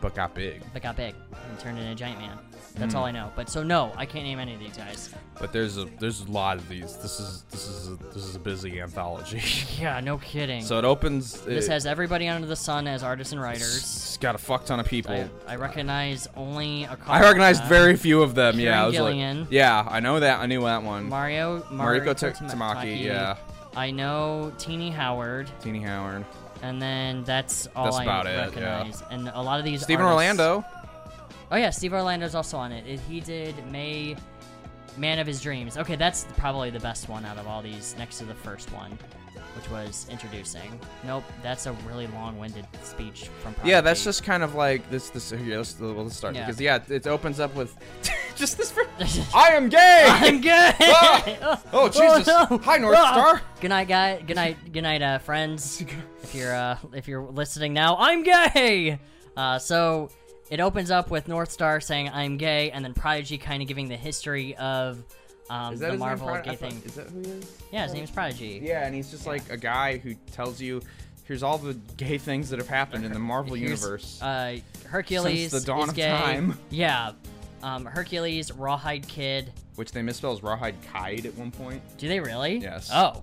[SPEAKER 1] But got big.
[SPEAKER 2] that got big and turned into a giant man. That's
[SPEAKER 1] Hmm.
[SPEAKER 2] all I know. But so no, I can't name any of these guys.
[SPEAKER 1] But there's a there's a lot of these. This is this is a, this is a busy anthology.
[SPEAKER 2] Yeah, no kidding.
[SPEAKER 1] so it opens.
[SPEAKER 2] this
[SPEAKER 1] it-
[SPEAKER 2] has everybody under the sun as artists and writers.
[SPEAKER 1] It's got a fuck ton of people.
[SPEAKER 2] I, I recognize only a couple.
[SPEAKER 1] I recognized
[SPEAKER 2] of them.
[SPEAKER 1] very few of them. yeah,
[SPEAKER 2] Kieran
[SPEAKER 1] I was
[SPEAKER 2] Gillian.
[SPEAKER 1] like, yeah, I know that. I knew that one.
[SPEAKER 2] Mario
[SPEAKER 1] Mariko
[SPEAKER 2] Mariko
[SPEAKER 1] Ta- Tamaki, yeah.
[SPEAKER 2] I know Teeny Howard,
[SPEAKER 1] Teeny Howard,
[SPEAKER 2] and then that's all
[SPEAKER 1] That's
[SPEAKER 2] I
[SPEAKER 1] about it, yeah.
[SPEAKER 2] recognize. And a lot of these.
[SPEAKER 1] Stephen
[SPEAKER 2] artists-
[SPEAKER 1] Orlando.
[SPEAKER 2] Oh yeah, Steve Orlando's also on it. It- He did May, Man of His Dreams. Okay, that's probably the best one out of all these, next to the first one, which was introducing. Nope, that's a really long-winded speech from. Prodigy.
[SPEAKER 1] Yeah, that's just kind of like this. This here, let's, we'll let's start
[SPEAKER 2] Yeah.
[SPEAKER 1] because yeah, it opens up with just this. fr- I am gay.
[SPEAKER 2] I'm good.
[SPEAKER 1] Ah! Oh, Jesus. Hi, North Star.
[SPEAKER 2] Good night, guy. Good night. Good night, uh, friends. If you're uh, if you're listening now, I'm gay. Uh, so it opens up with North Star saying I'm gay, and then Prodigy kind of giving the history of um, the Marvel gay thing.
[SPEAKER 1] Is that who he is?
[SPEAKER 2] Yeah, his name's Prodigy.
[SPEAKER 1] Yeah, and he's just like a guy who tells you, here's all the gay things that have happened in the Marvel
[SPEAKER 2] Here's,
[SPEAKER 1] universe.
[SPEAKER 2] Uh, Hercules
[SPEAKER 1] Since the dawn
[SPEAKER 2] is
[SPEAKER 1] of
[SPEAKER 2] gay.
[SPEAKER 1] time.
[SPEAKER 2] Yeah. um, Hercules, Rawhide Kid.
[SPEAKER 1] which they misspell as Rawhide Kide at one point.
[SPEAKER 2] Do they really?
[SPEAKER 1] Yes.
[SPEAKER 2] Oh.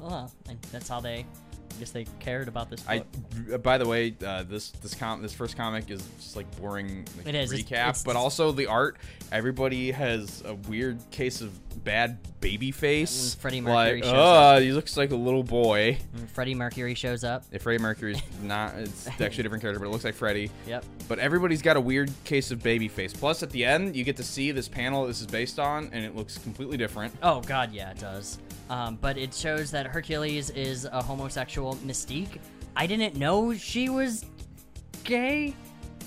[SPEAKER 2] Well, I- that's how they. I guess they cared about this.
[SPEAKER 1] I,
[SPEAKER 2] book.
[SPEAKER 1] by the way, uh, this this com this first comic is just like boring like,
[SPEAKER 2] It is.
[SPEAKER 1] recap,
[SPEAKER 2] It's- it's-
[SPEAKER 1] but also the art. Everybody has a weird case of bad baby face.
[SPEAKER 2] Mm, Freddie Mercury
[SPEAKER 1] like,
[SPEAKER 2] shows Mm.
[SPEAKER 1] uh, he looks like a little boy.
[SPEAKER 2] And Freddie Mercury shows up.
[SPEAKER 1] If Freddie Mercury's not, it's actually a different character, but it looks like Freddie.
[SPEAKER 2] Yep.
[SPEAKER 1] But everybody's got a weird case of baby face. Plus, at the end, you get to see this panel this is based on, and it looks completely different.
[SPEAKER 2] Oh God, yeah, it does. Um, but it shows that Hercules is a homosexual Mystique. I didn't know she was gay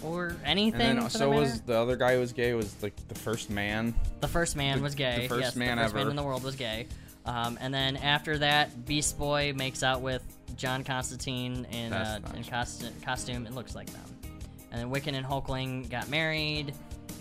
[SPEAKER 2] or anything.
[SPEAKER 1] And then uh,
[SPEAKER 2] for
[SPEAKER 1] so
[SPEAKER 2] that
[SPEAKER 1] was
[SPEAKER 2] matter.
[SPEAKER 1] the other guy who was gay was like the first man.
[SPEAKER 2] the first man
[SPEAKER 1] the-
[SPEAKER 2] was gay.
[SPEAKER 1] the first
[SPEAKER 2] yes,
[SPEAKER 1] man
[SPEAKER 2] the first man
[SPEAKER 1] ever.
[SPEAKER 2] in the world was gay. Um, and then after that, Beast Boy makes out with John Constantine in, uh,
[SPEAKER 1] That's
[SPEAKER 2] in
[SPEAKER 1] nice.
[SPEAKER 2] cost- costume. It looks like them. And then Wiccan and Hulkling got married.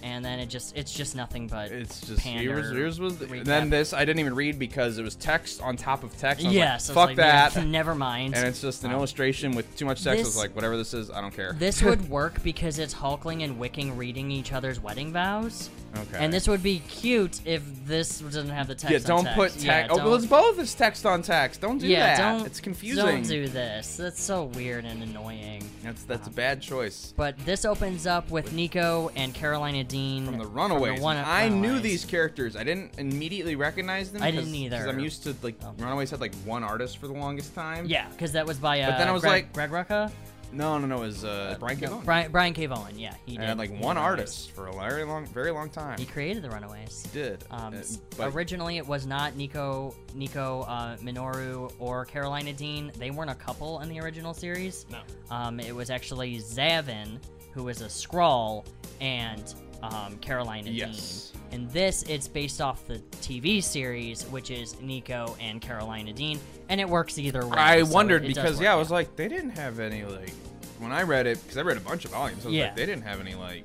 [SPEAKER 2] And then it just it's just nothing but
[SPEAKER 1] It's just
[SPEAKER 2] pander
[SPEAKER 1] here's, here's was the,
[SPEAKER 2] recap.
[SPEAKER 1] then this I didn't even read because it was text on top of text. I was like,
[SPEAKER 2] yes I was
[SPEAKER 1] fuck
[SPEAKER 2] like,
[SPEAKER 1] that.
[SPEAKER 2] never mind
[SPEAKER 1] and it's just an illustration with too much text. I was
[SPEAKER 2] This-
[SPEAKER 1] like, whatever this is, I don't care.
[SPEAKER 2] This would work because it's Hulkling and Wicking reading each other's wedding vows.
[SPEAKER 1] Okay.
[SPEAKER 2] And this would be cute if this doesn't have the text.
[SPEAKER 1] yeah,
[SPEAKER 2] on
[SPEAKER 1] don't put text.
[SPEAKER 2] text. Yeah,
[SPEAKER 1] oh,
[SPEAKER 2] don't,
[SPEAKER 1] well, it's both. It's text on text. Don't do
[SPEAKER 2] yeah,
[SPEAKER 1] that.
[SPEAKER 2] don't.
[SPEAKER 1] it's confusing.
[SPEAKER 2] Don't do this. That's so weird and annoying.
[SPEAKER 1] That's that's a bad choice.
[SPEAKER 2] But this opens up with Nico and Carolina Dean
[SPEAKER 1] From the Runaways,
[SPEAKER 2] one-
[SPEAKER 1] And I knew
[SPEAKER 2] Runaways.
[SPEAKER 1] these characters. I didn't immediately recognize them.
[SPEAKER 2] I didn't
[SPEAKER 1] 'cause-
[SPEAKER 2] either.
[SPEAKER 1] 'cause I'm used to like
[SPEAKER 2] Oh.
[SPEAKER 1] Runaways had like one artist for the longest time.
[SPEAKER 2] Yeah, because that was by. Uh,
[SPEAKER 1] But then I was
[SPEAKER 2] Greg,
[SPEAKER 1] like-
[SPEAKER 2] Greg Rucka.
[SPEAKER 1] No, no, no. It was uh, Brian
[SPEAKER 2] No,
[SPEAKER 1] Cavone.
[SPEAKER 2] Brian, Brian K. Vaughan. Yeah, he
[SPEAKER 1] And
[SPEAKER 2] did.
[SPEAKER 1] I had like
[SPEAKER 2] the
[SPEAKER 1] one
[SPEAKER 2] Runaways.
[SPEAKER 1] artist for a very long, very long time.
[SPEAKER 2] He created the Runaways.
[SPEAKER 1] did.
[SPEAKER 2] Um,
[SPEAKER 1] Uh,
[SPEAKER 2] s-
[SPEAKER 1] but-
[SPEAKER 2] originally, it was not Nico, Nico uh, Minoru, or Carolina Dean. They weren't a couple in the original series. No. Um, it was actually Zavin, who was a Skrull, and um, Carolina
[SPEAKER 1] Yes.
[SPEAKER 2] Dean. And this, it's based off the TV series, which is Nico and Carolina Dean, and it works either way.
[SPEAKER 1] I
[SPEAKER 2] so it-
[SPEAKER 1] wondered
[SPEAKER 2] it does
[SPEAKER 1] because
[SPEAKER 2] work
[SPEAKER 1] yeah, I
[SPEAKER 2] out.
[SPEAKER 1] was like they didn't have any like when I read it because I read a bunch of volumes. I was
[SPEAKER 2] Yeah.
[SPEAKER 1] like they didn't have any like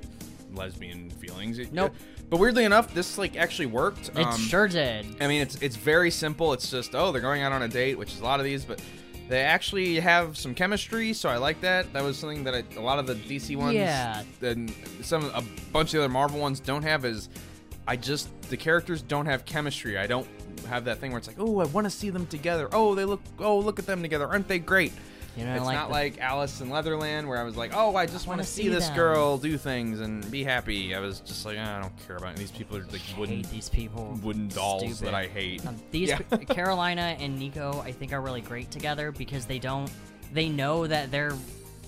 [SPEAKER 1] lesbian feelings. It- uh,
[SPEAKER 2] Nope.
[SPEAKER 1] But weirdly enough, this like actually worked. Um,
[SPEAKER 2] it sure did.
[SPEAKER 1] I mean, it's it's very simple. It's just oh, they're going out on a date, which is a lot of these, but they actually have some chemistry, so I like that. That was something that I, a lot of the DC ones,
[SPEAKER 2] Yeah.
[SPEAKER 1] and some a bunch of the other Marvel ones don't have. Is I just the characters don't have chemistry. I don't have that thing where it's like oh, I want to see them together. Oh, they look. Oh, look at them together. Aren't they great?
[SPEAKER 2] You know,
[SPEAKER 1] it's
[SPEAKER 2] like
[SPEAKER 1] not
[SPEAKER 2] the-
[SPEAKER 1] like Alice in Leatherland where I was like, oh, I just want
[SPEAKER 2] wanna
[SPEAKER 1] to see,
[SPEAKER 2] see
[SPEAKER 1] this
[SPEAKER 2] them."
[SPEAKER 1] girl do things and be happy. I was just like, "Ah, I don't care about it. these people are like
[SPEAKER 2] I
[SPEAKER 1] wooden
[SPEAKER 2] hate these people.
[SPEAKER 1] wooden dolls
[SPEAKER 2] Stupid.
[SPEAKER 1] that I hate.
[SPEAKER 2] Um, these
[SPEAKER 1] Yeah.
[SPEAKER 2] Carolina and Nico, I think, are really great together because they don't. They know that their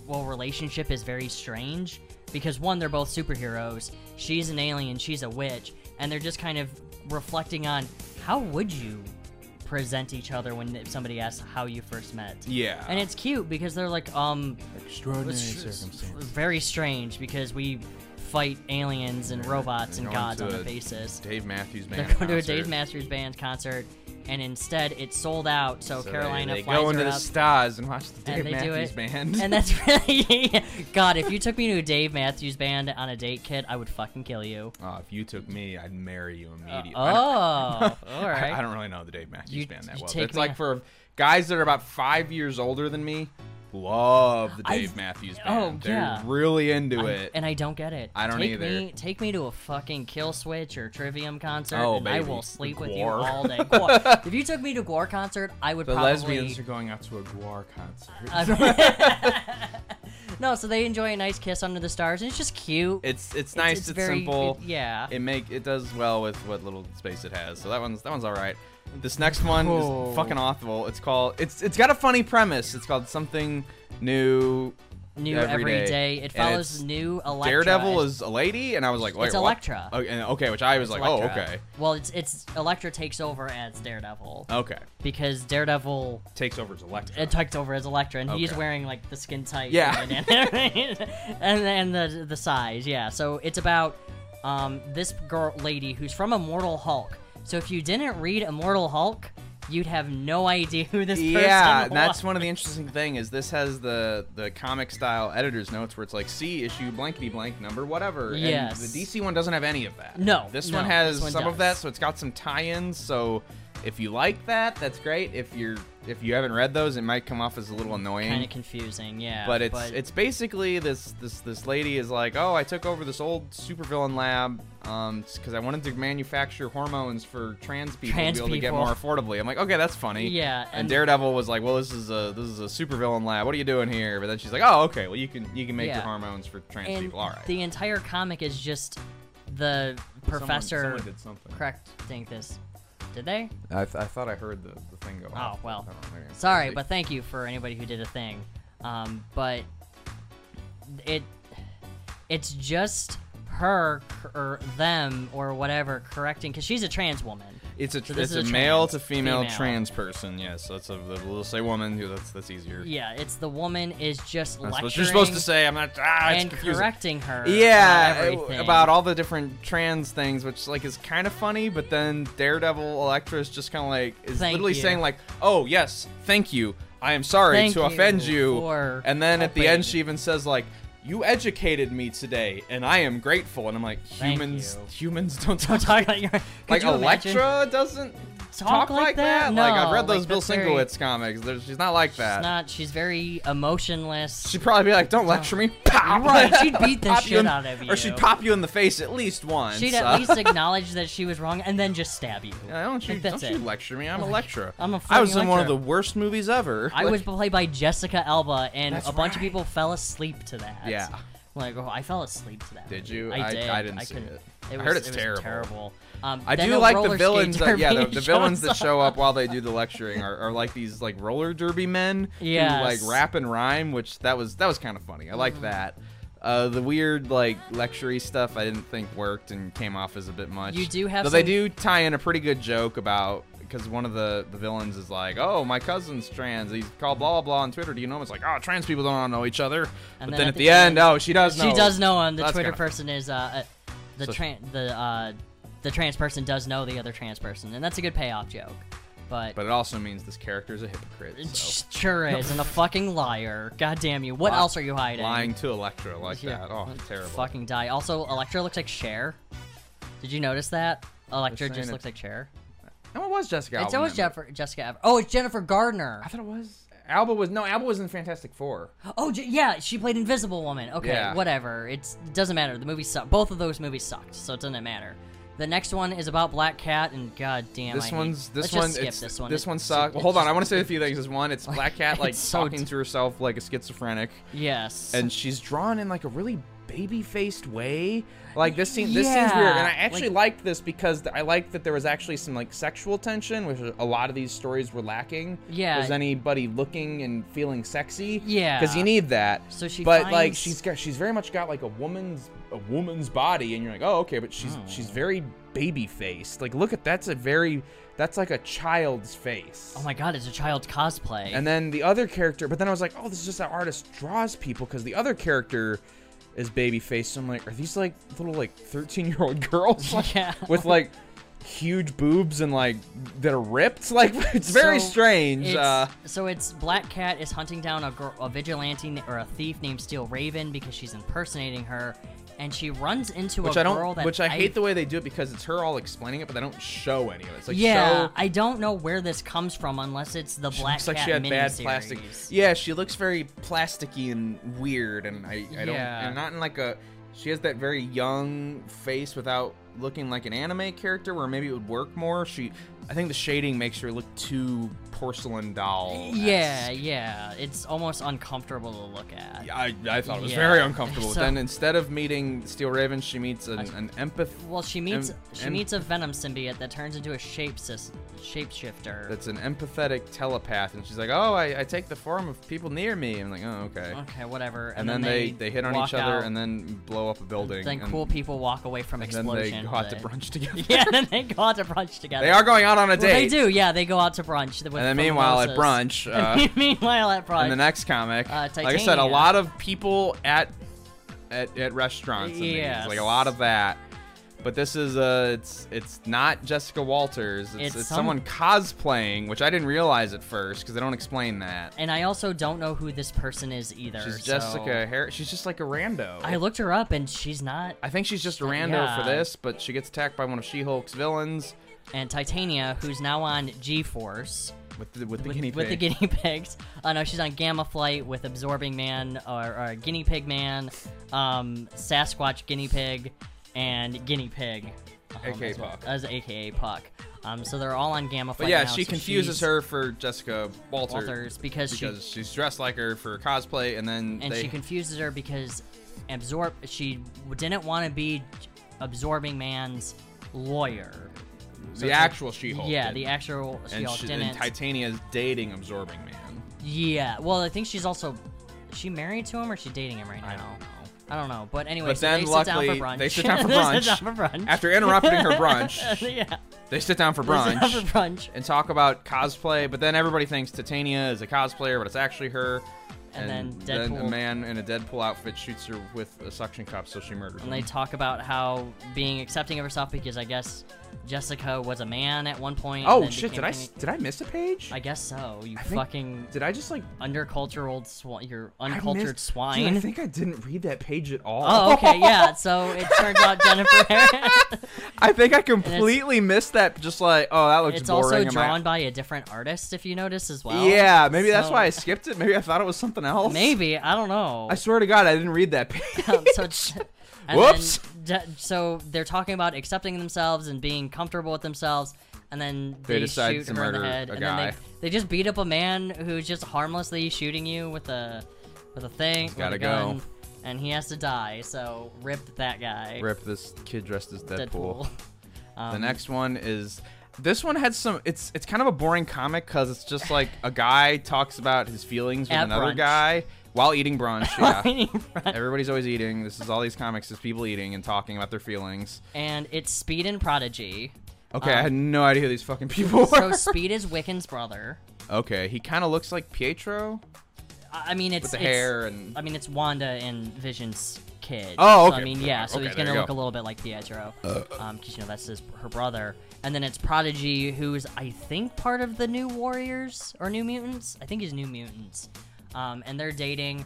[SPEAKER 2] well relationship is very strange because one, they're both superheroes. She's an alien. She's a witch, and they're just kind of reflecting on how would you present each other when somebody asks how you first met.
[SPEAKER 1] Yeah.
[SPEAKER 2] And it's cute because they're like, um,
[SPEAKER 1] extraordinary
[SPEAKER 2] it's very strange because we fight aliens and robots and
[SPEAKER 1] They're going
[SPEAKER 2] gods
[SPEAKER 1] to
[SPEAKER 2] on
[SPEAKER 1] a
[SPEAKER 2] a basis.
[SPEAKER 1] Dave Matthews Band.
[SPEAKER 2] They're going to a
[SPEAKER 1] concert.
[SPEAKER 2] Dave Masters Band concert, and instead it sold out. So,
[SPEAKER 1] So they-
[SPEAKER 2] Carolina
[SPEAKER 1] they
[SPEAKER 2] flies
[SPEAKER 1] go into
[SPEAKER 2] her
[SPEAKER 1] the
[SPEAKER 2] up,
[SPEAKER 1] stars and watch the Dave
[SPEAKER 2] and they do
[SPEAKER 1] Matthews
[SPEAKER 2] it.
[SPEAKER 1] Band.
[SPEAKER 2] And that's really God. If you took me to a Dave Matthews Band on a date, kid, I would fucking kill you.
[SPEAKER 1] oh, if you took me, I'd marry you immediately.
[SPEAKER 2] oh,
[SPEAKER 1] I don't-
[SPEAKER 2] all right.
[SPEAKER 1] I don't really know the Dave Matthews
[SPEAKER 2] You-
[SPEAKER 1] Band
[SPEAKER 2] you
[SPEAKER 1] that well. but
[SPEAKER 2] take
[SPEAKER 1] It's
[SPEAKER 2] me
[SPEAKER 1] like
[SPEAKER 2] a-
[SPEAKER 1] for guys that are about five years older than me, love the
[SPEAKER 2] I-
[SPEAKER 1] Dave Matthews Band.
[SPEAKER 2] oh,
[SPEAKER 1] They're
[SPEAKER 2] yeah.
[SPEAKER 1] really into
[SPEAKER 2] I-
[SPEAKER 1] it.
[SPEAKER 2] and I don't get it.
[SPEAKER 1] I don't
[SPEAKER 2] take
[SPEAKER 1] either.
[SPEAKER 2] Me, take me to a fucking Kill Switch or Trivium concert,
[SPEAKER 1] Oh,
[SPEAKER 2] and I
[SPEAKER 1] baby.
[SPEAKER 2] will sleep with you
[SPEAKER 1] Gore.
[SPEAKER 2] all day. Gore. if you took me to Gore concert, I would
[SPEAKER 1] the
[SPEAKER 2] probably
[SPEAKER 1] lesbians are going out to a Guar concert.
[SPEAKER 2] no, so they enjoy a nice kiss under the stars, and it's just cute.
[SPEAKER 1] it's it's nice. It's,
[SPEAKER 2] it's very-
[SPEAKER 1] simple.
[SPEAKER 2] it- yeah.
[SPEAKER 1] It make it does well with what little space it has. So that one's that one's all right. This next one
[SPEAKER 2] Whoa.
[SPEAKER 1] is fucking awful. It's called it's it's got a funny premise. It's called something new.
[SPEAKER 2] new
[SPEAKER 1] Every
[SPEAKER 2] every
[SPEAKER 1] day.
[SPEAKER 2] day.
[SPEAKER 1] And
[SPEAKER 2] It follows
[SPEAKER 1] it's-
[SPEAKER 2] new Electra.
[SPEAKER 1] Daredevil
[SPEAKER 2] It's-
[SPEAKER 1] is a lady, and I was like, wait,
[SPEAKER 2] It's
[SPEAKER 1] what?
[SPEAKER 2] Elektra.
[SPEAKER 1] Oh, and- Okay, which I was like, oh,
[SPEAKER 2] Elektra.
[SPEAKER 1] okay, Oh.
[SPEAKER 2] Well, it's it's Electra takes over as Daredevil
[SPEAKER 1] okay.
[SPEAKER 2] because Daredevil
[SPEAKER 1] Takes over as Electra.
[SPEAKER 2] it takes over as Electra, and he's
[SPEAKER 1] Okay.
[SPEAKER 2] wearing like the skin tight.
[SPEAKER 1] Yeah.
[SPEAKER 2] and and, and the the size. Yeah. So it's about um this girl lady who's from Immortal Hulk. So if you didn't read Immortal Hulk, you'd have no idea who this person
[SPEAKER 1] yeah,
[SPEAKER 2] was.
[SPEAKER 1] and that's one of the interesting thing is this has the the comic style editor's notes where it's like see issue blankety blank number whatever.
[SPEAKER 2] Yes.
[SPEAKER 1] And the DC one doesn't have any of that.
[SPEAKER 2] No,
[SPEAKER 1] This
[SPEAKER 2] no,
[SPEAKER 1] one has
[SPEAKER 2] this one
[SPEAKER 1] some of
[SPEAKER 2] does.
[SPEAKER 1] that, so it's got some tie-ins. So If you like that, that's great. If you're if you haven't read those, it might come off as a little annoying.
[SPEAKER 2] Kind of confusing, yeah.
[SPEAKER 1] but it's it's basically this this this lady is like, oh, I took over this old supervillain lab um because I wanted to manufacture hormones for trans people
[SPEAKER 2] Trans
[SPEAKER 1] to be able
[SPEAKER 2] people.
[SPEAKER 1] to get more affordably. I'm like, okay, that's funny.
[SPEAKER 2] Yeah,
[SPEAKER 1] And,
[SPEAKER 2] and-
[SPEAKER 1] Daredevil was like, well, this is a this is a supervillain lab. What are you doing here? But then she's like, oh, okay, well you can you can make
[SPEAKER 2] Yeah.
[SPEAKER 1] your hormones for trans
[SPEAKER 2] and
[SPEAKER 1] people. All right.
[SPEAKER 2] the entire comic is just the professor
[SPEAKER 1] Someone, someone did something.
[SPEAKER 2] correcting this. Did they?
[SPEAKER 1] I, th- I thought I heard the, the thing go off.
[SPEAKER 2] Oh well.
[SPEAKER 1] I don't know, maybe I'm
[SPEAKER 2] Sorry,
[SPEAKER 1] crazy.
[SPEAKER 2] but thank you for anybody who did a thing. Um, but it it's just her c- or them or whatever correcting because she's a trans woman.
[SPEAKER 1] it's a
[SPEAKER 2] so
[SPEAKER 1] tr
[SPEAKER 2] this
[SPEAKER 1] it's
[SPEAKER 2] is
[SPEAKER 1] a,
[SPEAKER 2] a
[SPEAKER 1] male
[SPEAKER 2] trans
[SPEAKER 1] to female,
[SPEAKER 2] female.
[SPEAKER 1] trans person. Yes, that's a we'll say woman. yeah, That's that's easier.
[SPEAKER 2] Yeah, it's the woman is just
[SPEAKER 1] That's
[SPEAKER 2] lecturing
[SPEAKER 1] what you're supposed to say. I'm not. Ah, it's
[SPEAKER 2] and
[SPEAKER 1] confusing.
[SPEAKER 2] correcting her.
[SPEAKER 1] Yeah,
[SPEAKER 2] about,
[SPEAKER 1] uh,
[SPEAKER 2] everything.
[SPEAKER 1] about all the different trans things, which like is kind of funny, but then Daredevil Elektra is just kind of like is
[SPEAKER 2] Thank
[SPEAKER 1] literally
[SPEAKER 2] you.
[SPEAKER 1] saying like, "Oh yes, thank you. I am sorry
[SPEAKER 2] Thank
[SPEAKER 1] to
[SPEAKER 2] you
[SPEAKER 1] offend you."
[SPEAKER 2] for
[SPEAKER 1] And then at the end,
[SPEAKER 2] helping.
[SPEAKER 1] she even says like, "You educated me today, and I am grateful." And I'm like,
[SPEAKER 2] Thank
[SPEAKER 1] humans,
[SPEAKER 2] you.
[SPEAKER 1] humans don't
[SPEAKER 2] Don't
[SPEAKER 1] talk
[SPEAKER 2] talk about your. Could
[SPEAKER 1] like
[SPEAKER 2] you imagine?
[SPEAKER 1] Elektra doesn't talk, like, that.
[SPEAKER 2] No,
[SPEAKER 1] like I've read those
[SPEAKER 2] like,
[SPEAKER 1] Bill
[SPEAKER 2] that's very-
[SPEAKER 1] Sinkowitz comics. There- she's not like
[SPEAKER 2] She's
[SPEAKER 1] that.
[SPEAKER 2] not. She's very emotionless.
[SPEAKER 1] She'd probably be like, "Don't lecture me." Pow!
[SPEAKER 2] Oh. Right, she'd beat the
[SPEAKER 1] Pop
[SPEAKER 2] shit
[SPEAKER 1] in-
[SPEAKER 2] out of you.
[SPEAKER 1] or she'd pop you in the face at least once.
[SPEAKER 2] She'd
[SPEAKER 1] uh,
[SPEAKER 2] at least acknowledge that she was wrong and then just stab you.
[SPEAKER 1] Yeah, don't you,
[SPEAKER 2] Like, that's
[SPEAKER 1] don't you
[SPEAKER 2] it.
[SPEAKER 1] lecture me? I'm a lecturer.
[SPEAKER 2] I'm a
[SPEAKER 1] I was
[SPEAKER 2] fucking
[SPEAKER 1] in one of
[SPEAKER 2] lecturer.
[SPEAKER 1] the worst movies ever.
[SPEAKER 2] I
[SPEAKER 1] Like,
[SPEAKER 2] was played by Jessica Alba, and a
[SPEAKER 1] That's
[SPEAKER 2] bunch of
[SPEAKER 1] right.
[SPEAKER 2] people fell asleep to that.
[SPEAKER 1] Yeah.
[SPEAKER 2] Like, oh, I fell asleep to that.
[SPEAKER 1] Did
[SPEAKER 2] movie.
[SPEAKER 1] you?
[SPEAKER 2] I
[SPEAKER 1] I-
[SPEAKER 2] did.
[SPEAKER 1] I didn't see
[SPEAKER 2] couldn't.
[SPEAKER 1] it.
[SPEAKER 2] It
[SPEAKER 1] I
[SPEAKER 2] was,
[SPEAKER 1] heard it's
[SPEAKER 2] it was
[SPEAKER 1] terrible.
[SPEAKER 2] terrible. Um,
[SPEAKER 1] I
[SPEAKER 2] then
[SPEAKER 1] do
[SPEAKER 2] the
[SPEAKER 1] like the
[SPEAKER 2] roller
[SPEAKER 1] villains
[SPEAKER 2] skate
[SPEAKER 1] that yeah the,
[SPEAKER 2] derby
[SPEAKER 1] the villains
[SPEAKER 2] shows
[SPEAKER 1] that show
[SPEAKER 2] up.
[SPEAKER 1] up while they do the lecturing are, are like these like roller derby men
[SPEAKER 2] Yes. Mm-hmm.
[SPEAKER 1] who like rap and rhyme which that was that was kind of funny I liked that uh, the weird like lectury stuff I didn't think worked and came off as a bit much
[SPEAKER 2] You do have
[SPEAKER 1] though they
[SPEAKER 2] some-
[SPEAKER 1] do tie in a pretty good joke about because one of the, the villains is like oh my cousin's trans he's called blah blah blah on Twitter do you know him it's like oh trans people don't all know each other but
[SPEAKER 2] then
[SPEAKER 1] then, at the, end, oh she does know
[SPEAKER 2] She does know him. The
[SPEAKER 1] That's
[SPEAKER 2] Twitter
[SPEAKER 1] kinda-
[SPEAKER 2] person is uh, uh, the
[SPEAKER 1] So-
[SPEAKER 2] tran the uh, the trans person does know the other trans person, and that's a good payoff joke. But,
[SPEAKER 1] but it also means this character is a hypocrite
[SPEAKER 2] it
[SPEAKER 1] so.
[SPEAKER 2] sure is, and a fucking liar. God damn you! What
[SPEAKER 1] Li-
[SPEAKER 2] else are you hiding?
[SPEAKER 1] lying to Electra like
[SPEAKER 2] Yeah.
[SPEAKER 1] that. Oh, terrible.
[SPEAKER 2] Fucking die. Also, Electra looks like Cher. Did you notice that?
[SPEAKER 1] They're
[SPEAKER 2] Electra
[SPEAKER 1] saying
[SPEAKER 2] just looks
[SPEAKER 1] it's-
[SPEAKER 2] like Cher.
[SPEAKER 1] No, it was Jessica.
[SPEAKER 2] it's
[SPEAKER 1] Alba
[SPEAKER 2] always
[SPEAKER 1] in that
[SPEAKER 2] Jennifer, Jessica. Alba. Oh, it's Jennifer Gardner.
[SPEAKER 1] movie. I thought it was Alba was no Alba was in Fantastic Four.
[SPEAKER 2] Oh, J- yeah, she played Invisible Woman. Okay,
[SPEAKER 1] Yeah.
[SPEAKER 2] whatever. It's, it doesn't matter. The movie sucked. Both of those movies sucked, so it doesn't matter. The next one is about Black Cat, and god damn, I
[SPEAKER 1] This
[SPEAKER 2] hate-
[SPEAKER 1] one's this
[SPEAKER 2] Let's
[SPEAKER 1] one.
[SPEAKER 2] Just skip
[SPEAKER 1] it's-
[SPEAKER 2] this one. It-
[SPEAKER 1] one
[SPEAKER 2] it's-
[SPEAKER 1] sucks. Well,
[SPEAKER 2] it's
[SPEAKER 1] hold on.
[SPEAKER 2] just-
[SPEAKER 1] I want to say a few things. This one, it's Black Cat like
[SPEAKER 2] it's so
[SPEAKER 1] talking
[SPEAKER 2] d-
[SPEAKER 1] to herself like a schizophrenic,
[SPEAKER 2] Yes.
[SPEAKER 1] and she's drawn in like a really baby-faced way. Like this scene, this seems weird, and I
[SPEAKER 2] Yeah,
[SPEAKER 1] actually liked this because th- I liked that there was actually some like sexual tension, which a lot of these stories were lacking.
[SPEAKER 2] Yeah.
[SPEAKER 1] was anybody looking and feeling sexy?
[SPEAKER 2] Yeah.
[SPEAKER 1] because you need that.
[SPEAKER 2] So she
[SPEAKER 1] but like
[SPEAKER 2] finds-
[SPEAKER 1] she's got she's very much got like a woman's a woman's body, and you're like, oh okay, but she's she's very baby faced. Like look at that's a very that's like a child's face.
[SPEAKER 2] oh my god, it's a child's cosplay.
[SPEAKER 1] And then the other character, but then I was like, oh, this is just how artist draws people because the other character is baby faced. So I'm like, are these like little like 13 year old girls like,
[SPEAKER 2] Yeah.
[SPEAKER 1] with like huge boobs and like that are ripped? Like it's very
[SPEAKER 2] So
[SPEAKER 1] strange.
[SPEAKER 2] it's-
[SPEAKER 1] uh,
[SPEAKER 2] so it's Black Cat is hunting down a, girl, a vigilante na- or a thief named Steel Raven because she's impersonating her, and she runs into
[SPEAKER 1] which
[SPEAKER 2] a
[SPEAKER 1] I
[SPEAKER 2] girl
[SPEAKER 1] don't,
[SPEAKER 2] that
[SPEAKER 1] which I hate the way they do it because it's her all explaining it, but they don't show any of it. It's like
[SPEAKER 2] yeah,
[SPEAKER 1] show.
[SPEAKER 2] I don't know where this comes from unless it's the Black
[SPEAKER 1] looks like
[SPEAKER 2] Cat
[SPEAKER 1] she had bad
[SPEAKER 2] miniseries.
[SPEAKER 1] plastic. Yeah, she looks very plasticky and weird, and I, I don't,
[SPEAKER 2] Yeah.
[SPEAKER 1] and not in like a. She has that very young face without looking like an anime character, where maybe it would work more. She, I think the shading makes her look too porcelain doll.
[SPEAKER 2] Yeah, yeah. It's almost uncomfortable to look at.
[SPEAKER 1] I, I thought it was
[SPEAKER 2] Yeah.
[SPEAKER 1] very uncomfortable.
[SPEAKER 2] So-
[SPEAKER 1] But then instead of meeting Steel Raven, she meets an, an empath.
[SPEAKER 2] Well, she meets
[SPEAKER 1] em-
[SPEAKER 2] she
[SPEAKER 1] em-
[SPEAKER 2] meets a venom symbiote that turns into a shape sys- shapeshifter.
[SPEAKER 1] that's an empathetic telepath, and she's like, "Oh, I, I take the form of people near me." I'm like, "Oh, okay."
[SPEAKER 2] okay, whatever. Uh, And,
[SPEAKER 1] And, then, they, they hit on
[SPEAKER 2] walk
[SPEAKER 1] each other,
[SPEAKER 2] out,
[SPEAKER 1] and then blow up a building.
[SPEAKER 2] then
[SPEAKER 1] and-
[SPEAKER 2] cool people walk away from
[SPEAKER 1] then
[SPEAKER 2] explosion.
[SPEAKER 1] they go out to
[SPEAKER 2] but-
[SPEAKER 1] brunch together.
[SPEAKER 2] yeah, then they go out to brunch together.
[SPEAKER 1] They are going out on a
[SPEAKER 2] Well,
[SPEAKER 1] date.
[SPEAKER 2] they do. Yeah, they go out to brunch. With
[SPEAKER 1] And then meanwhile at
[SPEAKER 2] mimosas.
[SPEAKER 1] brunch,
[SPEAKER 2] And
[SPEAKER 1] uh,
[SPEAKER 2] meanwhile at brunch.
[SPEAKER 1] In the next comic,
[SPEAKER 2] Uh,
[SPEAKER 1] like I said, a
[SPEAKER 2] Titania.
[SPEAKER 1] lot of people at at, at restaurants. and
[SPEAKER 2] Yes.
[SPEAKER 1] things, like a lot of that. But this is uh, it's it's not Jessica Walters. It's,
[SPEAKER 2] It's
[SPEAKER 1] it's,
[SPEAKER 2] some-
[SPEAKER 1] someone cosplaying, which I didn't realize at first because they don't explain that.
[SPEAKER 2] And I also don't know who this person is either.
[SPEAKER 1] She's
[SPEAKER 2] so-
[SPEAKER 1] Jessica. Har- she's just like a rando.
[SPEAKER 2] I looked her up and she's not.
[SPEAKER 1] I think she's just a rando
[SPEAKER 2] Yeah.
[SPEAKER 1] for this, but she gets attacked by one of She-Hulk's villains.
[SPEAKER 2] and Titania, who's now on G Force
[SPEAKER 1] with the with the
[SPEAKER 2] with,
[SPEAKER 1] guinea
[SPEAKER 2] with the
[SPEAKER 1] pig.
[SPEAKER 2] guinea pigs. Uh, no, she's on Gamma Flight with Absorbing Man or, or Guinea Pig Man, um, Sasquatch Guinea Pig, and Guinea Pig. um,
[SPEAKER 1] AKA
[SPEAKER 2] as well-
[SPEAKER 1] Puck.
[SPEAKER 2] As AKA Puck. Um, so they're all on Gamma Flight.
[SPEAKER 1] But yeah,
[SPEAKER 2] now,
[SPEAKER 1] she
[SPEAKER 2] so
[SPEAKER 1] confuses
[SPEAKER 2] she's
[SPEAKER 1] her for Jessica Walter
[SPEAKER 2] Walters because,
[SPEAKER 1] because
[SPEAKER 2] she
[SPEAKER 1] she's dressed like her for cosplay, and then
[SPEAKER 2] and
[SPEAKER 1] they
[SPEAKER 2] she confuses her because absorb she didn't want to be Absorbing Man's lawyer.
[SPEAKER 1] the actual She-Hulk.
[SPEAKER 2] yeah,
[SPEAKER 1] did.
[SPEAKER 2] the actual
[SPEAKER 1] and,
[SPEAKER 2] She-Hulk
[SPEAKER 1] she-
[SPEAKER 2] didn't.
[SPEAKER 1] and Titania's dating Absorbing Man.
[SPEAKER 2] Yeah. Well, I think she's also is she married to him or is she dating him right now? I don't know. But anyway,
[SPEAKER 1] But
[SPEAKER 2] so
[SPEAKER 1] then
[SPEAKER 2] they
[SPEAKER 1] luckily
[SPEAKER 2] sit down for brunch.
[SPEAKER 1] they sit down for
[SPEAKER 2] They
[SPEAKER 1] brunch.
[SPEAKER 2] sit down for brunch.
[SPEAKER 1] After interrupting her brunch,
[SPEAKER 2] yeah.
[SPEAKER 1] they sit down for
[SPEAKER 2] They sit
[SPEAKER 1] brunch.
[SPEAKER 2] down for brunch.
[SPEAKER 1] and talk about cosplay, but then everybody thinks Titania is a cosplayer, but it's actually her.
[SPEAKER 2] And then
[SPEAKER 1] a
[SPEAKER 2] Deadpool-
[SPEAKER 1] man in a Deadpool outfit shoots her with a suction cup, so she murders
[SPEAKER 2] And
[SPEAKER 1] him.
[SPEAKER 2] they talk about how being accepting of herself because I guess Jessica was a man at one point. and
[SPEAKER 1] oh
[SPEAKER 2] then
[SPEAKER 1] shit! Did
[SPEAKER 2] became
[SPEAKER 1] I
[SPEAKER 2] thing-
[SPEAKER 1] s- did I miss a page?
[SPEAKER 2] I guess so. You
[SPEAKER 1] I think-
[SPEAKER 2] fucking
[SPEAKER 1] did I just like
[SPEAKER 2] undercultural swine. You're
[SPEAKER 1] I
[SPEAKER 2] uncultured
[SPEAKER 1] missed-
[SPEAKER 2] swine.
[SPEAKER 1] Dude, I think I didn't read that page at all.
[SPEAKER 2] Oh, okay, yeah. So it turns out Jennifer.
[SPEAKER 1] I think I completely missed that. Just like, oh, that looks
[SPEAKER 2] it's
[SPEAKER 1] boring.
[SPEAKER 2] also
[SPEAKER 1] and my-
[SPEAKER 2] drawn by a different artist, if you notice as well.
[SPEAKER 1] yeah, maybe that's
[SPEAKER 2] So-
[SPEAKER 1] why I skipped it. Maybe I thought it was something else.
[SPEAKER 2] Maybe I don't know.
[SPEAKER 1] I swear to God, I didn't read that page.
[SPEAKER 2] Um, so, j- and
[SPEAKER 1] Whoops.
[SPEAKER 2] Then, j- so they're talking about accepting themselves and being comfortable with themselves, and then
[SPEAKER 1] They
[SPEAKER 2] they,
[SPEAKER 1] decide
[SPEAKER 2] shoot
[SPEAKER 1] to
[SPEAKER 2] her in
[SPEAKER 1] murder
[SPEAKER 2] the head,
[SPEAKER 1] a
[SPEAKER 2] and then
[SPEAKER 1] guy.
[SPEAKER 2] they, they just beat up a man who's just harmlessly shooting you with a with a thing, with
[SPEAKER 1] gotta
[SPEAKER 2] a gun,
[SPEAKER 1] go.
[SPEAKER 2] and he has to die. So rip that guy,
[SPEAKER 1] Rip this kid dressed as
[SPEAKER 2] Deadpool. um,
[SPEAKER 1] The next one is this one had some. It's it's kind of a boring comic because it's just like a guy talks about his feelings with
[SPEAKER 2] At
[SPEAKER 1] another
[SPEAKER 2] brunch.
[SPEAKER 1] guy while eating brunch. Yeah, everybody's always eating. This is all these comics is people eating and talking about their feelings.
[SPEAKER 2] and it's Speed and Prodigy.
[SPEAKER 1] Okay, I
[SPEAKER 2] Um,
[SPEAKER 1] had no idea who these fucking people were.
[SPEAKER 2] So Speed is Wiccan's brother.
[SPEAKER 1] okay, he kind of looks like Pietro
[SPEAKER 2] I I mean, it's
[SPEAKER 1] with the
[SPEAKER 2] it's-
[SPEAKER 1] hair and
[SPEAKER 2] I mean, it's Wanda and Vision's kid.
[SPEAKER 1] Oh,
[SPEAKER 2] So, I
[SPEAKER 1] okay.
[SPEAKER 2] mean, yeah, so
[SPEAKER 1] Okay,
[SPEAKER 2] he's
[SPEAKER 1] there
[SPEAKER 2] gonna
[SPEAKER 1] you
[SPEAKER 2] look
[SPEAKER 1] go. Uh,
[SPEAKER 2] a little bit like Pietro, because you know that's his her brother. And then it's Prodigy, who's I think part of the New Warriors or New Mutants. I think he's New Mutants, um, and they're dating.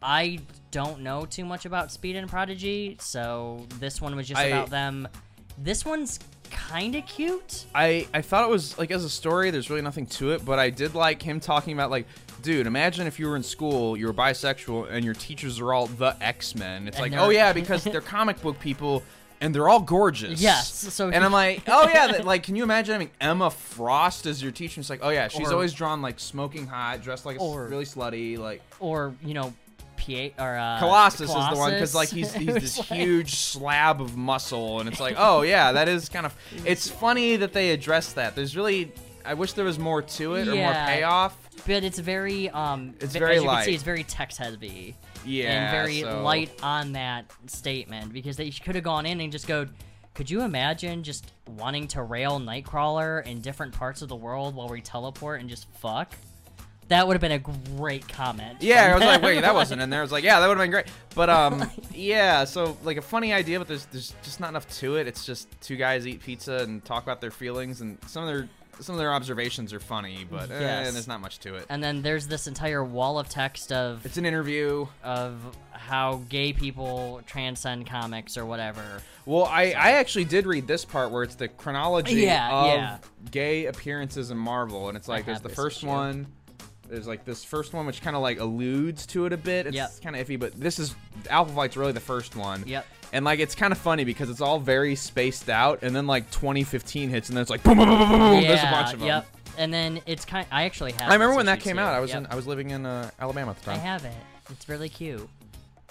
[SPEAKER 2] I don't know too much about Speed and Prodigy, so this one was just
[SPEAKER 1] I-
[SPEAKER 2] about them. This one's kind of cute.
[SPEAKER 1] I I thought it was like as a story, there's really nothing to it, but I did like him talking about like, dude, imagine if you were in school, you were bisexual, and your teachers are all the X Men. It's
[SPEAKER 2] And
[SPEAKER 1] like,
[SPEAKER 2] they're-
[SPEAKER 1] oh yeah, because they're comic book people. And they're all gorgeous.
[SPEAKER 2] Yes, so
[SPEAKER 1] and I'm like, oh yeah, that, like, can you imagine having Emma Frost as your teacher? It's like, oh yeah, she's
[SPEAKER 2] Or-
[SPEAKER 1] always drawn like smoking hot, dressed like a s-
[SPEAKER 2] Or-
[SPEAKER 1] really slutty, like
[SPEAKER 2] Or you know, Piet or uh,
[SPEAKER 1] Colossus, is the one because
[SPEAKER 2] Colossus.
[SPEAKER 1] like he's he's
[SPEAKER 2] It
[SPEAKER 1] this
[SPEAKER 2] was like-
[SPEAKER 1] huge slab of muscle, and it's like, oh yeah, that is kind of. It's funny that they address that. There's really, I wish there was more to it or more
[SPEAKER 2] Yeah.
[SPEAKER 1] payoff.
[SPEAKER 2] but it's very um
[SPEAKER 1] It's
[SPEAKER 2] ve-
[SPEAKER 1] very
[SPEAKER 2] as you can
[SPEAKER 1] light.
[SPEAKER 2] see it's very text heavy
[SPEAKER 1] Yeah,
[SPEAKER 2] and very
[SPEAKER 1] so-
[SPEAKER 2] light on that statement because they could have gone in and just go could you imagine just wanting to rail nightcrawler in different parts of the world while we teleport and just fuck that would have been a great comment
[SPEAKER 1] Yeah, I
[SPEAKER 2] from
[SPEAKER 1] was like,
[SPEAKER 2] them.
[SPEAKER 1] wait, that wasn't in there. I was like, yeah, that would have been great. But um, yeah, so like a funny idea, but there's there's just not enough to it. It's just two guys eat pizza and talk about their feelings, and some of their some of their observations are funny, but eh,
[SPEAKER 2] Yes.
[SPEAKER 1] there's not much to it.
[SPEAKER 2] and then there's this entire wall of text of
[SPEAKER 1] It's an interview.
[SPEAKER 2] of how gay people transcend comics or whatever
[SPEAKER 1] Well, I, I actually did read this part where it's the chronology
[SPEAKER 2] Yeah,
[SPEAKER 1] of
[SPEAKER 2] yeah.
[SPEAKER 1] gay appearances in Marvel, and it's like there's
[SPEAKER 2] have
[SPEAKER 1] the
[SPEAKER 2] this
[SPEAKER 1] first
[SPEAKER 2] issue.
[SPEAKER 1] one, there's like this first one which kind of like alludes to it a bit. It's
[SPEAKER 2] Yep.
[SPEAKER 1] kind of iffy, but this is Alpha Flight's really the first one.
[SPEAKER 2] Yep.
[SPEAKER 1] And like it's kind of funny because it's all very spaced out, and then like 2015 hits, and then it's like boom, boom, boom, boom, boom.
[SPEAKER 2] yeah,
[SPEAKER 1] there's a bunch of them.
[SPEAKER 2] yep and then it's kind i actually have
[SPEAKER 1] I remember
[SPEAKER 2] this
[SPEAKER 1] when that
[SPEAKER 2] issue
[SPEAKER 1] came
[SPEAKER 2] too.
[SPEAKER 1] out. I was
[SPEAKER 2] Yep.
[SPEAKER 1] in I was living in uh, Alabama at the
[SPEAKER 2] I
[SPEAKER 1] time.
[SPEAKER 2] have it. It's really cute.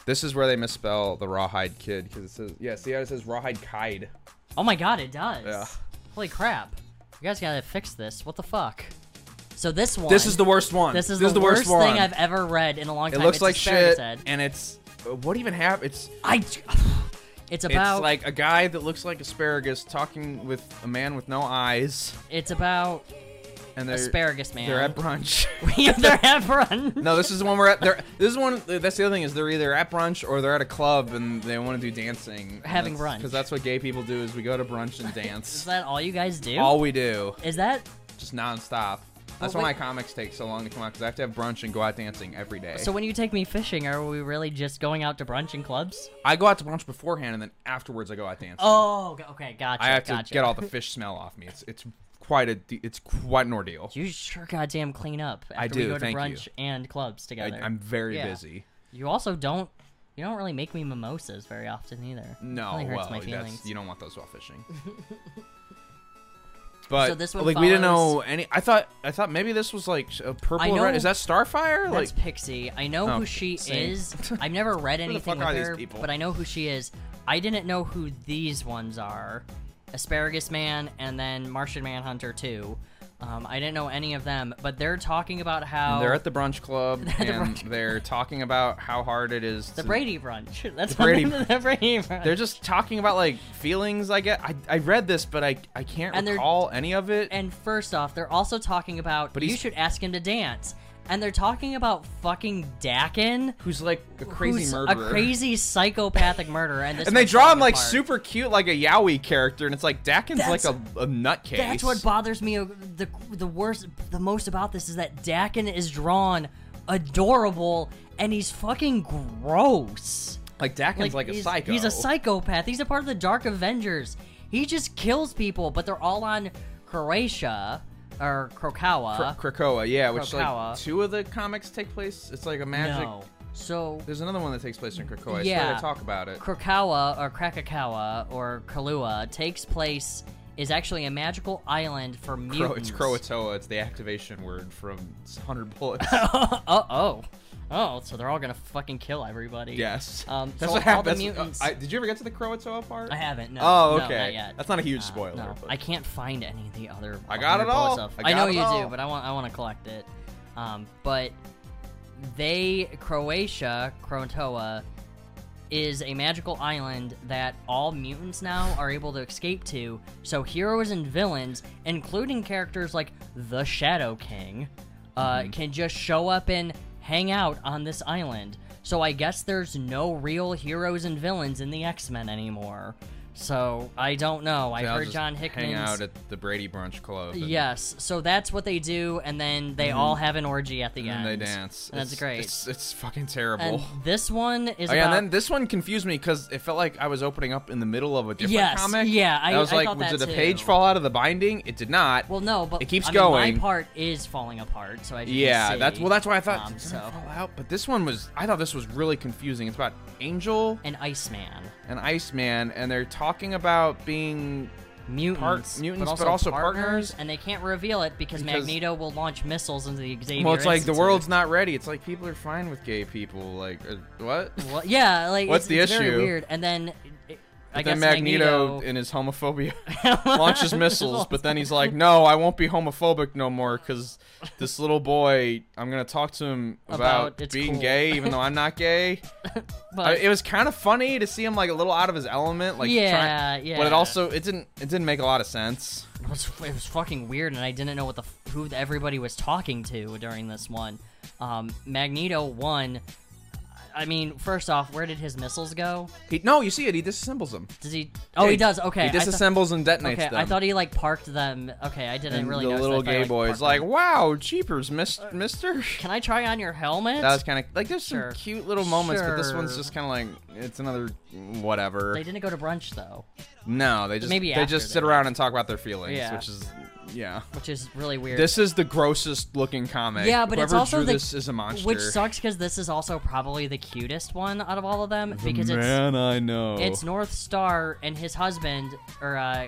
[SPEAKER 1] this is where they misspell the rawhide kid because it says yeah. See how it says rawhide kide.
[SPEAKER 2] Oh my god, it does.
[SPEAKER 1] Yeah.
[SPEAKER 2] Holy crap. You guys gotta fix this. What the fuck? So this one.
[SPEAKER 1] This is the worst one.
[SPEAKER 2] This is
[SPEAKER 1] the, worst, one.
[SPEAKER 2] thing I've ever read in a long
[SPEAKER 1] It
[SPEAKER 2] time.
[SPEAKER 1] looks
[SPEAKER 2] It's
[SPEAKER 1] like
[SPEAKER 2] disparate, it
[SPEAKER 1] shit,
[SPEAKER 2] said.
[SPEAKER 1] and it's uh, what even happened. It's
[SPEAKER 2] I. It's
[SPEAKER 1] it's
[SPEAKER 2] about. It's,
[SPEAKER 1] like a guy that looks like asparagus talking with a man with no eyes,
[SPEAKER 2] about
[SPEAKER 1] and they're
[SPEAKER 2] asparagus man.
[SPEAKER 1] They're at brunch.
[SPEAKER 2] Yeah, they're at brunch.
[SPEAKER 1] no, this is the one we're at. They're, this is one. That's the other thing is they're either at brunch or they're at a club and they want to do dancing.
[SPEAKER 2] Having brunch.
[SPEAKER 1] because that's what gay people do is we go to brunch and
[SPEAKER 2] Is
[SPEAKER 1] dance.
[SPEAKER 2] that all you guys do?
[SPEAKER 1] All we do,
[SPEAKER 2] Is that
[SPEAKER 1] just nonstop. That's
[SPEAKER 2] But
[SPEAKER 1] why my
[SPEAKER 2] wait-
[SPEAKER 1] comics take so long to come out because I have to have brunch and go out dancing every day.
[SPEAKER 2] So when you take me fishing, are we really just going out to brunch and clubs?
[SPEAKER 1] I go out to brunch beforehand, and then afterwards I go out dancing.
[SPEAKER 2] Oh, go- okay, gotcha.
[SPEAKER 1] I have to
[SPEAKER 2] gotcha.
[SPEAKER 1] get all the fish smell off me. It's it's quite a de- it's quite an ordeal.
[SPEAKER 2] You sure goddamn clean up after
[SPEAKER 1] I do,
[SPEAKER 2] we go to
[SPEAKER 1] thank you.
[SPEAKER 2] brunch and clubs
[SPEAKER 1] I,
[SPEAKER 2] together.
[SPEAKER 1] I'm very
[SPEAKER 2] Yeah.
[SPEAKER 1] busy.
[SPEAKER 2] You also don't. You don't really make me mimosas very often either.
[SPEAKER 1] No,
[SPEAKER 2] really hurts
[SPEAKER 1] well,
[SPEAKER 2] my
[SPEAKER 1] that's,
[SPEAKER 2] feelings.
[SPEAKER 1] you don't want those while fishing. But
[SPEAKER 2] So this one
[SPEAKER 1] like we didn't
[SPEAKER 2] follows-
[SPEAKER 1] know any. I thought I thought maybe this was like a purple.
[SPEAKER 2] I
[SPEAKER 1] or red.
[SPEAKER 2] know-
[SPEAKER 1] Is that Starfire?
[SPEAKER 2] That's
[SPEAKER 1] Like
[SPEAKER 2] Pixie. I know
[SPEAKER 1] Oh,
[SPEAKER 2] who she
[SPEAKER 1] same.
[SPEAKER 2] is. I've never read anything
[SPEAKER 1] fuck are
[SPEAKER 2] with
[SPEAKER 1] these
[SPEAKER 2] her,
[SPEAKER 1] people?
[SPEAKER 2] but I know who she is. I didn't know who these ones are. Asparagus Man and then Martian Manhunter 2. Um, I didn't know any of them, but they're talking about how
[SPEAKER 1] they're at the brunch club
[SPEAKER 2] at the
[SPEAKER 1] and
[SPEAKER 2] brunch
[SPEAKER 1] they're talking about how hard it is.
[SPEAKER 2] the
[SPEAKER 1] to-
[SPEAKER 2] Brady brunch. That's
[SPEAKER 1] The Brady
[SPEAKER 2] the, name of the Brady brunch.
[SPEAKER 1] They're just talking about like feelings. I get. I, I read this, but I I can't
[SPEAKER 2] And they're-
[SPEAKER 1] recall any of it.
[SPEAKER 2] and first off, they're also talking about
[SPEAKER 1] But
[SPEAKER 2] you
[SPEAKER 1] he's-
[SPEAKER 2] should ask him to dance. And they're talking about fucking Dakin,
[SPEAKER 1] who's like a crazy
[SPEAKER 2] who's
[SPEAKER 1] murderer?
[SPEAKER 2] a crazy psychopathic murderer. And, this
[SPEAKER 1] and they
[SPEAKER 2] one's
[SPEAKER 1] draw him
[SPEAKER 2] falling
[SPEAKER 1] like
[SPEAKER 2] apart.
[SPEAKER 1] super cute, like a yaoi character, and it's like Dakin's like
[SPEAKER 2] That's-
[SPEAKER 1] a, a nutcase.
[SPEAKER 2] That's what bothers me. The the worst, the most about this is that Dakin is drawn adorable, and he's fucking gross.
[SPEAKER 1] like Dakin's like, a
[SPEAKER 2] he's,
[SPEAKER 1] psycho.
[SPEAKER 2] He's a psychopath. He's a part of the Dark Avengers. He just kills people, but they're all on Croatia or Krakowa.
[SPEAKER 1] Kra- Krakoa, yeah, which
[SPEAKER 2] Krakoa.
[SPEAKER 1] like two of the comics take place. It's like a magic.
[SPEAKER 2] no, so
[SPEAKER 1] There's another one that takes place in Krakoa. I yeah.
[SPEAKER 2] Yeah.
[SPEAKER 1] to talk about it.
[SPEAKER 2] Krakaua or Krakakawa or Kalua takes place is actually a magical island for
[SPEAKER 1] Cro-
[SPEAKER 2] mutants.
[SPEAKER 1] it's Croatoa. It's the activation word from Hundred Bullets.
[SPEAKER 2] Uh oh. Oh, so they're all gonna fucking kill everybody.
[SPEAKER 1] yes.
[SPEAKER 2] Um,
[SPEAKER 1] that's
[SPEAKER 2] so
[SPEAKER 1] what
[SPEAKER 2] all
[SPEAKER 1] happened.
[SPEAKER 2] the
[SPEAKER 1] that's- uh,
[SPEAKER 2] mutants.
[SPEAKER 1] I- did you ever get to the Croatoa part?
[SPEAKER 2] I haven't. No.
[SPEAKER 1] Oh,
[SPEAKER 2] no,
[SPEAKER 1] okay.
[SPEAKER 2] not yet.
[SPEAKER 1] That's not a huge
[SPEAKER 2] Uh,
[SPEAKER 1] spoiler,
[SPEAKER 2] no.
[SPEAKER 1] but-
[SPEAKER 2] I can't find any of the other.
[SPEAKER 1] I got it
[SPEAKER 2] 100
[SPEAKER 1] all.
[SPEAKER 2] Stuff.
[SPEAKER 1] I
[SPEAKER 2] know
[SPEAKER 1] got it
[SPEAKER 2] you
[SPEAKER 1] all.
[SPEAKER 2] do, but I want I want to collect it. Um, but they Croatia, Croatoa, is a magical island that all mutants now are able to escape to. So heroes and villains, including characters like the Shadow King, uh,
[SPEAKER 1] Mm-hmm.
[SPEAKER 2] can just show up and hang out on this island. So I guess there's no real heroes and villains in the X Men anymore. So I don't know. I
[SPEAKER 1] I'll
[SPEAKER 2] heard
[SPEAKER 1] just
[SPEAKER 2] John
[SPEAKER 1] Hang out
[SPEAKER 2] Hickman's.
[SPEAKER 1] at the Brady Brunch Club. and-
[SPEAKER 2] Yes, so that's what they do, and then they all have an orgy at the
[SPEAKER 1] And
[SPEAKER 2] end.
[SPEAKER 1] they dance.
[SPEAKER 2] And that's
[SPEAKER 1] It's-
[SPEAKER 2] great.
[SPEAKER 1] It's, it's fucking terrible.
[SPEAKER 2] and this one is
[SPEAKER 1] Oh, yeah,
[SPEAKER 2] about
[SPEAKER 1] and then this one confused me because it felt like I was opening up in the middle of a different
[SPEAKER 2] Yes,
[SPEAKER 1] comic.
[SPEAKER 2] yeah, I-
[SPEAKER 1] And was
[SPEAKER 2] I
[SPEAKER 1] like,
[SPEAKER 2] thought that
[SPEAKER 1] did the
[SPEAKER 2] too.
[SPEAKER 1] page fall out of the binding? It did not.
[SPEAKER 2] Well, no, but
[SPEAKER 1] It keeps
[SPEAKER 2] I mean,
[SPEAKER 1] going.
[SPEAKER 2] my part is falling apart, so I
[SPEAKER 1] yeah, that's well, that's why I thought
[SPEAKER 2] Um,
[SPEAKER 1] did
[SPEAKER 2] so-
[SPEAKER 1] it fall out. But this one was, I thought this was really confusing. It's about Angel
[SPEAKER 2] an Iceman,
[SPEAKER 1] and Iceman, and they're talking about being
[SPEAKER 2] mutants,
[SPEAKER 1] mutants, but also partners.
[SPEAKER 2] and they can't reveal it because,
[SPEAKER 1] Because-
[SPEAKER 2] Magneto will launch missiles into the Xavier.
[SPEAKER 1] well, it's like the
[SPEAKER 2] Institute.
[SPEAKER 1] world's not ready. It's like people are fine with gay people. Like uh, what?
[SPEAKER 2] Well, yeah, like
[SPEAKER 1] What's
[SPEAKER 2] it's,
[SPEAKER 1] the
[SPEAKER 2] it's very
[SPEAKER 1] issue?
[SPEAKER 2] weird, and then. It, I
[SPEAKER 1] But
[SPEAKER 2] guess
[SPEAKER 1] then Magneto,
[SPEAKER 2] Magneto
[SPEAKER 1] in his homophobia launches missiles, but then he's like, "No, I won't be homophobic no more because this little boy, I'm gonna talk to him about,
[SPEAKER 2] About it's
[SPEAKER 1] being
[SPEAKER 2] cool."
[SPEAKER 1] gay, even though I'm not gay."
[SPEAKER 2] but-
[SPEAKER 1] I- it was kind of funny to see him like a little out of his element, like
[SPEAKER 2] Yeah,
[SPEAKER 1] trying-
[SPEAKER 2] yeah.
[SPEAKER 1] But it also it didn't it didn't make a lot of sense.
[SPEAKER 2] It was, it was fucking weird, and I didn't know what the f- who everybody was talking to during this one. Um, Magneto won. I mean, first off, where did his missiles go?
[SPEAKER 1] He, no, you see it. He disassembles them.
[SPEAKER 2] Does he? Oh, he does. Okay,
[SPEAKER 1] He
[SPEAKER 2] I thought-
[SPEAKER 1] disassembles and detonates
[SPEAKER 2] okay,
[SPEAKER 1] them.
[SPEAKER 2] I thought he like parked them. Okay, I didn't
[SPEAKER 1] and
[SPEAKER 2] really.
[SPEAKER 1] the
[SPEAKER 2] notice
[SPEAKER 1] little
[SPEAKER 2] that. I
[SPEAKER 1] gay
[SPEAKER 2] thought he,
[SPEAKER 1] boy is
[SPEAKER 2] parked
[SPEAKER 1] like,
[SPEAKER 2] them.
[SPEAKER 1] "Wow, jeepers, mis- Mister."
[SPEAKER 2] Can I try on your helmet?
[SPEAKER 1] That was kind of like there's some
[SPEAKER 2] Sure.
[SPEAKER 1] cute little moments, but this one's
[SPEAKER 2] Sure.
[SPEAKER 1] just kind of like it's another whatever.
[SPEAKER 2] They didn't go to brunch though,
[SPEAKER 1] No, they just
[SPEAKER 2] Maybe
[SPEAKER 1] they
[SPEAKER 2] after
[SPEAKER 1] just sit
[SPEAKER 2] they-
[SPEAKER 1] around and talk about their feelings,
[SPEAKER 2] Yeah.
[SPEAKER 1] which is yeah.
[SPEAKER 2] which is really weird.
[SPEAKER 1] This is the grossest looking comic.
[SPEAKER 2] yeah, but it's
[SPEAKER 1] Whoever
[SPEAKER 2] also
[SPEAKER 1] drew
[SPEAKER 2] the
[SPEAKER 1] this is a monster.
[SPEAKER 2] which sucks because this is also probably the cutest one out of all of them because it's
[SPEAKER 1] Man, I know.
[SPEAKER 2] It's North Star and his husband, or uh,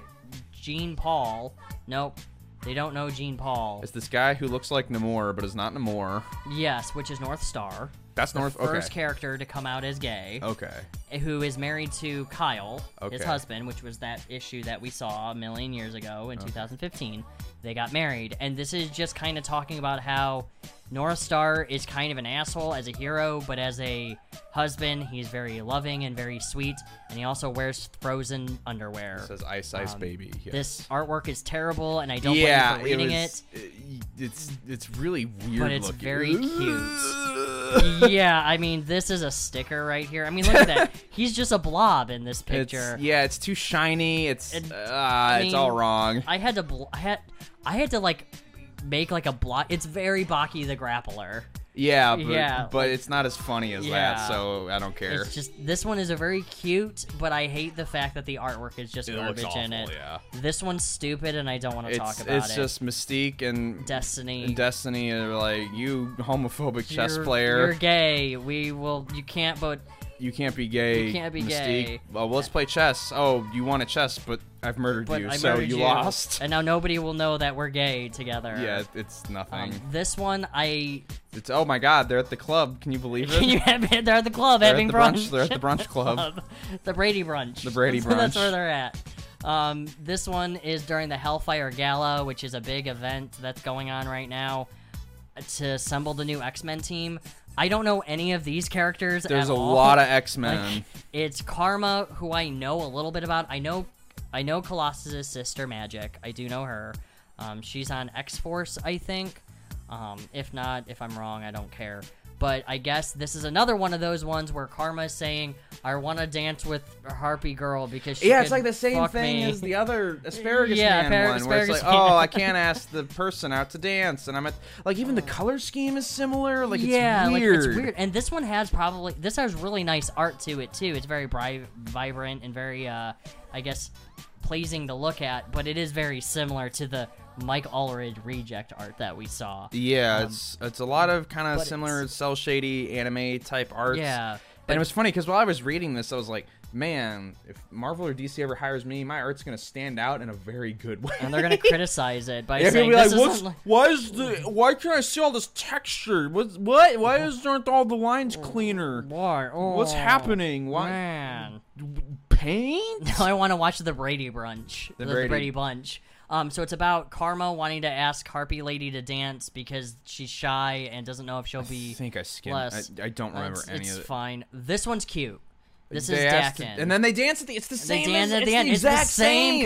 [SPEAKER 2] Gene Paul. Nope, they don't know Gene Paul.
[SPEAKER 1] It's this guy who looks like Namor but is not Namor.
[SPEAKER 2] yes, which is North Star,
[SPEAKER 1] That's North.
[SPEAKER 2] first
[SPEAKER 1] okay.
[SPEAKER 2] character to come out as gay,
[SPEAKER 1] okay.
[SPEAKER 2] who is married to Kyle,
[SPEAKER 1] Okay.
[SPEAKER 2] his husband, which was that issue that we saw a million years ago in
[SPEAKER 1] Uh-huh.
[SPEAKER 2] 2015. They got married, and this is just kind of talking about how North Star is kind of an asshole as a hero, but as a husband, he's very loving and very sweet, and he also wears frozen underwear.
[SPEAKER 1] It says Ice Ice Baby. Yes.
[SPEAKER 2] Um, This artwork is terrible, and I don't
[SPEAKER 1] yeah,
[SPEAKER 2] blame you for reading it.
[SPEAKER 1] was- It's it's really weird.
[SPEAKER 2] But it's
[SPEAKER 1] looking.
[SPEAKER 2] very cute. yeah, I mean, this is a sticker right here. I mean, look at that. He's just a blob in this
[SPEAKER 1] It's,
[SPEAKER 2] picture.
[SPEAKER 1] yeah, it's too shiny. It's
[SPEAKER 2] It-
[SPEAKER 1] uh,
[SPEAKER 2] I
[SPEAKER 1] it's all
[SPEAKER 2] mean,
[SPEAKER 1] wrong.
[SPEAKER 2] I had to, bl- I had, I had to like make like a block. It's very Baki the Grappler.
[SPEAKER 1] Yeah, but,
[SPEAKER 2] Yeah,
[SPEAKER 1] but it's not as funny as
[SPEAKER 2] Yeah.
[SPEAKER 1] that, so I don't care.
[SPEAKER 2] It's just this one is a very cute, but I hate the fact that the artwork is just
[SPEAKER 1] It looks
[SPEAKER 2] garbage in it.
[SPEAKER 1] awful, yeah.
[SPEAKER 2] This one's stupid, and I don't want to
[SPEAKER 1] it's
[SPEAKER 2] talk about
[SPEAKER 1] it's
[SPEAKER 2] it.
[SPEAKER 1] just Mystique and
[SPEAKER 2] Destiny.
[SPEAKER 1] and Destiny are like you homophobic chess
[SPEAKER 2] You're-
[SPEAKER 1] player.
[SPEAKER 2] You're gay. We will. You can't. But
[SPEAKER 1] You can't be gay.
[SPEAKER 2] You can't be
[SPEAKER 1] Mystique.
[SPEAKER 2] gay.
[SPEAKER 1] Well, let's play chess. Oh, you want a chess, but I've murdered
[SPEAKER 2] but
[SPEAKER 1] you,
[SPEAKER 2] I
[SPEAKER 1] so
[SPEAKER 2] murdered
[SPEAKER 1] you, lost.
[SPEAKER 2] And now nobody will know that we're gay together.
[SPEAKER 1] yeah, it's nothing.
[SPEAKER 2] Um, this one, I
[SPEAKER 1] it's oh my god, they're at the club. Can you believe it?
[SPEAKER 2] can you have they're at the club
[SPEAKER 1] they're at
[SPEAKER 2] having
[SPEAKER 1] the
[SPEAKER 2] brunch.
[SPEAKER 1] brunch. They're at the brunch club.
[SPEAKER 2] club. The Brady brunch.
[SPEAKER 1] The Brady brunch.
[SPEAKER 2] That's where they're at. Um, this one is during the Hellfire Gala, which is a big event that's going on right now to assemble the new X Men team. I don't know any of these characters.
[SPEAKER 1] There's
[SPEAKER 2] at
[SPEAKER 1] a
[SPEAKER 2] all.
[SPEAKER 1] lot of X Men.
[SPEAKER 2] Like, it's Karma, who I know a little bit about. I know, I know Colossus's sister, Magic. I do know her. Um, she's on X Force, I think. Um, if not, if I'm wrong, I don't care. But I guess this is another one of those ones where Karma is saying, "I want to dance with Harpy Girl because she
[SPEAKER 1] yeah, it's
[SPEAKER 2] could
[SPEAKER 1] like the same
[SPEAKER 2] fuck
[SPEAKER 1] thing
[SPEAKER 2] me."
[SPEAKER 1] as the other asparagus
[SPEAKER 2] Yeah,
[SPEAKER 1] man
[SPEAKER 2] appar-
[SPEAKER 1] one, where it's
[SPEAKER 2] asparagus
[SPEAKER 1] like,
[SPEAKER 2] man.
[SPEAKER 1] oh, I can't ask the person out to dance, and I'm at like even the color scheme is similar. Like
[SPEAKER 2] Oh. yeah,
[SPEAKER 1] it's weird.
[SPEAKER 2] like it's weird. And this one has probably this has really nice art to it too. It's very bri- vibrant and very, uh, I guess, pleasing to look at. But it is very similar to the Mike Allred reject art that we saw.
[SPEAKER 1] Yeah, it's it's a lot of kind
[SPEAKER 2] Um, but
[SPEAKER 1] of
[SPEAKER 2] it's-
[SPEAKER 1] similar cell shady anime type arts.
[SPEAKER 2] Yeah,
[SPEAKER 1] and
[SPEAKER 2] but-
[SPEAKER 1] it was funny because while I was reading this, I was like, man, if Marvel or DC ever hires me, my art's gonna stand out in a very good way.
[SPEAKER 2] And they're gonna criticize it by
[SPEAKER 1] Yeah,
[SPEAKER 2] saying
[SPEAKER 1] people be
[SPEAKER 2] this
[SPEAKER 1] like, "What's-
[SPEAKER 2] is like,
[SPEAKER 1] why is the why can't I see all this texture? What what? Why is aren't all the lines cleaner?
[SPEAKER 2] war. Oh,
[SPEAKER 1] What's happening? Why
[SPEAKER 2] Man,
[SPEAKER 1] paint?
[SPEAKER 2] now I want to watch the Brady Brunch. The,
[SPEAKER 1] Brady.
[SPEAKER 2] Brady Bunch. Um, so it's about Karma wanting to ask Harpy Lady to dance because she's shy and doesn't know if she'll be.
[SPEAKER 1] I think I skimmed. I,
[SPEAKER 2] Less.
[SPEAKER 1] I don't remember
[SPEAKER 2] it's,
[SPEAKER 1] any
[SPEAKER 2] it's
[SPEAKER 1] of it.
[SPEAKER 2] fine. This one's cute. This
[SPEAKER 1] They
[SPEAKER 2] is
[SPEAKER 1] asked to-
[SPEAKER 2] Dakin.
[SPEAKER 1] and then they dance at the. It's the
[SPEAKER 2] they
[SPEAKER 1] same.
[SPEAKER 2] dance
[SPEAKER 1] as,
[SPEAKER 2] at
[SPEAKER 1] it's
[SPEAKER 2] the end. It's
[SPEAKER 1] exact
[SPEAKER 2] the same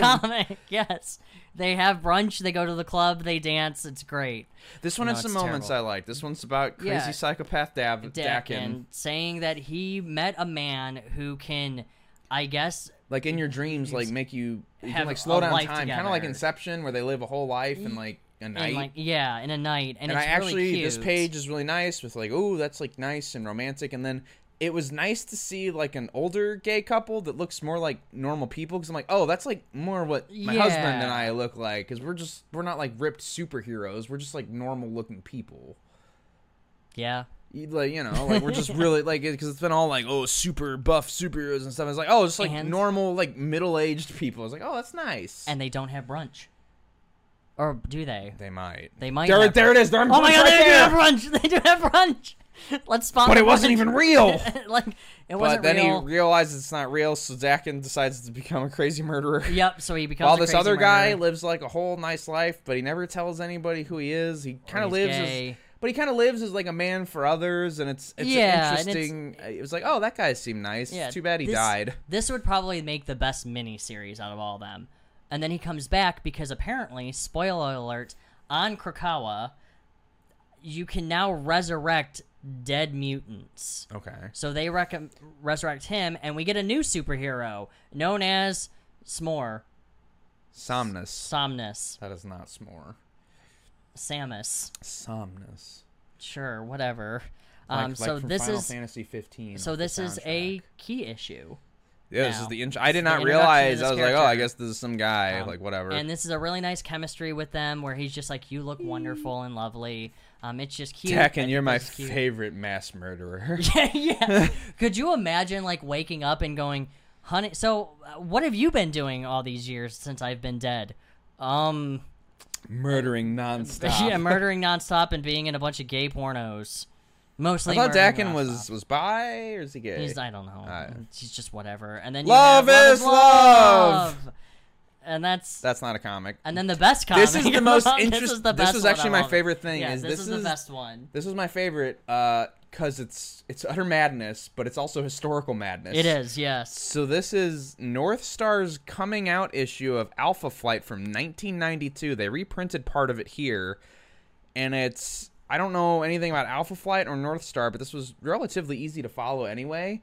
[SPEAKER 1] same.
[SPEAKER 2] comic. Yes. They have brunch, they go to the club, they dance. It's great.
[SPEAKER 1] This one
[SPEAKER 2] No,
[SPEAKER 1] has some
[SPEAKER 2] it's
[SPEAKER 1] moments
[SPEAKER 2] terrible.
[SPEAKER 1] I like. This one's about crazy
[SPEAKER 2] Yeah.
[SPEAKER 1] psychopath Dab
[SPEAKER 2] Dakin,
[SPEAKER 1] Dakin.
[SPEAKER 2] saying that he met a man who can, I guess,
[SPEAKER 1] Like in your dreams, like make you, you
[SPEAKER 2] Have
[SPEAKER 1] can like
[SPEAKER 2] a
[SPEAKER 1] slow down
[SPEAKER 2] life
[SPEAKER 1] time, kind of like
[SPEAKER 2] together.
[SPEAKER 1] Inception, where they live a whole life in like a night.
[SPEAKER 2] in like yeah, in a night, and,
[SPEAKER 1] and I
[SPEAKER 2] it's
[SPEAKER 1] actually,
[SPEAKER 2] really cute.
[SPEAKER 1] this page is really nice with like, oh, that's like nice and romantic. And then it was nice to see like an older gay couple that looks more like normal people because I'm like, oh, that's like more what my husband and
[SPEAKER 2] Yeah.
[SPEAKER 1] I look like because we're just we're not like ripped superheroes. We're just like normal looking people.
[SPEAKER 2] yeah,
[SPEAKER 1] You- like you know like we're just really like because it's been all like oh super buff superheroes and stuff it's like oh it's like
[SPEAKER 2] And-
[SPEAKER 1] normal like middle-aged people it's like oh that's nice
[SPEAKER 2] and they don't have brunch, or do they?
[SPEAKER 1] they might
[SPEAKER 2] They might.
[SPEAKER 1] there,
[SPEAKER 2] have
[SPEAKER 1] there it is they're on
[SPEAKER 2] Oh
[SPEAKER 1] brunch
[SPEAKER 2] my god,
[SPEAKER 1] right
[SPEAKER 2] they do
[SPEAKER 1] there!
[SPEAKER 2] have brunch. They do have brunch. Let's spot.
[SPEAKER 1] but
[SPEAKER 2] the
[SPEAKER 1] it wasn't
[SPEAKER 2] brunch.
[SPEAKER 1] even real
[SPEAKER 2] like it
[SPEAKER 1] but
[SPEAKER 2] wasn't
[SPEAKER 1] then
[SPEAKER 2] real.
[SPEAKER 1] he realizes it's not real so Zakin decides to become a crazy murderer
[SPEAKER 2] Yep. So he becomes
[SPEAKER 1] while
[SPEAKER 2] a
[SPEAKER 1] this
[SPEAKER 2] crazy
[SPEAKER 1] other guy
[SPEAKER 2] murderer.
[SPEAKER 1] lives like a whole nice life but he never tells anybody who he is he kind of
[SPEAKER 2] he's
[SPEAKER 1] lives as
[SPEAKER 2] gay.
[SPEAKER 1] but he kind of lives as like a man for others and it's it's
[SPEAKER 2] Yeah, and it's-
[SPEAKER 1] interesting it was like oh that guy seemed nice too bad he
[SPEAKER 2] this-
[SPEAKER 1] died
[SPEAKER 2] This would probably make the best mini series out of all of them. And then he comes back because apparently, spoiler alert, on Krakoa, you can now resurrect dead mutants.
[SPEAKER 1] okay
[SPEAKER 2] So they rec- resurrect him, and we get a new superhero known as S'more,
[SPEAKER 1] Somnus.
[SPEAKER 2] Somnus,
[SPEAKER 1] That is not s'more.
[SPEAKER 2] Samus.
[SPEAKER 1] Somnus.
[SPEAKER 2] Sure, whatever.
[SPEAKER 1] Like-
[SPEAKER 2] Um,
[SPEAKER 1] like
[SPEAKER 2] so
[SPEAKER 1] from
[SPEAKER 2] this
[SPEAKER 1] Final
[SPEAKER 2] is
[SPEAKER 1] Fantasy 15.
[SPEAKER 2] so
[SPEAKER 1] off the
[SPEAKER 2] this is a
[SPEAKER 1] soundtrack.
[SPEAKER 2] key issue.
[SPEAKER 1] yeah. This is
[SPEAKER 2] now.
[SPEAKER 1] the intro. I did not
[SPEAKER 2] the introduction to
[SPEAKER 1] realize.
[SPEAKER 2] this
[SPEAKER 1] I was like, oh, I
[SPEAKER 2] character.
[SPEAKER 1] guess this is some guy.
[SPEAKER 2] Um,
[SPEAKER 1] like whatever.
[SPEAKER 2] And this is a really nice chemistry with them, where he's just like, "You look wonderful and lovely." Um, it's just cute. I
[SPEAKER 1] Tekken,
[SPEAKER 2] think
[SPEAKER 1] you're my
[SPEAKER 2] that's cute.
[SPEAKER 1] favorite mass murderer.
[SPEAKER 2] yeah, yeah. Could you imagine like waking up and going, "Honey, so uh, what have you been doing all these years since I've been dead?" Um,
[SPEAKER 1] Murdering nonstop.
[SPEAKER 2] yeah, murdering nonstop and being in a bunch of gay pornos,
[SPEAKER 1] I
[SPEAKER 2] mostly.
[SPEAKER 1] thought
[SPEAKER 2] murdering
[SPEAKER 1] Dakin
[SPEAKER 2] nonstop.
[SPEAKER 1] was was bi or is he gay?
[SPEAKER 2] He's I don't know.
[SPEAKER 1] Uh,
[SPEAKER 2] He's just whatever. And then you
[SPEAKER 1] Love
[SPEAKER 2] have
[SPEAKER 1] is love!
[SPEAKER 2] Love. And that's
[SPEAKER 1] That's not a comic.
[SPEAKER 2] And then the best comic.
[SPEAKER 1] This is the most
[SPEAKER 2] This is
[SPEAKER 1] interest-
[SPEAKER 2] the
[SPEAKER 1] this
[SPEAKER 2] best
[SPEAKER 1] is actually
[SPEAKER 2] one of
[SPEAKER 1] my
[SPEAKER 2] all of
[SPEAKER 1] favorite
[SPEAKER 2] it.
[SPEAKER 1] thing
[SPEAKER 2] Yeah,
[SPEAKER 1] is
[SPEAKER 2] this,
[SPEAKER 1] this
[SPEAKER 2] is, the
[SPEAKER 1] is-
[SPEAKER 2] best one.
[SPEAKER 1] This was my favorite because it's it's utter madness, but it's also historical madness.
[SPEAKER 2] It is, yes.
[SPEAKER 1] So this is North Star's coming out issue of Alpha Flight from 1992. They reprinted part of it here, and it's I don't know anything about Alpha Flight or North Star, but this was relatively easy to follow anyway.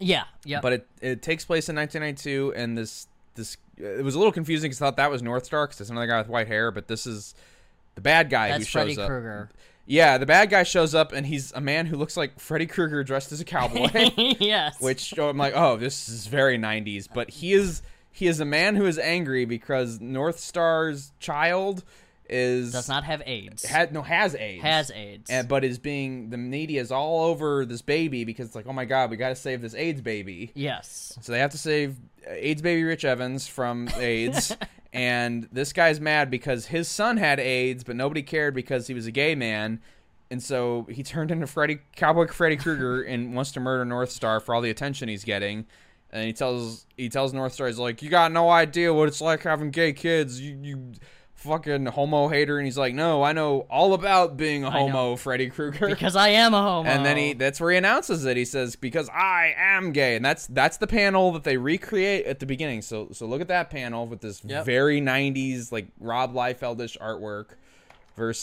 [SPEAKER 2] Yeah, yeah.
[SPEAKER 1] But it it takes place in 1992, and this this it was a little confusing because I thought that was North Star because it's another guy with white hair, but this is the bad guy who
[SPEAKER 2] That's
[SPEAKER 1] shows
[SPEAKER 2] Freddy
[SPEAKER 1] up.
[SPEAKER 2] Krueger.
[SPEAKER 1] Yeah, the bad guy shows up and he's a man who looks like Freddy Krueger dressed as a cowboy.
[SPEAKER 2] yes.
[SPEAKER 1] which oh, I'm like, oh, this is very 90s. But he is he is a man who is angry because North Star's child is
[SPEAKER 2] does not have AIDS.
[SPEAKER 1] had no has AIDS
[SPEAKER 2] has AIDS.
[SPEAKER 1] and, but is being the media is all over this baby because it's like, oh my god, we got to save this AIDS baby.
[SPEAKER 2] yes.
[SPEAKER 1] So they have to save uh, AIDS baby Rich Evans from AIDS. and this guy's mad because his son had AIDS, but nobody cared because he was a gay man. And so he turned into Freddy Cowboy Freddy Krueger and wants to murder North Star for all the attention he's getting. And he tells he tells North Star he's like, "You got no idea what it's like having gay kids. You you fucking homo hater." And he's like, "No, I know all about being a
[SPEAKER 2] know.
[SPEAKER 1] homo, Freddy Krueger."
[SPEAKER 2] Because I am a homo.
[SPEAKER 1] And then he that's where he announces it. He says, Because I am gay. And that's that's the panel that they recreate at the beginning. So so look at that panel with this
[SPEAKER 2] Yep.
[SPEAKER 1] very nineties like Rob Liefeldish artwork versus